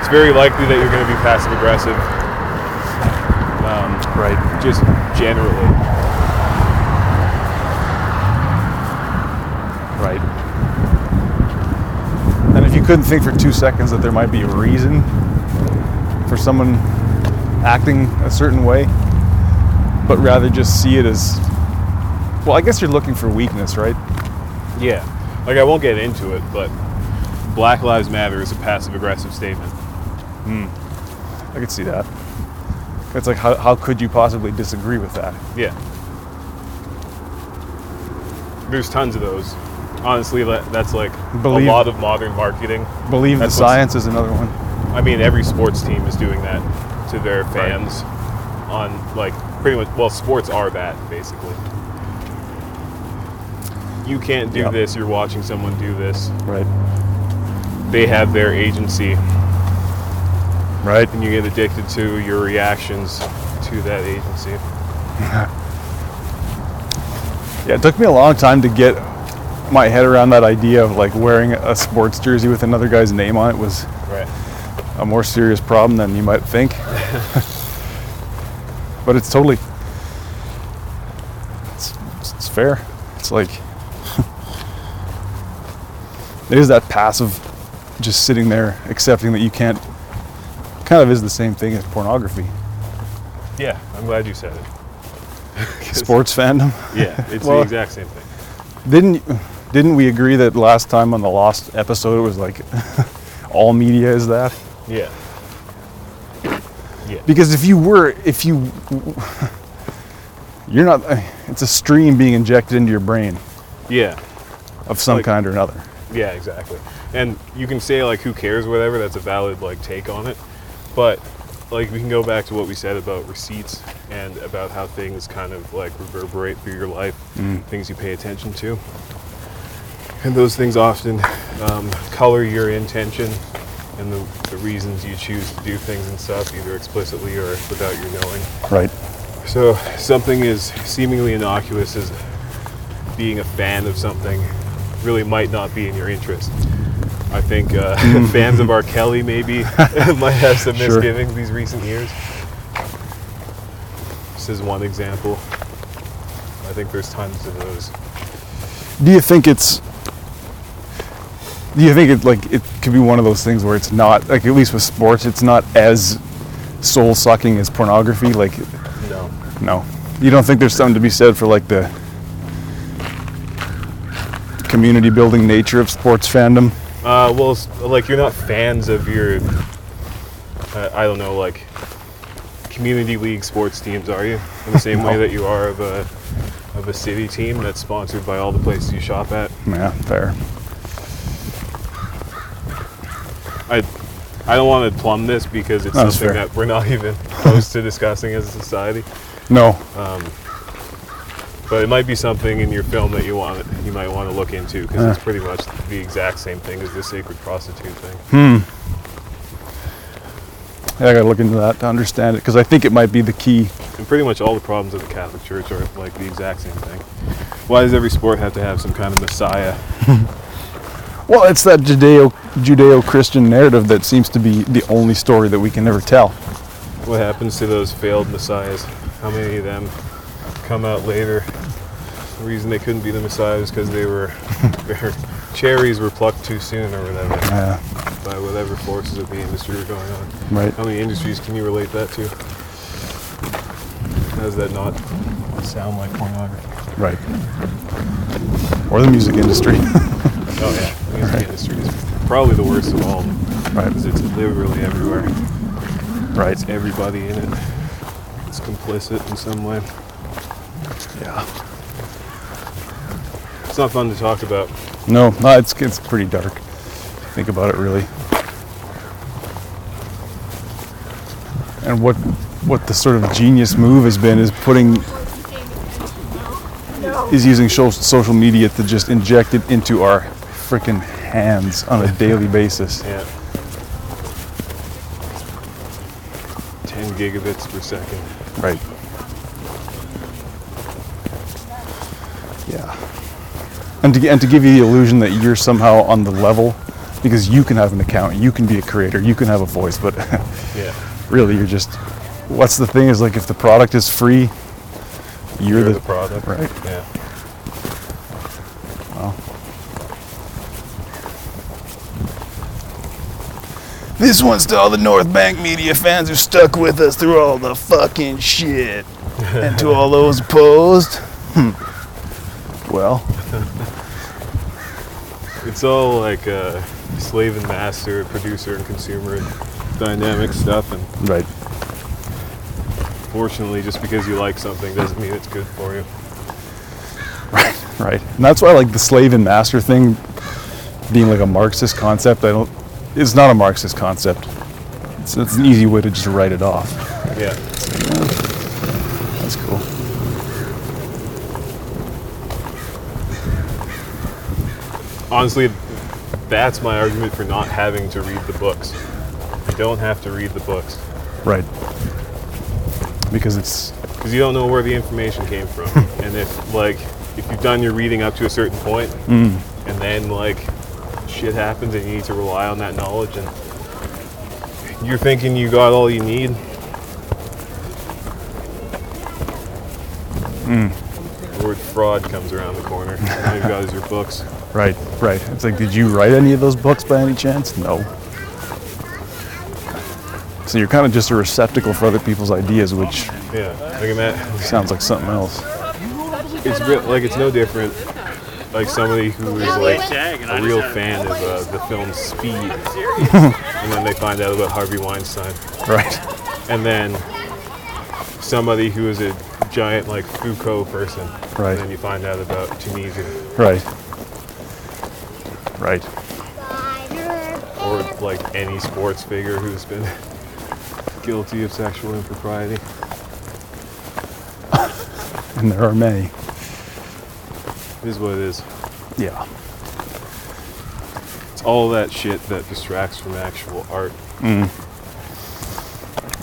Speaker 2: it's very likely that you're going to be passive aggressive. Um,
Speaker 5: Right.
Speaker 2: just generally.
Speaker 5: Right. And if you couldn't think for two seconds that there might be a reason for someone acting a certain way, but rather just see it as well, I guess you're looking for weakness, right?
Speaker 2: Yeah. Like I won't get into it, but Black Lives Matter is a passive aggressive statement.
Speaker 5: I could see that. It's like, how, how could you possibly disagree with that?
Speaker 2: Yeah. There's tons of those. Honestly, that- that's like
Speaker 5: Believe-
Speaker 2: a lot of modern marketing.
Speaker 5: Believe
Speaker 2: That's
Speaker 5: the
Speaker 2: what's-
Speaker 5: science is another one.
Speaker 2: I mean, every sports team is doing that to their fans on like pretty much. Well, sports are that basically. You can't do
Speaker 5: Yeah.
Speaker 2: this. You're watching someone do this.
Speaker 5: Right.
Speaker 2: They have their agency,
Speaker 5: Right.
Speaker 2: and you get addicted to your reactions to that agency.
Speaker 5: Yeah, it took me a long time to get my head around that idea of like wearing a sports jersey with another guy's name on it was
Speaker 2: Right.
Speaker 5: a more serious problem than you might think. but it's totally it's, it's fair. It's like <laughs> it is that passive just sitting there accepting that you can't kind of is the same thing as pornography.
Speaker 2: Yeah, I'm glad you said it. <laughs>
Speaker 5: Sports fandom.
Speaker 2: Yeah, it's
Speaker 5: Well-
Speaker 2: the exact same thing.
Speaker 5: Didn't didn't we agree that last time on the last episode it was like <laughs> all media is that?
Speaker 2: Yeah. Yeah.
Speaker 5: Because if you were, if you, you're not. It's a stream being injected into your brain
Speaker 2: Yeah.
Speaker 5: of some
Speaker 2: Like-
Speaker 5: kind or another.
Speaker 2: Yeah, exactly. And you can say like who cares or whatever, that's a valid like take on it. But like we can go back to what we said about receipts and about how things kind of like reverberate through your life, things you pay attention to. And those things often um, color your intention and the, the reasons you choose to do things and stuff, either explicitly or without your knowing.
Speaker 5: Right.
Speaker 2: So something as seemingly innocuous as being a fan of something really might not be in your interest. I think uh, <laughs> fans of R. Kelly maybe <laughs> might have some
Speaker 5: Sure.
Speaker 2: misgivings these recent years. This is one example. I think there's tons of those.
Speaker 5: Do you think it's? Do you think it like it could be one of those things where it's not like at least with sports it's not as soul sucking as pornography? Like,
Speaker 2: No.
Speaker 5: no, you don't think there's something to be said for like the community building nature of sports fandom?
Speaker 2: Uh, well, s- like you're not fans of your, uh, I don't know, like community league sports teams, are you? In the same way
Speaker 5: <laughs> No.
Speaker 2: that you are of a of a city team that's sponsored by all the places you shop at.
Speaker 5: Yeah, fair.
Speaker 2: I I don't want to plumb this because it's
Speaker 5: That's
Speaker 2: something
Speaker 5: fair.
Speaker 2: that we're not <laughs> even close to discussing as a society.
Speaker 5: No,
Speaker 2: But it might be something in your film that you want you might want to look into because
Speaker 5: Uh.
Speaker 2: it's pretty much the exact same thing as the sacred prostitute thing.
Speaker 5: Yeah, I gotta look into that to understand it because I think it might be the key.
Speaker 2: And pretty much all the problems of the Catholic Church are like the exact same thing. Why does every sport have to have some kind of messiah?
Speaker 5: Well, it's that Judeo Judeo Christian narrative that seems to be the only story that we can ever tell.
Speaker 2: What happens to those failed messiahs? How many of them come out later? The reason they couldn't be the messiah is because they were <laughs> their cherries were plucked too soon or whatever
Speaker 5: Yeah,
Speaker 2: by whatever forces of the industry were going on.
Speaker 5: right.
Speaker 2: How many industries can you relate that to? How does that not sound like pornography?
Speaker 5: Right. Or the music industry. <laughs>
Speaker 2: Oh yeah, music industry is probably the worst of all.
Speaker 5: Right.
Speaker 2: Because it's literally everywhere.
Speaker 5: right.
Speaker 2: It's everybody in it. It's complicit in some way.
Speaker 5: Yeah.
Speaker 2: It's not fun to talk about.
Speaker 5: No, no, it's it's pretty dark. Think about it really. And what what the sort of genius move has been is putting
Speaker 10: No.
Speaker 5: is using sho- social media to just inject it into our freaking hands on a daily basis.
Speaker 2: Yeah. 10 gigabits per second.
Speaker 5: Right. Yeah. And to, and to give you the illusion that you're somehow on the level, because you can have an account, you can be a creator, you can have a voice, but <laughs>
Speaker 2: Yeah.
Speaker 5: really you're just. What's the thing is like if the product is free, you're,
Speaker 2: You're
Speaker 5: the,
Speaker 2: the product.
Speaker 5: right?
Speaker 2: Yeah.
Speaker 5: This one's to all the North Bank media fans who stuck with us through all the fucking <laughs> shit. and to all those opposed, hmm, well,
Speaker 2: It's all like uh, slave and master, producer and consumer dynamic stuff. And
Speaker 5: right.
Speaker 2: fortunately, just because you like something doesn't mean it's good for you.
Speaker 5: Right. And that's why like the slave and master thing being like a Marxist concept, I don't it's not a Marxist concept. It's, it's an easy way to just write it off.
Speaker 2: Yeah.
Speaker 5: That's cool.
Speaker 2: Honestly, that's my argument for not having to read the books. You don't have to read the books
Speaker 5: Right. Because it's
Speaker 2: because you don't know where the information came from. and if like if you've done your reading up to a certain point, and then like shit happens and you need to rely on that knowledge and you're thinking you got all you need the word fraud comes around the corner all you got is your books
Speaker 5: right, right. It's like did you write any of those books by any chance? No. So you're kind of just a receptacle for other people's ideas, which
Speaker 2: yeah like that
Speaker 5: <laughs> sounds like something else.
Speaker 2: it's real, like it's no different like somebody who is like
Speaker 7: Jag, and I
Speaker 2: a
Speaker 7: just
Speaker 2: real
Speaker 7: had-
Speaker 2: fan of uh, the film speed <laughs> and then they find out about harvey weinstein
Speaker 5: Right.
Speaker 2: and then somebody who is a giant like Foucault person.
Speaker 5: Right.
Speaker 2: And then you find out about Tunisia
Speaker 5: Right. Right.
Speaker 2: or like any sports figure who's been <laughs> guilty of sexual impropriety.
Speaker 5: And there are many.
Speaker 2: It Is what it is.
Speaker 5: Yeah.
Speaker 2: It's all that shit that distracts from actual art.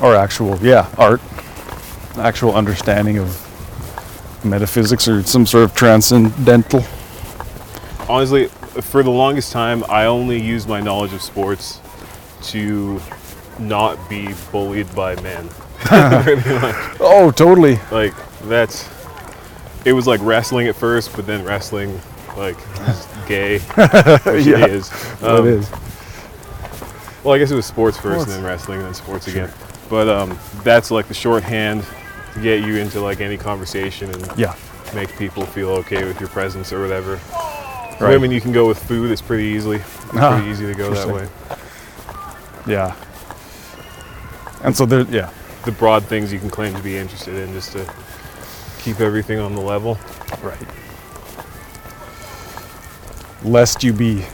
Speaker 5: or actual yeah art actual understanding of metaphysics or some sort of transcendental
Speaker 2: Honestly, for the longest time, I only used my knowledge of sports to not be bullied by men. Pretty much.
Speaker 5: oh totally
Speaker 2: like that's it was like wrestling at first but then wrestling like is
Speaker 5: <laughs>
Speaker 2: gay which
Speaker 5: Yeah.
Speaker 2: it is
Speaker 5: it
Speaker 2: Um,
Speaker 5: is
Speaker 2: well i guess it was sports first
Speaker 5: Sports.
Speaker 2: and then wrestling and then sports again but um, that's like the shorthand to get you into like any conversation and
Speaker 5: yeah
Speaker 2: make people feel okay with your presence or whatever
Speaker 5: Right.
Speaker 2: women you can go with food it's pretty easily it's
Speaker 5: Ah,
Speaker 2: pretty easy to go that
Speaker 5: interesting.
Speaker 2: way
Speaker 5: yeah and so there yeah
Speaker 2: the broad things you can claim to be interested in just to keep everything on the level
Speaker 5: right lest you be <laughs>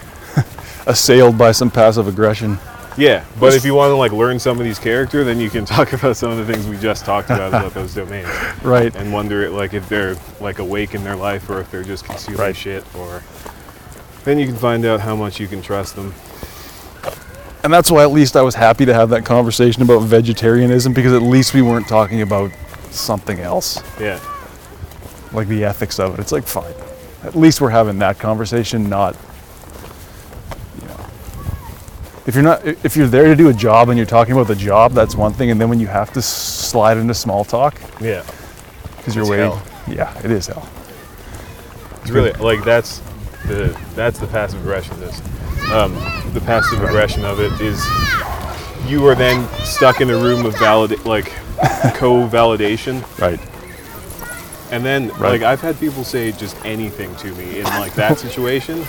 Speaker 5: assailed by some passive aggression
Speaker 2: Yeah, but if you want to like learn somebody's character, then you can <laughs> talk about some of the things we just talked about about those domains,
Speaker 5: right
Speaker 2: and wonder like if they're like awake in their life or if they're just consuming
Speaker 5: Right.
Speaker 2: shit. Or then you can find out how much you can trust them.
Speaker 5: and that's why at least i was happy to have that conversation about vegetarianism because at least we weren't talking about something else
Speaker 2: Yeah,
Speaker 5: like the ethics of it. It's like fine. At least we're having that conversation, not you know. If you're not if you're there to do a job and you're talking about the job, that's one thing, and then when you have to slide into small talk
Speaker 2: yeah.
Speaker 5: because you're
Speaker 2: It's
Speaker 5: waiting.
Speaker 2: hell.
Speaker 5: Yeah, it is hell.
Speaker 2: It's really like that's the that's the passive aggression. Is um, the passive aggression of it is you are then stuck in a room of valid like co-validation
Speaker 5: Right.
Speaker 2: And then,
Speaker 5: Right.
Speaker 2: like, I've had people say just anything to me in like
Speaker 5: <laughs>
Speaker 2: that situation,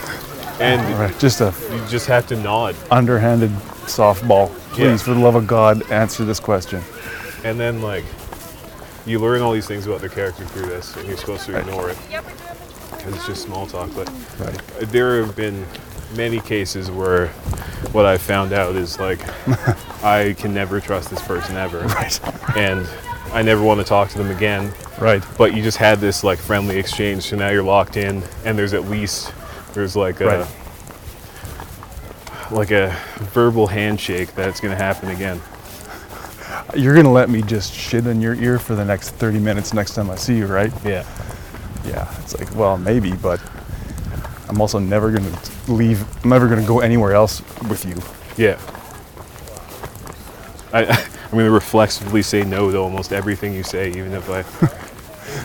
Speaker 2: and
Speaker 5: Right. Just a
Speaker 2: you just have to nod.
Speaker 5: underhanded softball. Please,
Speaker 2: Yeah.
Speaker 5: for the love of God, answer this question.
Speaker 2: And then, like, you learn all these things about their character through this, and you're supposed to ignore it because it's just small talk. But
Speaker 5: Right.
Speaker 2: there have been many cases where what
Speaker 5: <laughs>
Speaker 2: I found out is like, I can never trust this person ever,
Speaker 5: Right.
Speaker 2: and I never want to talk to them again.
Speaker 5: Right.
Speaker 2: But you just had this like friendly exchange, so now you're locked in, and there's at least there's like a
Speaker 5: Right.
Speaker 2: like a verbal handshake that's gonna happen again.
Speaker 5: You're gonna let me just shit in your ear for the next 30 minutes next time I see you, right?
Speaker 2: Yeah.
Speaker 5: Yeah. It's like, well, maybe, but I'm also never gonna leave. I'm never gonna go anywhere else with you.
Speaker 2: Yeah. I, <laughs> I'm going to reflexively say no to almost everything you say, even if I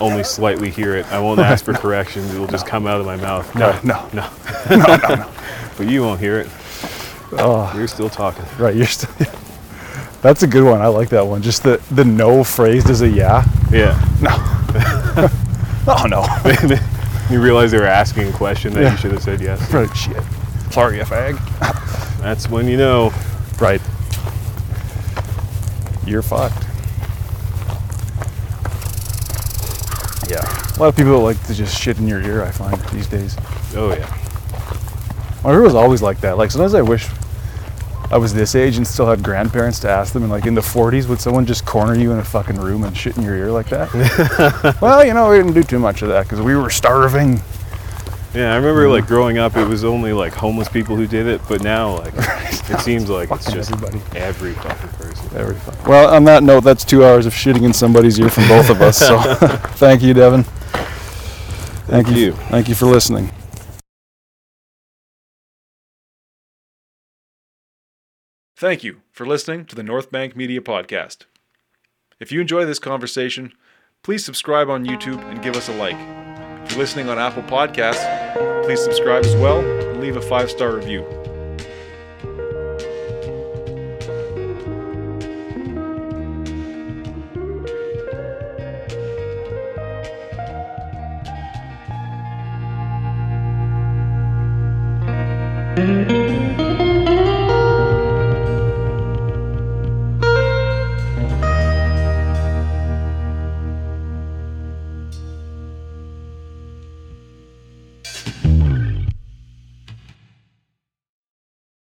Speaker 2: <laughs> only slightly hear it. I won't <laughs> ask for corrections. It'll just come out of my mouth.
Speaker 5: No,
Speaker 2: <laughs>
Speaker 5: no,
Speaker 2: No. But you won't hear it. You're still talking.
Speaker 5: Right. You're still. <laughs> That's a good one. I like that one. Just the the no phrased as a yeah.
Speaker 2: Yeah.
Speaker 5: Oh no.
Speaker 2: <laughs>
Speaker 5: <laughs>
Speaker 2: you realize they were asking a question that
Speaker 5: Yeah.
Speaker 2: you should have said yes.
Speaker 5: right. Shit. Sorry, fag. <laughs>
Speaker 2: That's when you know.
Speaker 5: Right. You're fucked. Yeah. A lot of people like to just shit in your ear, I find, these days.
Speaker 2: Oh, yeah.
Speaker 5: My ear was always like that. Like, sometimes I wish I was this age and still had grandparents to ask them, and like in the 40s, would someone just corner you in a fucking room and shit in your ear like that? well, you know, we didn't do too much of that because we were starving.
Speaker 2: Yeah, I remember
Speaker 5: Mm-hmm.
Speaker 2: like growing up, it was only like homeless people who did it, but now
Speaker 5: <laughs>
Speaker 2: like it seems like it's
Speaker 5: fucking
Speaker 2: just
Speaker 5: everybody.
Speaker 2: every fucking person.
Speaker 5: Every fuck- Well, on that note, that's two hours of shitting in somebody's ear from both of us. So <laughs> thank you, Devin. Thank,
Speaker 2: you.
Speaker 5: Thank you for listening.
Speaker 1: Thank you for listening to the North Bank Media Podcast. If you enjoy this conversation, please subscribe on YouTube and give us a like. If you're listening on Apple Podcasts, please subscribe as well and leave a five star review.